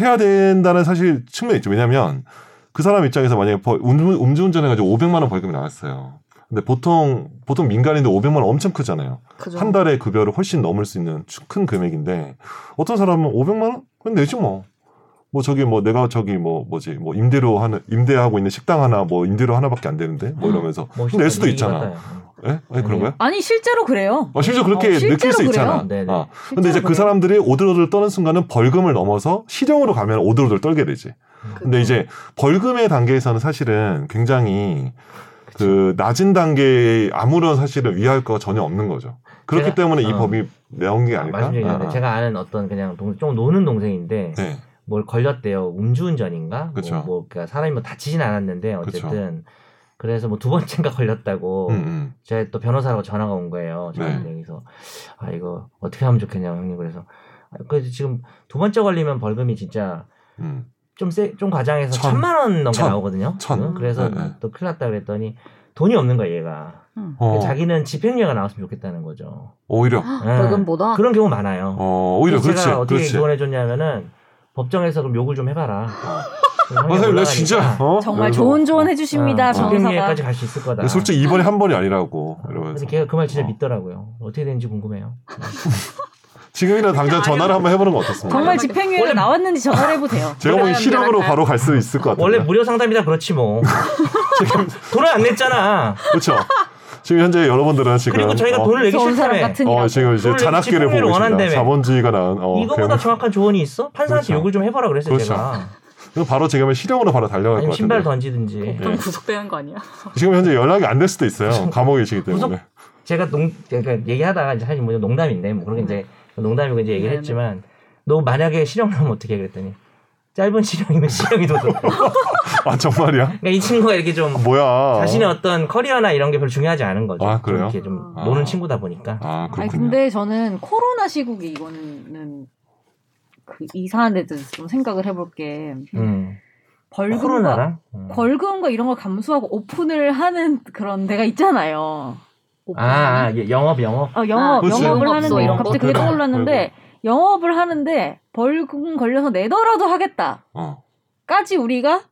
[SPEAKER 4] 해야 된다는 사실 측면이 있죠. 왜냐하면 그 사람 입장에서 만약에 벌- 음주- 음주운전해 가지고 500만 원 벌금이 나왔어요. 근데 보통 보통 민간인데 500만 원 엄청 크잖아요.
[SPEAKER 5] 그죠.
[SPEAKER 4] 한 달에 급여를 훨씬 넘을 수 있는 추- 큰 금액인데 어떤 사람은 500만 원? 그건 내지 뭐. 뭐 저기 뭐 내가 저기 뭐 뭐지 뭐 임대료 하는 임대하고 있는 식당 하나 뭐 임대료 하나밖에 안 되는데 뭐 이러면서 그럼
[SPEAKER 3] 멋있다.
[SPEAKER 4] 낼 수도
[SPEAKER 3] 얘기
[SPEAKER 4] 있잖아.
[SPEAKER 3] 같아요.
[SPEAKER 4] 예? 아니 그런 거야?
[SPEAKER 2] 아니 실제로 그래요.
[SPEAKER 4] 아, 실제로 그렇게
[SPEAKER 2] 어, 실제로
[SPEAKER 4] 느낄 수
[SPEAKER 2] 그래요.
[SPEAKER 4] 있잖아.
[SPEAKER 3] 네네.
[SPEAKER 4] 아, 근데 이제
[SPEAKER 2] 실제로
[SPEAKER 4] 그 사람들이 오들오들 떠는 순간은 벌금을 넘어서 실형으로 가면 오들오들 떨게 되지. 근데 이제 벌금의 단계에서는 사실은 굉장히 그 낮은 단계의 아무런 사실은 위할 효과가 전혀 없는 거죠. 그렇기
[SPEAKER 3] 제가-
[SPEAKER 4] 때문에 이
[SPEAKER 3] 어.
[SPEAKER 4] 법이 나온 게 아닐까?
[SPEAKER 3] 말씀 중에
[SPEAKER 4] 아,
[SPEAKER 3] 있는데
[SPEAKER 4] 아.
[SPEAKER 3] 제가 아는 어떤 그냥 동, 좀 노는 동생인데
[SPEAKER 4] 네.
[SPEAKER 3] 뭘 걸렸대요. 음주운전인가?
[SPEAKER 4] 그쵸.
[SPEAKER 3] 뭐, 뭐 그러니까 사람이 뭐 다치진 않았는데 어쨌든 그래서 뭐 두 번째인가 걸렸다고
[SPEAKER 4] 음, 음.
[SPEAKER 3] 제가 또 변호사라고 전화가 온 거예요. 저한테
[SPEAKER 4] 네.
[SPEAKER 3] 여기서 아 이거 어떻게 하면 좋겠냐 형님 그래서 아, 그래서 지금 두 번째 걸리면 벌금이 진짜
[SPEAKER 4] 음.
[SPEAKER 3] 좀세좀 과장해서
[SPEAKER 4] 천.
[SPEAKER 3] 천만 원 넘게
[SPEAKER 4] 천.
[SPEAKER 3] 나오거든요.
[SPEAKER 4] 천.
[SPEAKER 3] 지금. 그래서
[SPEAKER 4] 네, 네.
[SPEAKER 3] 또 큰일 났다 그랬더니 돈이 없는 거야 얘가.
[SPEAKER 5] 음.
[SPEAKER 4] 어,
[SPEAKER 3] 그 자기는 집행유예가 나왔으면 좋겠다는 거죠.
[SPEAKER 4] 오히려.
[SPEAKER 3] 예.
[SPEAKER 2] 뭐-
[SPEAKER 5] 벌금보다
[SPEAKER 3] 그런 경우 많아요.
[SPEAKER 4] 어, 오히려
[SPEAKER 3] 그래서
[SPEAKER 4] 그렇지.
[SPEAKER 3] 제가 어떻게
[SPEAKER 4] 그렇지.
[SPEAKER 3] 지원해 줬냐면은 법정에서 그럼 욕을 좀
[SPEAKER 2] 아,
[SPEAKER 3] 해봐라.
[SPEAKER 4] 어. 선생님, 나 진짜 어?
[SPEAKER 2] 정말
[SPEAKER 4] 그래서,
[SPEAKER 2] 좋은 조언
[SPEAKER 3] 어,
[SPEAKER 2] 해주십니다, 변호사가.
[SPEAKER 3] 집행유예까지 갈 수 있을 거다.
[SPEAKER 4] 근데 네, 솔직히 이번에 한 번이 아니라고 이러면서
[SPEAKER 3] 그래서 걔가 그 말 진짜
[SPEAKER 4] 어.
[SPEAKER 3] 믿더라고요. 어떻게 되는지 궁금해요.
[SPEAKER 4] 지금이나 당장 전화를 한번 해보는 거 어떻습니까?
[SPEAKER 2] 정말
[SPEAKER 5] 원래-
[SPEAKER 2] 집행유예가 나왔는지 전화를 해보세요.
[SPEAKER 4] 제가 보기 실형으로
[SPEAKER 5] 원래-
[SPEAKER 4] 바로 갈 수 있을 것 같아요.
[SPEAKER 3] 원래 무료 상담이다 그렇지 뭐. 지금 돈을 안 냈잖아.
[SPEAKER 4] 그렇죠. 지금 현재 여러분들은 지금
[SPEAKER 3] 그리고 저희가
[SPEAKER 4] 어,
[SPEAKER 3] 돈을 내기
[SPEAKER 2] 좋은 사람
[SPEAKER 3] 싫다며.
[SPEAKER 2] 같은
[SPEAKER 4] 어,
[SPEAKER 2] 이라고.
[SPEAKER 4] 지금 이제
[SPEAKER 3] 돈을 내기
[SPEAKER 4] 잔악기를
[SPEAKER 3] 집행유예를
[SPEAKER 4] 보고 있습니다.
[SPEAKER 3] 원한다며.
[SPEAKER 4] 자본주의가 낳은 어,
[SPEAKER 3] 이거보다
[SPEAKER 4] 배우.
[SPEAKER 3] 정확한 조언이 있어? 판사한테
[SPEAKER 4] 그렇죠.
[SPEAKER 3] 욕을 좀 해봐라 그랬어요
[SPEAKER 4] 그렇죠.
[SPEAKER 3] 제가.
[SPEAKER 4] 그럼 바로 지금 실형으로 바로 달려갈 것
[SPEAKER 3] 아니면 신발
[SPEAKER 4] 같은데. 네.
[SPEAKER 3] 던지든지.
[SPEAKER 5] 그럼 구속되는 거 아니야?
[SPEAKER 4] 지금 현재 연락이 안 될 수도 있어요. 감옥에 계시기
[SPEAKER 3] 무섭-
[SPEAKER 4] 때문에.
[SPEAKER 3] 제가 농 그러니까 얘기하다가 이제 사실 뭐 농담인데 뭐 그렇게 이제 농담이고 이제 얘기를
[SPEAKER 5] 네네.
[SPEAKER 3] 했지만 너 만약에 실형 나면 어떻게 해? 그랬더니 짧은 신형이면 신형이 더 좋고.
[SPEAKER 4] 아 정말이야? 아,
[SPEAKER 3] 그러니까 이 친구가 이렇게 좀
[SPEAKER 4] 뭐야?
[SPEAKER 3] 자신의 어떤 커리어나 이런 게 별로 중요하지 않은 거죠.
[SPEAKER 4] 아, 그래요?
[SPEAKER 3] 좀 이렇게 좀
[SPEAKER 4] 아.
[SPEAKER 3] 노는 친구다 보니까.
[SPEAKER 4] 아
[SPEAKER 2] 아니
[SPEAKER 4] 그렇군요.
[SPEAKER 2] 근데 저는 코로나 시국에 이거는 그 이사한데 대해서 좀 생각을 해볼 게
[SPEAKER 3] 음.
[SPEAKER 2] 벌금과
[SPEAKER 3] 코로나랑. 음.
[SPEAKER 2] 벌금과 이런 걸 감수하고 오픈을 하는 그런 데가
[SPEAKER 5] 어.
[SPEAKER 2] 있잖아요.
[SPEAKER 3] 아, 아 예, 영업 영업.
[SPEAKER 2] 어, 영업,
[SPEAKER 4] 그치.
[SPEAKER 2] 영업을 하는데
[SPEAKER 5] 영업소,
[SPEAKER 2] 갑자기 그게
[SPEAKER 4] 영업소.
[SPEAKER 2] 떠올랐는데 영업을 하는데 벌금 걸려서 내더라도 하겠다까지
[SPEAKER 4] 어.
[SPEAKER 2] 우리가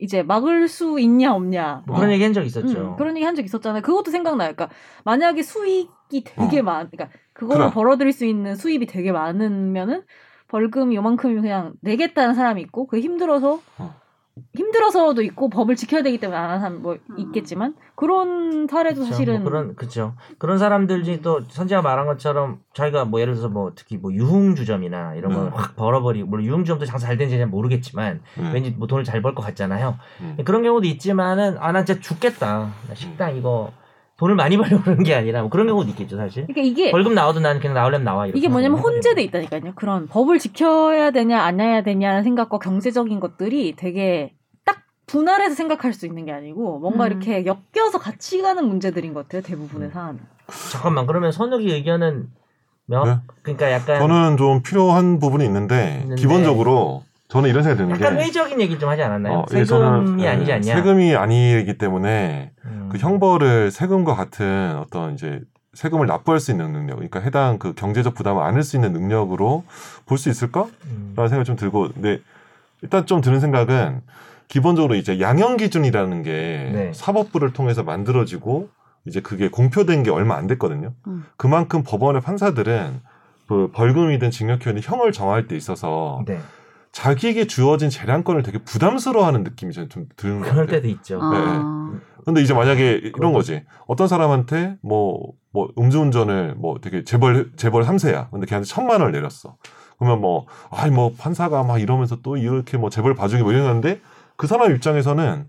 [SPEAKER 2] 이제 막을 수 있냐 없냐
[SPEAKER 3] 뭐 그런
[SPEAKER 4] 어.
[SPEAKER 3] 얘기 한 적 있었죠.
[SPEAKER 2] 음, 그런 얘기 한 적 있었잖아요. 그것도 생각나요. 그러니까 만약에 수익이 되게
[SPEAKER 4] 어.
[SPEAKER 2] 많, 그러니까 그거를
[SPEAKER 4] 그럼.
[SPEAKER 2] 벌어들일 수 있는 수입이 되게 많으면은 벌금 요만큼 그냥 내겠다는 사람이 있고 그 힘들어서
[SPEAKER 4] 어.
[SPEAKER 2] 힘들어서도 있고 법을 지켜야 되기 때문에 안 하는 사람 뭐 있겠지만 그런 사례도
[SPEAKER 3] 그쵸,
[SPEAKER 2] 사실은
[SPEAKER 3] 뭐 그런 그죠 그런 사람들 중에 또 선재가 말한 것처럼 자기가 뭐 예를 들어서 뭐 특히 뭐 유흥주점이나 이런
[SPEAKER 4] 네.
[SPEAKER 3] 걸 확 벌어버리고 물론 유흥주점도 장사 잘 되는지 잘 모르겠지만
[SPEAKER 4] 네.
[SPEAKER 3] 왠지 뭐 돈을 잘 벌 것 같잖아요 네,
[SPEAKER 4] 음.
[SPEAKER 3] 그런 경우도 있지만은 아 나 진짜 죽겠다 나 식당 이거 돈을 많이 벌려고 그러는 게 아니라 뭐 그런 경우도 있겠죠 사실
[SPEAKER 2] 그러니까 이게
[SPEAKER 3] 벌금 나와도 나는 그냥 나오려면 나와 이렇게
[SPEAKER 2] 이게 뭐냐면
[SPEAKER 3] 생각을
[SPEAKER 2] 혼재돼
[SPEAKER 3] 해요.
[SPEAKER 2] 있다니까요. 그런 법을 지켜야 되냐 안 해야 되냐는 생각과 경제적인 것들이 되게 딱 분할해서 생각할 수 있는 게 아니고 뭔가
[SPEAKER 5] 음.
[SPEAKER 2] 이렇게 엮여서 같이 가는 문제들인 것 같아요. 대부분의
[SPEAKER 3] 음.
[SPEAKER 2] 사안.
[SPEAKER 3] 잠깐만 그러면 선욱이 의견은 몇
[SPEAKER 4] 네.
[SPEAKER 3] 그러니까 약간
[SPEAKER 4] 저는 좀 필요한 부분이 있는데,
[SPEAKER 3] 있는데.
[SPEAKER 4] 기본적으로 저는 이런 생각이 드는
[SPEAKER 3] 약간
[SPEAKER 4] 게
[SPEAKER 3] 회의적인 얘기 좀 하지 않았나요
[SPEAKER 4] 어, 예, 저는,
[SPEAKER 3] 세금이
[SPEAKER 4] 예,
[SPEAKER 3] 아니지 않냐
[SPEAKER 4] 세금이 아니기 때문에
[SPEAKER 3] 음.
[SPEAKER 4] 그 형벌을 세금과 같은 어떤 이제 세금을 납부할 수 있는 능력, 그러니까 해당 그 경제적 부담을 안을 수 있는 능력으로 볼 수 있을까라는
[SPEAKER 3] 음.
[SPEAKER 4] 생각이 좀 들고, 근데 일단 좀 드는 생각은 기본적으로 이제 양형 기준이라는 게
[SPEAKER 3] 네.
[SPEAKER 4] 사법부를 통해서 만들어지고 이제 그게 공표된 게 얼마 안 됐거든요.
[SPEAKER 2] 음.
[SPEAKER 4] 그만큼 법원의 판사들은 그 벌금이든 징역형이든 형을 정할 때 있어서
[SPEAKER 3] 네.
[SPEAKER 4] 자기에게 주어진 재량권을 되게 부담스러워하는 느낌이 저는 좀 드는 것
[SPEAKER 3] 그럴
[SPEAKER 4] 같아요.
[SPEAKER 3] 때도 있죠
[SPEAKER 5] 아,
[SPEAKER 4] 근데 이제 만약에 이런
[SPEAKER 3] 그건-
[SPEAKER 4] 거지. 어떤 사람한테 뭐, 뭐, 음주운전을 뭐 되게 재벌, 재벌 3세야. 근데 걔한테 천만 원을 내렸어. 그러면 뭐, 아이, 뭐, 판사가 막 이러면서 또 이렇게 뭐 재벌 봐주기 뭐 이러는데 그 사람 입장에서는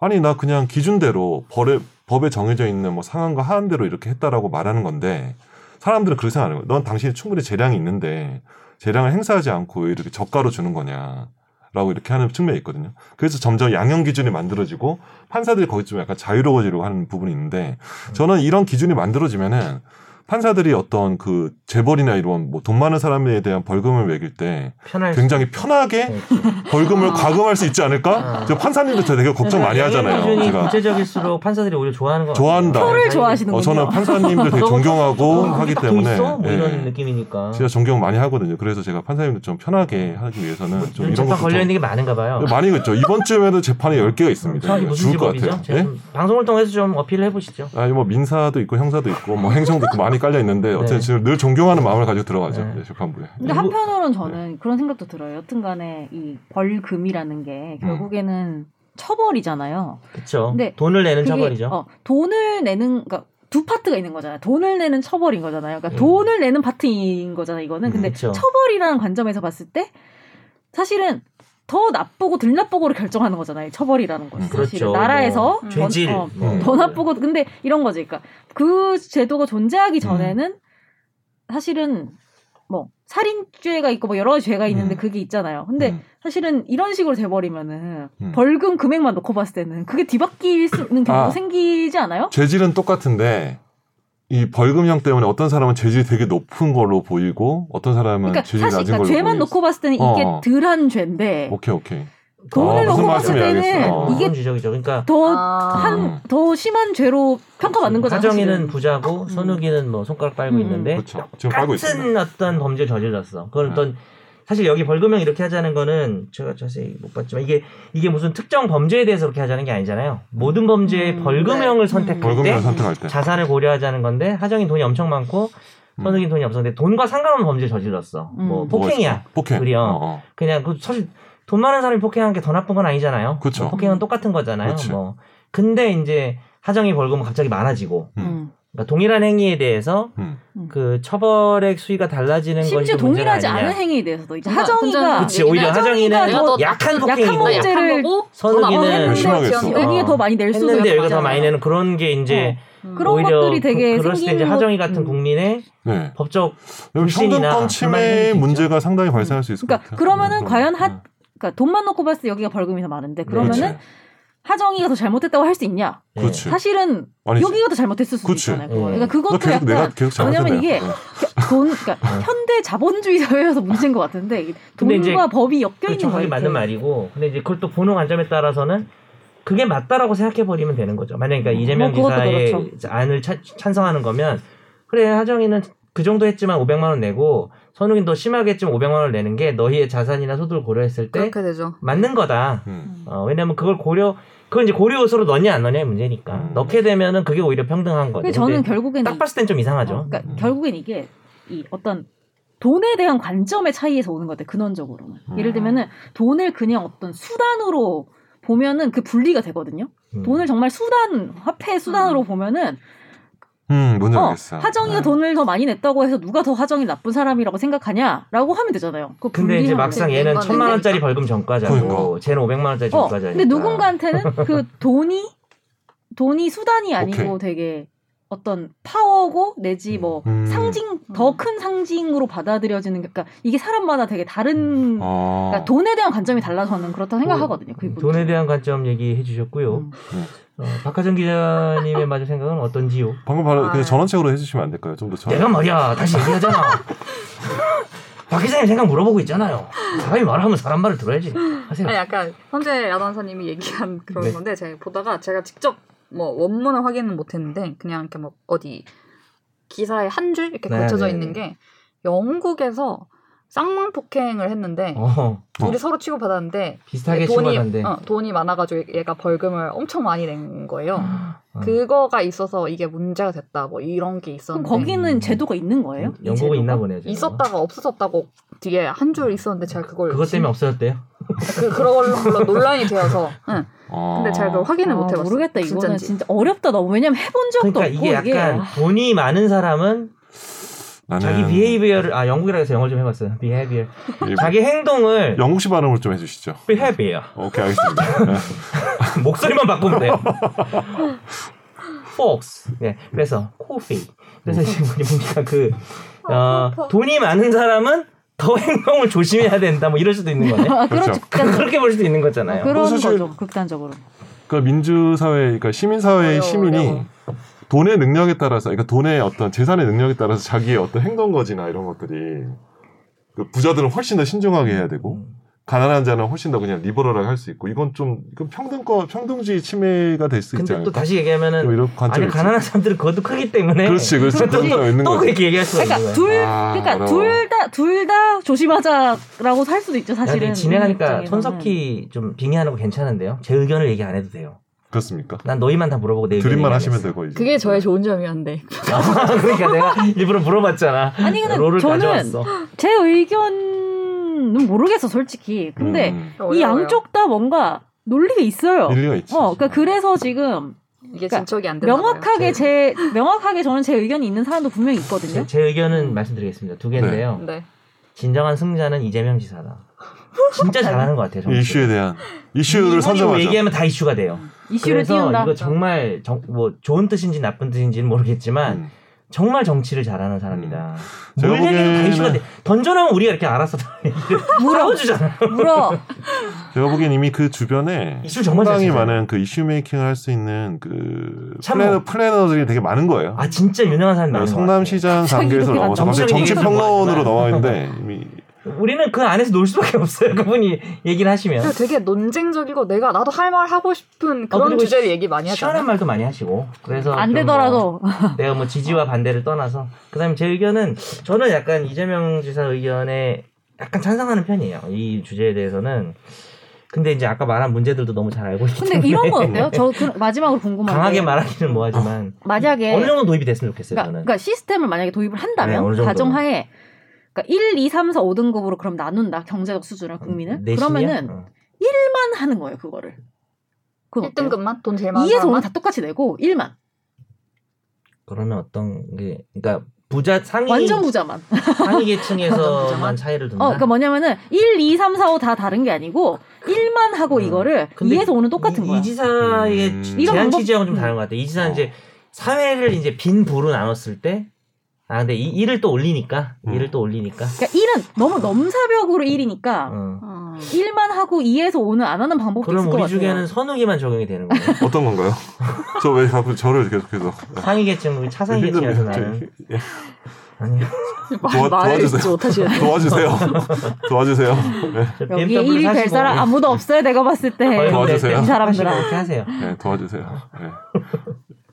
[SPEAKER 4] 아니, 나 그냥 기준대로 벌에, 법에 정해져 있는 뭐 상한과 하한대로 이렇게 했다라고 말하는 건데 사람들은 그렇게 생각하는 거야. 넌 당신이 충분히 재량이 있는데 재량을 행사하지 않고 왜 이렇게 저가로 주는 거냐. 라고 이렇게 하는 측면이 있거든요. 그래서 점점 양형 기준이 만들어지고 판사들이 거기 좀 약간 자유로워지려고 하는 부분이 있는데 저는 이런 기준이 만들어지면은 판사들이 어떤 그 재벌이나 이런 뭐 돈 많은 사람에 대한 벌금을 매길 때
[SPEAKER 3] 편할
[SPEAKER 4] 굉장히 편하게
[SPEAKER 3] 수 있죠.
[SPEAKER 4] 벌금을
[SPEAKER 2] 아.
[SPEAKER 4] 과금할 수 있지 않을까?
[SPEAKER 3] 네. 아. 네.
[SPEAKER 4] 저 판사님들 되게 걱정 많이 하잖아요.
[SPEAKER 3] 기준이
[SPEAKER 4] 제가
[SPEAKER 3] 구체적일수록 판사들이 오히려 좋아하는 거
[SPEAKER 4] 좋아한다.
[SPEAKER 2] 표를 좋아하시는군요.
[SPEAKER 3] 네.
[SPEAKER 4] 어, 저는 판사님들 되게 존경하고 하기 때문에
[SPEAKER 3] 있어? 네. 뭐
[SPEAKER 4] 예,
[SPEAKER 3] 이런
[SPEAKER 4] 예.
[SPEAKER 3] 느낌이니까.
[SPEAKER 4] 진짜 존경 많이 하거든요. 그래서 제가 판사님들 좀 편하게 하기 위해서는 좀
[SPEAKER 3] 요즘
[SPEAKER 4] 이런
[SPEAKER 3] 네. 재판
[SPEAKER 4] 것도
[SPEAKER 3] 걸려
[SPEAKER 4] 좀 네,
[SPEAKER 3] 있는 게 많은가 봐요.
[SPEAKER 4] 많이 그죠. 이번 주에는 재판이 10개가 있습니다.
[SPEAKER 3] 정확히 무슨
[SPEAKER 4] 죽을 것
[SPEAKER 3] 직업이죠?
[SPEAKER 4] 같아요.
[SPEAKER 3] 제가
[SPEAKER 4] 예?
[SPEAKER 3] 좀 방송을 통해서 좀 어필을 해보시죠.
[SPEAKER 4] 아니 뭐 민사도 있고 형사도 있고 뭐 행정도 있고 많이 깔려 있는데 어쨌든
[SPEAKER 3] 네.
[SPEAKER 4] 지금 늘 존경하는 마음을 가지고 들어가죠
[SPEAKER 3] 네.
[SPEAKER 4] 네, 재판부에.
[SPEAKER 2] 근데
[SPEAKER 3] 그리고-
[SPEAKER 2] 한편으로는 저는
[SPEAKER 3] 네.
[SPEAKER 2] 그런 생각도 들어요. 여튼간에 이 벌금이라는
[SPEAKER 3] 음.
[SPEAKER 2] 게 결국에는 처벌이잖아요.
[SPEAKER 3] 그렇죠.
[SPEAKER 2] 네.
[SPEAKER 3] 돈을 내는
[SPEAKER 2] 그게,
[SPEAKER 3] 처벌이죠.
[SPEAKER 2] 어, 돈을 내는 그러니까 두 파트가 있는 거잖아요. 돈을 내는 처벌인 거잖아요. 그러니까
[SPEAKER 3] 음.
[SPEAKER 2] 돈을 내는 파트인 거잖아요. 이거는
[SPEAKER 4] 음,
[SPEAKER 2] 근데 네.
[SPEAKER 3] 그쵸.
[SPEAKER 2] 처벌이라는 관점에서 봤을 때 사실은 더 나쁘고 덜 나쁘고를 결정하는 거잖아요. 처벌이라는 건
[SPEAKER 4] 음,
[SPEAKER 2] 사실은
[SPEAKER 3] 그렇죠.
[SPEAKER 2] 나라에서
[SPEAKER 3] 뭐,
[SPEAKER 5] 음.
[SPEAKER 2] 번-
[SPEAKER 3] 죄질,
[SPEAKER 2] 어,
[SPEAKER 3] 뭐.
[SPEAKER 4] 음.
[SPEAKER 2] 더 나쁘고 근데 이런 거지. 그러니까 그 제도가
[SPEAKER 4] 음.
[SPEAKER 2] 존재하기 전에는 사실은 뭐 살인죄가 있고 뭐 여러 가지 죄가 있는데
[SPEAKER 4] 음.
[SPEAKER 2] 그게 있잖아요. 근데
[SPEAKER 4] 음.
[SPEAKER 2] 사실은 이런 식으로 돼버리면은
[SPEAKER 4] 음.
[SPEAKER 2] 벌금 금액만 놓고 봤을 때는 그게 뒤바뀔 수 있는 경우가
[SPEAKER 4] 아.
[SPEAKER 2] 생기지 않아요?
[SPEAKER 4] 죄질은 똑같은데 이 벌금형 때문에 어떤 사람은 죄질이 되게 높은 걸로 보이고 어떤 사람은
[SPEAKER 2] 그러니까
[SPEAKER 4] 죄질이
[SPEAKER 2] 사실
[SPEAKER 4] 낮은
[SPEAKER 2] 그러니까
[SPEAKER 4] 걸로
[SPEAKER 2] 죄만
[SPEAKER 4] 보이고.
[SPEAKER 2] 놓고 봤을 때는 이게
[SPEAKER 4] 어.
[SPEAKER 2] 덜한 죄인데
[SPEAKER 4] 오케이 오케이.
[SPEAKER 3] 어,
[SPEAKER 2] 돈을
[SPEAKER 4] 아,
[SPEAKER 2] 놓고
[SPEAKER 4] 무슨
[SPEAKER 2] 봤을
[SPEAKER 4] 말씀인지
[SPEAKER 2] 때는
[SPEAKER 4] 알겠어요. 어.
[SPEAKER 2] 이게
[SPEAKER 3] 이게 지적이죠. 그러니까
[SPEAKER 2] 더
[SPEAKER 5] 아.
[SPEAKER 2] 한 더 심한 죄로 평가받는 거잖아요.
[SPEAKER 3] 하정이는
[SPEAKER 2] 사실은.
[SPEAKER 3] 부자고
[SPEAKER 2] 음.
[SPEAKER 3] 선욱이는 뭐 손가락 빨고
[SPEAKER 2] 음, 음.
[SPEAKER 3] 있는데
[SPEAKER 4] 그렇죠. 지금 빨고
[SPEAKER 3] 같은
[SPEAKER 4] 있습니다.
[SPEAKER 3] 어떤 범죄 를 저질렀어. 그건
[SPEAKER 4] 네.
[SPEAKER 3] 어떤 사실 여기 벌금형 이렇게 하자는 거는 제가 자세히 못 봤지만 이게 이게 무슨 특정 범죄에 대해서 그렇게 하자는 게 아니잖아요. 모든 범죄에
[SPEAKER 2] 음,
[SPEAKER 3] 벌금형을 선택할
[SPEAKER 4] 벌금형
[SPEAKER 3] 때
[SPEAKER 4] 선택할 때.
[SPEAKER 3] 네. 자산을 고려하자는 건데 하정인 돈이 엄청 많고
[SPEAKER 4] 음.
[SPEAKER 3] 선욱이 돈이 없었는데 돈과 상관없는 범죄 를 저질렀어.
[SPEAKER 2] 음.
[SPEAKER 3] 뭐
[SPEAKER 4] 뭐가
[SPEAKER 3] 폭행이야.
[SPEAKER 4] 폭행.
[SPEAKER 3] 우리요.
[SPEAKER 4] 어, 어.
[SPEAKER 3] 그냥 그 사실 돈 많은 사람이 폭행한 게 더 나쁜 건 아니잖아요.
[SPEAKER 4] 그쵸.
[SPEAKER 3] 뭐 폭행은 똑같은 거잖아요.
[SPEAKER 4] 그치.
[SPEAKER 3] 뭐 근데 이제 하정이 벌금은 갑자기 많아지고
[SPEAKER 2] 음.
[SPEAKER 3] 그러니까 동일한 행위에 대해서
[SPEAKER 4] 음.
[SPEAKER 3] 그 처벌액 수위가 달라지는 것이
[SPEAKER 2] 심지어
[SPEAKER 3] 또 문제가
[SPEAKER 2] 동일하지
[SPEAKER 3] 아니냐.
[SPEAKER 2] 않은 행위에 대해서도 이제
[SPEAKER 5] 혼자-
[SPEAKER 2] 하정이가 어,
[SPEAKER 5] 혼자-
[SPEAKER 3] 그치 오히려
[SPEAKER 2] 하정이가
[SPEAKER 3] 하정이는
[SPEAKER 5] 내가 더
[SPEAKER 3] 뭐 약한
[SPEAKER 2] 약한
[SPEAKER 3] 폭행이고
[SPEAKER 2] 범죄
[SPEAKER 5] 약한 거고
[SPEAKER 3] 선욱이는
[SPEAKER 5] 했는데
[SPEAKER 4] 심하겠어.
[SPEAKER 5] 지연이
[SPEAKER 2] 여기에
[SPEAKER 3] 어.
[SPEAKER 2] 더 많이 낼 수도
[SPEAKER 3] 했는데 여기가 더
[SPEAKER 2] 있잖아요.
[SPEAKER 3] 많이 내는 그런 게 이제
[SPEAKER 5] 음.
[SPEAKER 2] 그런
[SPEAKER 3] 오히려
[SPEAKER 2] 것들이 되게
[SPEAKER 3] 그, 럴 수때 이제
[SPEAKER 2] 생기는
[SPEAKER 3] 하정이
[SPEAKER 2] 것-
[SPEAKER 3] 같은
[SPEAKER 2] 음.
[SPEAKER 3] 국민의
[SPEAKER 4] 네.
[SPEAKER 3] 법적
[SPEAKER 4] 왜냐면
[SPEAKER 3] 불신이나
[SPEAKER 4] 형등권
[SPEAKER 3] 불만이 생길 수
[SPEAKER 4] 침해
[SPEAKER 3] 있죠.
[SPEAKER 4] 문제가 상당히 발생할 수 있을
[SPEAKER 2] 그러니까
[SPEAKER 4] 것 같아요. 음,
[SPEAKER 2] 그러면은 과연 하- 그러니까 돈만 놓고 봤을 때 여기가 벌금이 더 많은데 그러면은
[SPEAKER 4] 그렇죠.
[SPEAKER 2] 하정이가 더 잘못했다고 할 수 있냐?
[SPEAKER 3] 예.
[SPEAKER 4] 그렇지.
[SPEAKER 2] 사실은
[SPEAKER 4] 아니지.
[SPEAKER 2] 여기가 더 잘못했을 수도
[SPEAKER 4] 그치.
[SPEAKER 2] 있잖아요.
[SPEAKER 3] 예.
[SPEAKER 2] 그거는. 그러니까
[SPEAKER 4] 너
[SPEAKER 2] 그것도
[SPEAKER 4] 계속
[SPEAKER 2] 약간
[SPEAKER 4] 내가 계속 잘못했네.
[SPEAKER 2] 왜냐면 이게
[SPEAKER 4] 어.
[SPEAKER 2] 돈, 그러니까 현대 자본주의 사회여서 문제인 것 같은데 이게
[SPEAKER 3] 근데
[SPEAKER 2] 돈과
[SPEAKER 3] 이제
[SPEAKER 2] 법이 엮여
[SPEAKER 3] 그
[SPEAKER 2] 있는 거예요.
[SPEAKER 3] 정확히 맞는
[SPEAKER 2] 이렇게.
[SPEAKER 3] 말이고 근데 이제 그걸 또 보는 관점에 따라서는 그게 맞다라고 생각해 버리면 되는 거죠. 만약에 그러니까 이재명
[SPEAKER 2] 뭐 그것도
[SPEAKER 3] 기사의
[SPEAKER 2] 그렇죠.
[SPEAKER 3] 안을 찬- 찬성하는 거면 그래 하정이는 그 정도 했지만 500만 원 내고 선욱이 더 심하게 했지만 500만 원을 내는 게 너희의 자산이나 소득을 고려했을 때
[SPEAKER 5] 그렇게 되죠.
[SPEAKER 3] 맞는 거다.
[SPEAKER 4] 음.
[SPEAKER 3] 어, 왜냐면 그걸 고려 그걸 이제 고려 요소로 넣냐 안 넣냐의 문제니까
[SPEAKER 4] 음.
[SPEAKER 3] 넣게 되면은 그게 오히려 평등한 거죠.
[SPEAKER 2] 근데 저는
[SPEAKER 3] 근데
[SPEAKER 2] 결국엔
[SPEAKER 3] 딱
[SPEAKER 2] 이-
[SPEAKER 3] 봤을 땐 좀 이상하죠.
[SPEAKER 2] 어, 그러니까
[SPEAKER 4] 음.
[SPEAKER 2] 결국엔 이게 이 어떤 돈에 대한 관점의 차이에서 오는 것 같아요. 근원적으로는.
[SPEAKER 4] 음.
[SPEAKER 2] 예를 들면은 돈을 그냥 어떤 수단으로 보면은 그 분리가 되거든요.
[SPEAKER 3] 음.
[SPEAKER 2] 돈을 정말 수단, 화폐 수단으로 보면은
[SPEAKER 4] 음, 뭔지
[SPEAKER 2] 어,
[SPEAKER 4] 알겠어.
[SPEAKER 2] 하정이가
[SPEAKER 4] 네.
[SPEAKER 2] 돈을 더 많이 냈다고 해서 누가 더 하정이 나쁜 사람이라고 생각하냐라고 하면 되잖아요. 그
[SPEAKER 3] 근데 이제 막상 얘는
[SPEAKER 5] 이건
[SPEAKER 3] 천만 원짜리 벌금 전과자고
[SPEAKER 4] 그러니까.
[SPEAKER 3] 쟤는 500만 원짜리
[SPEAKER 2] 어,
[SPEAKER 3] 전과자니까.
[SPEAKER 2] 근데 누군가한테는 그 돈이 돈이 수단이 아니고
[SPEAKER 4] 오케이.
[SPEAKER 2] 되게 어떤 파워고 내지 뭐
[SPEAKER 4] 음.
[SPEAKER 2] 상징 더 큰 상징으로 받아들여지는 게- 그러니까 이게 사람마다 되게 다른
[SPEAKER 3] 음.
[SPEAKER 4] 어.
[SPEAKER 2] 그러니까 돈에 대한 관점이 달라서 저는 그렇다고 생각하거든요. 그 부분은.
[SPEAKER 3] 돈에 대한 관점 얘기해 주셨고요.
[SPEAKER 2] 음.
[SPEAKER 3] 어, 박하정 기자님의 마저 생각은 어떤지요?
[SPEAKER 4] 방금 바로
[SPEAKER 5] 아.
[SPEAKER 4] 그냥 전원책으로 해주시면 안 될까요? 좀 더 전.
[SPEAKER 3] 내가 말이야 다시 얘기하잖아. 박 기자님 생각 물어보고 있잖아요. 사람이 말을 하면 사람 말을 들어야지. 하세요.
[SPEAKER 5] 아니 약간 현재 야단사님이 얘기한 그런
[SPEAKER 3] 네.
[SPEAKER 5] 건데 제가 보다가 제가 직접 뭐 원문을 확인은 못했는데 그냥 이렇게 뭐 어디 기사에 한 줄 이렇게
[SPEAKER 3] 네,
[SPEAKER 5] 걸쳐져
[SPEAKER 3] 네,
[SPEAKER 5] 있는
[SPEAKER 3] 네.
[SPEAKER 5] 게 영국에서 쌍망 폭행을 했는데
[SPEAKER 3] 어,
[SPEAKER 5] 둘이 서로 치고받았는데
[SPEAKER 3] 비슷하게
[SPEAKER 5] 돈이
[SPEAKER 3] 친구한데.
[SPEAKER 5] 어, 돈이 많아가지고 얘가 벌금을 엄청 많이 낸 거예요.
[SPEAKER 3] 아.
[SPEAKER 5] 그거가 있어서 이게 문제가 됐다 뭐 이런 게
[SPEAKER 2] 그럼
[SPEAKER 5] 있었는데
[SPEAKER 2] 거기는 제도가 있는 거예요? 이
[SPEAKER 3] 영국에
[SPEAKER 2] 제도가?
[SPEAKER 3] 음. 있나 보네요. 제가.
[SPEAKER 5] 있었다가 없어졌다고 뒤에 한 줄 있었는데 제가 그걸
[SPEAKER 3] 그것 때문에 없어졌대요.
[SPEAKER 5] 그 그걸로 논란이 되어서 네. 응.
[SPEAKER 4] 어.
[SPEAKER 5] 근데 제가 그걸 확인을
[SPEAKER 2] 아,
[SPEAKER 5] 못 해봤어요.
[SPEAKER 2] 모르겠다. 이거는
[SPEAKER 5] 진짜인지.
[SPEAKER 2] 진짜 어렵다. 너무 왜냐면 해본 적도
[SPEAKER 3] 그러니까
[SPEAKER 2] 없고
[SPEAKER 5] 뭐
[SPEAKER 3] 이게 약간
[SPEAKER 2] 아,
[SPEAKER 3] 돈이 많은 사람은
[SPEAKER 4] 나는
[SPEAKER 3] 자기 비헤이비어를 아 영국이라 해서 영어를 좀 해봤어요. 비헤이비어.
[SPEAKER 4] 예,
[SPEAKER 3] 자기 행동을
[SPEAKER 4] 영국식 발음을 좀 해주시죠.
[SPEAKER 3] 비헤이비어.
[SPEAKER 4] 오케이 알겠습니다. 네.
[SPEAKER 3] 그 목소리만 바꾸면 돼요. Fox. 네, 그래서 코피. 그래서
[SPEAKER 2] 음.
[SPEAKER 3] 지금 보니까 그
[SPEAKER 2] 아,
[SPEAKER 3] 어, 돈이 많은 사람은 더 행동을 조심해야 된다. 뭐 이럴 수도 있는 거네.
[SPEAKER 2] 아, 그렇죠.
[SPEAKER 4] 그렇죠.
[SPEAKER 2] 극단적으로.
[SPEAKER 3] 그렇게 볼 수도 있는 거잖아요.
[SPEAKER 2] 그런
[SPEAKER 4] 사실-
[SPEAKER 2] 거죠. 극단적으로.
[SPEAKER 4] 그러니까 민주사회, 그러니까 시민사회의
[SPEAKER 5] 어려워,
[SPEAKER 4] 시민이
[SPEAKER 5] 어려워.
[SPEAKER 4] 돈의 능력에 따라서, 그러니까 돈의 어떤 재산의 능력에 따라서 자기의 어떤 행동 거지나 이런 것들이 그 부자들은 훨씬 더 신중하게 해야 되고 가난한 자는 훨씬 더 그냥 리버럴하게 할 수 있고 이건 좀 이건 평등과 평등주의 침해가 될 수 있지
[SPEAKER 3] 근데 또
[SPEAKER 4] 않을까?
[SPEAKER 3] 다시 얘기하면은
[SPEAKER 4] 좀 이런
[SPEAKER 3] 아니
[SPEAKER 4] 관점이 있지.
[SPEAKER 3] 가난한 사람들은 그것도 크기 때문에
[SPEAKER 4] 그렇지, 그렇지.
[SPEAKER 3] 또,
[SPEAKER 4] 그런 거 있는
[SPEAKER 3] 또
[SPEAKER 4] 거지.
[SPEAKER 3] 그렇게 얘기할 수가
[SPEAKER 2] 그러니까
[SPEAKER 3] 있는 거야.
[SPEAKER 2] 둘
[SPEAKER 4] 아,
[SPEAKER 2] 그러니까
[SPEAKER 4] 어려워.
[SPEAKER 2] 둘 다 둘 다 조심하자라고 할 수도 있죠.
[SPEAKER 3] 야,
[SPEAKER 2] 사실은. 음,
[SPEAKER 3] 근데 진행하니까
[SPEAKER 2] 입장에서는.
[SPEAKER 3] 손석희 좀 빙의하는 거 괜찮은데요? 제 의견을 얘기 안 해도 돼요.
[SPEAKER 4] 그렇습니까?
[SPEAKER 3] 난 너희만 다 물어보고 내 의견
[SPEAKER 4] 드림만
[SPEAKER 3] 얘기 안
[SPEAKER 4] 하시면
[SPEAKER 3] 했어.
[SPEAKER 4] 되고 이제.
[SPEAKER 5] 그게 저의 좋은 점이었는데
[SPEAKER 3] 그러니까 내가 일부러 물어봤잖아.
[SPEAKER 2] 아니 근데
[SPEAKER 3] 롤을
[SPEAKER 2] 저는
[SPEAKER 3] 가져왔어.
[SPEAKER 2] 제 의견은 모르겠어 솔직히. 근데
[SPEAKER 4] 음,
[SPEAKER 2] 이
[SPEAKER 5] 어려워요.
[SPEAKER 2] 양쪽 다 뭔가 논리가 있어요.
[SPEAKER 4] 일리가 있지.
[SPEAKER 2] 어,
[SPEAKER 3] 음.
[SPEAKER 2] 그러니까 그래서 지금
[SPEAKER 5] 이게
[SPEAKER 2] 그러니까
[SPEAKER 5] 진척이 안 된다.
[SPEAKER 3] 네.
[SPEAKER 2] 명확하게 제 명확하게 저는 제 의견이 있는 사람도 분명히 있거든요.
[SPEAKER 3] 제, 제 의견은 말씀드리겠습니다. 두 개인데요.
[SPEAKER 5] 네.
[SPEAKER 3] 진정한 승자는 이재명 지사다. 진짜 잘하는 것 같아요.
[SPEAKER 4] 이 이슈에 대한 이슈를 선점하죠.
[SPEAKER 3] 음, 얘기하면 다 이슈가 돼요.
[SPEAKER 2] 이슈를
[SPEAKER 3] 그래서
[SPEAKER 2] 띄운다.
[SPEAKER 3] 이거 정말 정- 뭐 좋은 뜻인지 나쁜 뜻인지는 모르겠지만
[SPEAKER 4] 음.
[SPEAKER 3] 정말 정치를 잘하는 사람이다. 뭘
[SPEAKER 4] 제가
[SPEAKER 3] 얘기해도 다
[SPEAKER 4] 보기에는-
[SPEAKER 3] 이슈가 돼. 던져놓으면 우리가 이렇게 알아서 다 얘기를
[SPEAKER 2] 물어
[SPEAKER 3] 싸워주잖아.
[SPEAKER 2] 물어.
[SPEAKER 4] 제가 보기엔 이미 그 주변에
[SPEAKER 3] 이슈 정말
[SPEAKER 4] 상당히
[SPEAKER 3] 잘
[SPEAKER 4] 많은 그 이슈 메이킹을 할 수 있는 그
[SPEAKER 3] 참모.
[SPEAKER 4] 플래너 플래너들이 되게 많은 거예요.
[SPEAKER 3] 아 진짜 유명한 사람이 많은 것 같아.
[SPEAKER 4] 네, 성남시장
[SPEAKER 2] 갑자기
[SPEAKER 4] 단계에서
[SPEAKER 2] 이렇게
[SPEAKER 4] 넘어서
[SPEAKER 3] 갑자기
[SPEAKER 4] 갑자기 정치
[SPEAKER 3] 얘기하는 거야.
[SPEAKER 4] 평론으로 넘어 있는데 이미
[SPEAKER 3] 우리는 그 안에서 놀 수밖에 없어요. 그분이 얘기를 하시면
[SPEAKER 5] 그리고 되게 논쟁적이고 내가 나도 할 말 하고
[SPEAKER 4] 아,
[SPEAKER 5] 싶은 그런
[SPEAKER 3] 그리고
[SPEAKER 5] 주제를 얘기 많이
[SPEAKER 3] 시원한
[SPEAKER 5] 하잖아요.
[SPEAKER 3] 말도 많이 하시고 그래서
[SPEAKER 2] 안
[SPEAKER 3] 좀 뭐-
[SPEAKER 2] 되더라도
[SPEAKER 3] 내가 뭐
[SPEAKER 2] 어.
[SPEAKER 3] 지지와 반대를 떠나서 그다음에 제 의견은 저는 약간 이재명 지사 의견에 약간 찬성하는 편이에요. 이 주제에 대해서는 근데 이제 아까 말한 문제들도 너무 잘 알고 있기
[SPEAKER 2] 근데
[SPEAKER 3] 때문에
[SPEAKER 2] 이런 거 어때요? 저 그, 마지막으로 궁금한
[SPEAKER 3] 네. 강하게
[SPEAKER 2] 게
[SPEAKER 3] 말하기는 뭐하지만
[SPEAKER 2] 만약에
[SPEAKER 3] 어느 정도 도입이 됐으면 좋겠어요.
[SPEAKER 2] 아, 예. 그러니까,
[SPEAKER 3] 저는
[SPEAKER 2] 그러니까 시스템을 만약에 도입을
[SPEAKER 3] 네,
[SPEAKER 2] 한다면
[SPEAKER 3] 어느 정도는.
[SPEAKER 2] 가정하에 그러니까 1, 2, 3, 4, 5등급으로 그럼 나눈다 경제적 수준을 그러니까 국민을
[SPEAKER 3] 내신이야?
[SPEAKER 2] 그러면은
[SPEAKER 3] 어.
[SPEAKER 2] 1만 하는 거예요 그거를. 그건 어때요?
[SPEAKER 5] 1등급만 돈 제일 많은
[SPEAKER 2] 2에서 5는
[SPEAKER 5] 사람만
[SPEAKER 2] 다 똑같이 내고 1만
[SPEAKER 3] 그러면 어떤 게 그러니까 부자
[SPEAKER 4] 음.
[SPEAKER 3] 상위
[SPEAKER 2] 완전 부자만.
[SPEAKER 3] 상위
[SPEAKER 5] 완전 부자만?
[SPEAKER 3] 계층에서만 차이를 둔다.
[SPEAKER 2] 어, 그러니까 뭐냐면은 1, 2, 3, 4, 5 다 다른 게 아니고 1만 하고
[SPEAKER 3] 음.
[SPEAKER 2] 이거를
[SPEAKER 3] 근데
[SPEAKER 2] 2에서 5는 똑같은
[SPEAKER 3] 이,
[SPEAKER 2] 거야.
[SPEAKER 3] 이 지사의
[SPEAKER 4] 음.
[SPEAKER 3] 지-
[SPEAKER 2] 이런
[SPEAKER 3] 제한
[SPEAKER 2] 방법-
[SPEAKER 3] 취지하고 좀
[SPEAKER 2] 음.
[SPEAKER 3] 다른 것 같아. 이 지사는
[SPEAKER 4] 어.
[SPEAKER 3] 이제 사회를 이제 빈 부로 나눴을 때, 아 근데 이 일을 또 올리니까,
[SPEAKER 4] 음.
[SPEAKER 3] 일을 또 올리니까.
[SPEAKER 4] 음.
[SPEAKER 2] 그러니까 1은 너무 넘사벽으로 1이니까
[SPEAKER 3] 어.
[SPEAKER 5] 어.
[SPEAKER 2] 1만 하고 2에서 5는 안 하는 방법도
[SPEAKER 3] 그럼
[SPEAKER 2] 있을 것
[SPEAKER 3] 우리
[SPEAKER 2] 같아요.
[SPEAKER 3] 중에는 선우기만 적용이 되는 거예요.
[SPEAKER 4] 어떤 건가요? 저 왜 자꾸 저를 계속해서
[SPEAKER 3] 상위 계층, 우리 차상위 계층에서 나는.
[SPEAKER 4] 예.
[SPEAKER 3] 아니,
[SPEAKER 5] 말을
[SPEAKER 4] 도와- 도와주세요.
[SPEAKER 5] 잊지 못하시네.
[SPEAKER 4] 도와주세요. 도와주세요. 네.
[SPEAKER 3] 저 BMW
[SPEAKER 2] 여기에 1위 될
[SPEAKER 3] 사시고
[SPEAKER 2] 사람 아무도 없어요. 내가 봤을 때.
[SPEAKER 3] 거의
[SPEAKER 4] 도와주세요.
[SPEAKER 3] 근데
[SPEAKER 2] 이 사람들아.
[SPEAKER 3] 그렇게 하세요.
[SPEAKER 4] 네, 도와주세요.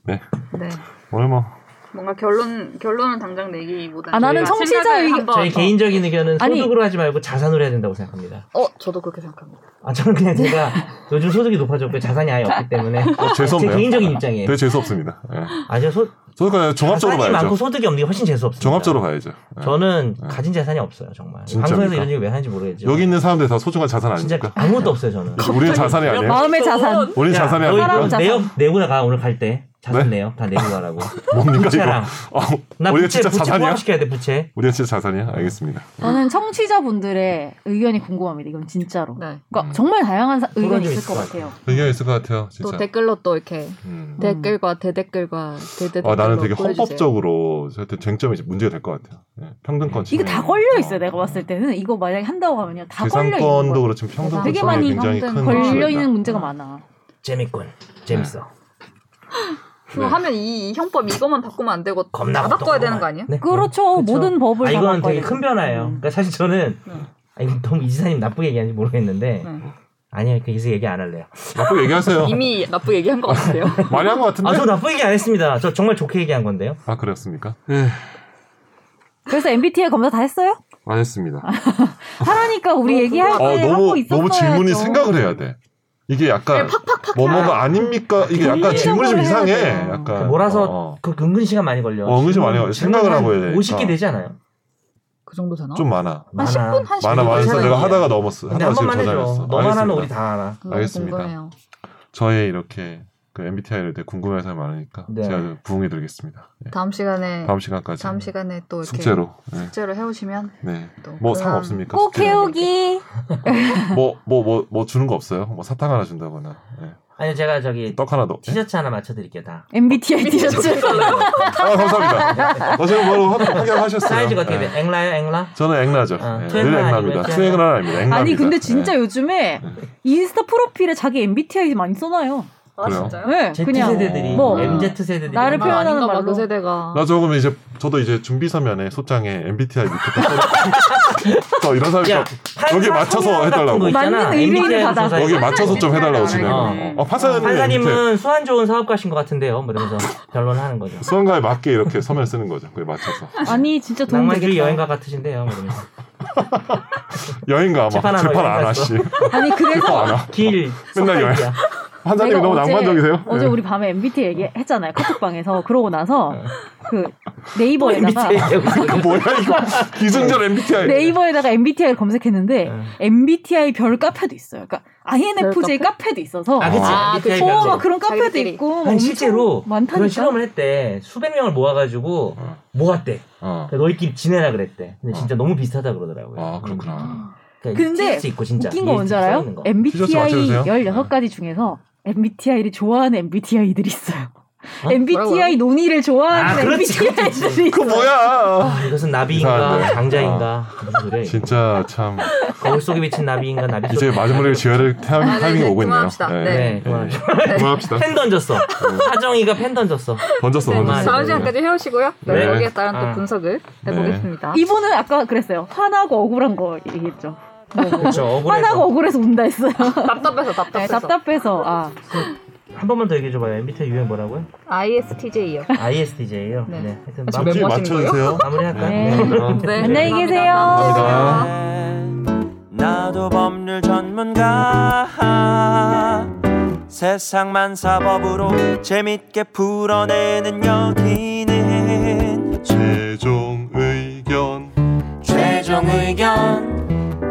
[SPEAKER 4] 네.
[SPEAKER 5] 네.
[SPEAKER 4] 오늘 뭐
[SPEAKER 5] 뭔가 결론 결론을 당장 내기보다
[SPEAKER 2] 아, 나는 청취자 의견-
[SPEAKER 3] 저희 개인적인 의견은
[SPEAKER 2] 아니.
[SPEAKER 3] 소득으로 하지 말고 자산으로 해야 된다고 생각합니다.
[SPEAKER 5] 어 저도 그렇게 생각합니다.
[SPEAKER 3] 아 저는 그냥 제가 요즘 소득이 높아졌고 자산이 아예 없기 때문에
[SPEAKER 4] 어,
[SPEAKER 3] 제
[SPEAKER 4] 죄송해요.
[SPEAKER 3] 개인적인 입장이에요.
[SPEAKER 4] 되게 재수 없습니다. 예.
[SPEAKER 3] 아저 소
[SPEAKER 4] 저희가 종합적으로
[SPEAKER 3] 자산이 많고
[SPEAKER 4] 봐야죠.
[SPEAKER 3] 소득이 없는 게 훨씬 재수 없어요.
[SPEAKER 4] 종합적으로 봐야죠. 예.
[SPEAKER 3] 저는
[SPEAKER 4] 네.
[SPEAKER 3] 가진 재산이 없어요 정말.
[SPEAKER 4] 진짜입니까?
[SPEAKER 3] 방송에서 이런 얘기 왜 하는지 모르겠죠.
[SPEAKER 4] 여기 있는 사람들 다 소중한 자산
[SPEAKER 3] 진짜
[SPEAKER 4] 아닙니까?
[SPEAKER 3] 아무것도 없어요 저는.
[SPEAKER 4] 우리는 자산이 아니에요.
[SPEAKER 2] 마음의 자산.
[SPEAKER 4] 우리는
[SPEAKER 3] 야,
[SPEAKER 4] 자산이
[SPEAKER 3] 너 이거
[SPEAKER 2] 사람
[SPEAKER 4] 아니고요.
[SPEAKER 2] 자산.
[SPEAKER 3] 내요 내고 나가 오늘 갈 때 자산
[SPEAKER 4] 네?
[SPEAKER 3] 내요 다 내고 가라고.
[SPEAKER 4] 뭡니까
[SPEAKER 3] 부채랑
[SPEAKER 4] 이거? 어,
[SPEAKER 3] 나
[SPEAKER 4] 우리가
[SPEAKER 3] 부채
[SPEAKER 4] 진짜
[SPEAKER 3] 부채
[SPEAKER 4] 자산이야?
[SPEAKER 3] 포함시켜야 돼 부채.
[SPEAKER 4] 우리가 진짜 자산이야? 알겠습니다.
[SPEAKER 2] 저는 청취자분들의 의견이 궁금합니다. 이건 진짜로.
[SPEAKER 5] 네.
[SPEAKER 2] 그러니까
[SPEAKER 4] 음.
[SPEAKER 2] 정말 다양한 사- 의견이
[SPEAKER 3] 그런
[SPEAKER 2] 있을 것
[SPEAKER 3] 게
[SPEAKER 2] 같아요.
[SPEAKER 4] 의견 있을 것 같아요.
[SPEAKER 5] 또
[SPEAKER 4] 진짜.
[SPEAKER 5] 댓글로 또 이렇게
[SPEAKER 4] 음.
[SPEAKER 5] 댓글과 대댓글과 대댓글로
[SPEAKER 4] 아, 나는 되게
[SPEAKER 5] 보여주세요.
[SPEAKER 4] 헌법적으로 저한테 쟁점이 이제 문제가 될 것 같아요. 예, 평등권.
[SPEAKER 2] 이게
[SPEAKER 4] 침해.
[SPEAKER 3] 음.
[SPEAKER 2] 다 걸려 있어요.
[SPEAKER 4] 어.
[SPEAKER 2] 내가 봤을 때는 이거 만약에 한다고 하면요, 다
[SPEAKER 4] 그
[SPEAKER 2] 걸려 있는
[SPEAKER 4] 재산권도
[SPEAKER 2] 거.
[SPEAKER 4] 그렇지만 평등권
[SPEAKER 2] 되게
[SPEAKER 4] 침해
[SPEAKER 2] 많이
[SPEAKER 4] 굉장히 큰
[SPEAKER 5] 헌법-
[SPEAKER 2] 걸려
[SPEAKER 4] 이슈가
[SPEAKER 2] 있는
[SPEAKER 4] 있다.
[SPEAKER 2] 문제가 많아.
[SPEAKER 3] 재밌군 재밌어.
[SPEAKER 5] 그거
[SPEAKER 4] 네.
[SPEAKER 5] 하면 이, 이 형법 이것만 바꾸면 안 되고
[SPEAKER 3] 겁나
[SPEAKER 5] 다 바꿔야 되는
[SPEAKER 3] 똑똑하구만.
[SPEAKER 5] 거 아니에요?
[SPEAKER 3] 네.
[SPEAKER 2] 그렇죠.
[SPEAKER 3] 그쵸.
[SPEAKER 2] 모든 법을
[SPEAKER 3] 아,
[SPEAKER 2] 다
[SPEAKER 3] 이건
[SPEAKER 2] 바꿔야
[SPEAKER 3] 되게
[SPEAKER 2] 돼요.
[SPEAKER 3] 큰 변화예요.
[SPEAKER 2] 음.
[SPEAKER 3] 그러니까 사실 저는
[SPEAKER 5] 네.
[SPEAKER 3] 아, 이거 너무 이지사님 나쁘게 얘기하는지 모르겠는데
[SPEAKER 5] 네.
[SPEAKER 3] 아니요 그 이제 얘기 안 할래요.
[SPEAKER 4] 나쁘게 아, 얘기하세요.
[SPEAKER 5] 이미 나쁘게 얘기한 거 같아요.
[SPEAKER 4] 많이 한 것 같은데.
[SPEAKER 3] 아 저 나쁘게 얘기 안 했습니다. 저 정말 좋게 얘기한 건데요.
[SPEAKER 4] 아, 그랬습니까?
[SPEAKER 2] 그래서 MBTI 검사 다 했어요?
[SPEAKER 4] 안 했습니다.
[SPEAKER 3] 아,
[SPEAKER 2] 하라니까 우리 얘기할 때
[SPEAKER 4] 어,
[SPEAKER 2] 아, 네, 하고
[SPEAKER 4] 너무
[SPEAKER 2] 있었어야죠. 네,
[SPEAKER 4] 너무 질문이 생각을 해야 돼. 이게 약간 뭐뭐가 아닙니까? 이게 약간
[SPEAKER 2] 논리적으로
[SPEAKER 4] 질문이 좀
[SPEAKER 2] 해야
[SPEAKER 4] 이상해.
[SPEAKER 2] 돼요.
[SPEAKER 4] 약간
[SPEAKER 3] 몰아서
[SPEAKER 4] 어,
[SPEAKER 3] 그 은근 시간 많이 걸려.
[SPEAKER 4] 어, 은근 시간 많이 걸려.
[SPEAKER 3] 질문
[SPEAKER 4] 생각을
[SPEAKER 3] 한
[SPEAKER 4] 하고 해야 되니까.
[SPEAKER 3] 50개 되지 않아요?
[SPEAKER 5] 그 정도 되나?
[SPEAKER 4] 어. 좀 많아.
[SPEAKER 5] 한 10분 한 10분
[SPEAKER 4] 많아 많아서
[SPEAKER 5] 괜찮아요.
[SPEAKER 4] 내가 하다가 넘었어.
[SPEAKER 3] 근데 한
[SPEAKER 4] 하다가 지금
[SPEAKER 3] 번만 해줘.
[SPEAKER 4] 네, 저장했어.
[SPEAKER 3] 너만 하면
[SPEAKER 4] 알겠습니다.
[SPEAKER 3] 우리 다 알아.
[SPEAKER 5] 음,
[SPEAKER 4] 알겠습니다.
[SPEAKER 5] 궁금해요.
[SPEAKER 4] 저의 이렇게 그 MBTI를 되게 궁금해서 많으니까
[SPEAKER 3] 네.
[SPEAKER 4] 제가 부응해 드리겠습니다. 예.
[SPEAKER 5] 다음
[SPEAKER 2] 네.
[SPEAKER 5] 시간에
[SPEAKER 4] 다음 시간까지.
[SPEAKER 5] 다음 시간에 또 이렇게
[SPEAKER 4] 숙제로. 네.
[SPEAKER 5] 숙제로 해오시면
[SPEAKER 4] 네.
[SPEAKER 5] 또 그런-
[SPEAKER 4] 뭐상 없습니까?
[SPEAKER 2] 꼭
[SPEAKER 4] 숙제로.
[SPEAKER 2] 해오기.
[SPEAKER 4] 뭐, 뭐, 뭐, 뭐 주는 거 없어요? 뭐 사탕 하나 준다거나. 예.
[SPEAKER 3] 아니 제가 저기
[SPEAKER 4] 떡 하나 더. 예?
[SPEAKER 3] 티셔츠 하나 맞춰드릴게요 다.
[SPEAKER 2] MBTI
[SPEAKER 3] 음.
[SPEAKER 2] 티셔츠.
[SPEAKER 4] 아, 감사합니다. 어, 제가 뭐 확- 확인하셨어요.
[SPEAKER 3] 사이즈가 어떻게
[SPEAKER 4] 예.
[SPEAKER 3] 돼? 앵라요 앵라?
[SPEAKER 4] 저는 앵라죠.
[SPEAKER 3] 어,
[SPEAKER 4] 예,
[SPEAKER 3] 투앵라
[SPEAKER 4] 늘
[SPEAKER 3] 아니면
[SPEAKER 4] 앵라입니다.
[SPEAKER 3] 투앵라?
[SPEAKER 4] 투앵라 아닙니다. 앵라입니다.
[SPEAKER 2] 아니 근데 진짜
[SPEAKER 4] 예.
[SPEAKER 2] 요즘에 인스타 프로필에 자기 MBTI 많이 써놔요.
[SPEAKER 5] 아
[SPEAKER 4] 그래요?
[SPEAKER 5] 진짜요?
[SPEAKER 2] 네,
[SPEAKER 3] Z
[SPEAKER 2] 그냥
[SPEAKER 3] 세대들이
[SPEAKER 2] 뭐,
[SPEAKER 3] MZ 세대들이
[SPEAKER 2] 나를
[SPEAKER 5] 아,
[SPEAKER 3] 얼마나
[SPEAKER 2] 표현하는
[SPEAKER 5] 아닌가 봐,
[SPEAKER 2] 말로.
[SPEAKER 5] 그 세대가
[SPEAKER 4] 나 조금 이제 저도 이제 준비 서면에 소장에 MBTI 밑에 딱 써놓고 이런 사람이
[SPEAKER 3] 야,
[SPEAKER 4] 여기
[SPEAKER 3] 판사
[SPEAKER 4] 맞춰서
[SPEAKER 3] 성향 같은
[SPEAKER 4] 해달라고.
[SPEAKER 3] 거 있잖아.
[SPEAKER 2] 맞는 의뢰인을
[SPEAKER 3] MBTI
[SPEAKER 2] 받아.
[SPEAKER 3] 조사에서.
[SPEAKER 4] 여기 맞춰서 좀 해달라고 지금.
[SPEAKER 3] 알겠네.
[SPEAKER 4] 어, 판사님 밑에
[SPEAKER 3] 판사님은 수완 좋은 사업가신 것 같은데요. 뭐 이러면서 변론하는 거죠.
[SPEAKER 4] 수강가에 맞게 이렇게 서면 쓰는 거죠. 그에 맞춰서
[SPEAKER 2] 아니 진짜 도움
[SPEAKER 3] 낭만주의
[SPEAKER 2] 되겠다.
[SPEAKER 3] 여행가 같으신데요. 뭐 이러면서.
[SPEAKER 4] 여행가 아마
[SPEAKER 3] 재판 안 하고
[SPEAKER 4] 재판
[SPEAKER 3] 여행
[SPEAKER 4] 안
[SPEAKER 3] 갔어.
[SPEAKER 4] 하시.
[SPEAKER 2] 아니 그래서
[SPEAKER 4] 안 하.
[SPEAKER 3] 길
[SPEAKER 4] 맨날 여행.
[SPEAKER 3] 석가이야.
[SPEAKER 4] 판사님 너무
[SPEAKER 2] 내가 어제-
[SPEAKER 4] 낭만적이세요?
[SPEAKER 2] 어제
[SPEAKER 4] 예.
[SPEAKER 2] 우리 밤에 MBTI 얘기했잖아요. 카톡방에서 그러고 나서 그 네이버에다가
[SPEAKER 4] 이거 그 뭐야 이거 기승전 MBTI.
[SPEAKER 2] 네. 네이버에다가 MBTI를 검색했는데
[SPEAKER 3] 네.
[SPEAKER 2] MBTI 별 카페도 있요 그러니까 INFJ 카페도 있어서
[SPEAKER 3] 아, 그치.
[SPEAKER 5] 아,
[SPEAKER 3] MBTI
[SPEAKER 5] 그치.
[SPEAKER 2] 어,
[SPEAKER 3] 별로.
[SPEAKER 2] 막 그런 카페도
[SPEAKER 5] 자기들끼리.
[SPEAKER 2] 있고
[SPEAKER 3] 아니,
[SPEAKER 2] 엄청
[SPEAKER 3] 실제로
[SPEAKER 2] 많다니까.
[SPEAKER 3] 그런 실험을 했대. 수백 명을 모아가지고
[SPEAKER 4] 어,
[SPEAKER 3] 모았대.
[SPEAKER 4] 어.
[SPEAKER 3] 그러니까 너희끼리 지내라 그랬대. 근데 진짜 너무 비슷하다 그러더라고요. 음.
[SPEAKER 4] 아 그렇구나.
[SPEAKER 2] 근데
[SPEAKER 3] 근데 있고 진짜.
[SPEAKER 2] 웃긴 거 뭔지 알아요?
[SPEAKER 3] 뭐.
[SPEAKER 4] 티셔츠
[SPEAKER 2] MBTI
[SPEAKER 4] 맞춰주세요.
[SPEAKER 2] 16가지 중에서 MBTI를 좋아하는 MBTI들이 있어요.
[SPEAKER 3] 어?
[SPEAKER 2] MBTI 논의를 좋아하는
[SPEAKER 3] 아, 그렇지, 그렇지.
[SPEAKER 2] MBTI들이
[SPEAKER 4] 그
[SPEAKER 2] 있어요.
[SPEAKER 4] 뭐야?
[SPEAKER 3] 아, 이것은 나비인가
[SPEAKER 4] 이상한데. 아.
[SPEAKER 3] 장자인가 무슨
[SPEAKER 2] 네.
[SPEAKER 3] 소리야? 이거.
[SPEAKER 4] 진짜 참
[SPEAKER 3] 거울 속에 비친 나비인가 나비 속.
[SPEAKER 4] 이제 마지막에 지어야 될
[SPEAKER 5] 아, 네,
[SPEAKER 4] 타이밍이
[SPEAKER 5] 이제
[SPEAKER 4] 오고 있네요.
[SPEAKER 5] 그만합시다.
[SPEAKER 4] 예.
[SPEAKER 5] 네.
[SPEAKER 3] 네, 그만.
[SPEAKER 4] 예. 그만합시다.
[SPEAKER 3] 팬 던졌어. 하정이가 팬 던졌어.
[SPEAKER 4] 던졌어
[SPEAKER 3] 그만.
[SPEAKER 4] 던졌어.
[SPEAKER 5] 네, 다음 시간까지 해오시고요.
[SPEAKER 4] 네.
[SPEAKER 5] 네. 거기에 따른
[SPEAKER 3] 아.
[SPEAKER 5] 또 분석을
[SPEAKER 4] 네.
[SPEAKER 5] 해보겠습니다.
[SPEAKER 2] 이분은 아까 그랬어요. 화나고 억울한 거 얘기했죠.
[SPEAKER 3] 그렇죠.
[SPEAKER 2] 화나고
[SPEAKER 3] 억울해서.
[SPEAKER 2] 억울해서 운다 했어요.
[SPEAKER 5] 답답해서
[SPEAKER 2] 네,
[SPEAKER 5] 아, 답답해서.
[SPEAKER 2] 답답해서 아
[SPEAKER 3] 한 번만 더 얘기해 줘봐요. MBTI 유형 뭐라고요?
[SPEAKER 5] ISTJ요.
[SPEAKER 3] ISTJ예요. 네.
[SPEAKER 5] 네.
[SPEAKER 3] 하여튼
[SPEAKER 5] 아, 지금
[SPEAKER 3] 마무리,
[SPEAKER 4] 지
[SPEAKER 5] 뭐 하시는
[SPEAKER 4] 맞춰주세요.
[SPEAKER 3] 마무리할까요?
[SPEAKER 2] 네.
[SPEAKER 5] 네.
[SPEAKER 2] 안녕히 계세요.
[SPEAKER 4] 감사합니다.
[SPEAKER 6] 나도 법률 전문가 세상만 사법으로 재밌게 풀어내는
[SPEAKER 5] 네.
[SPEAKER 6] 여기는
[SPEAKER 4] 최종 의견
[SPEAKER 6] 최종 의견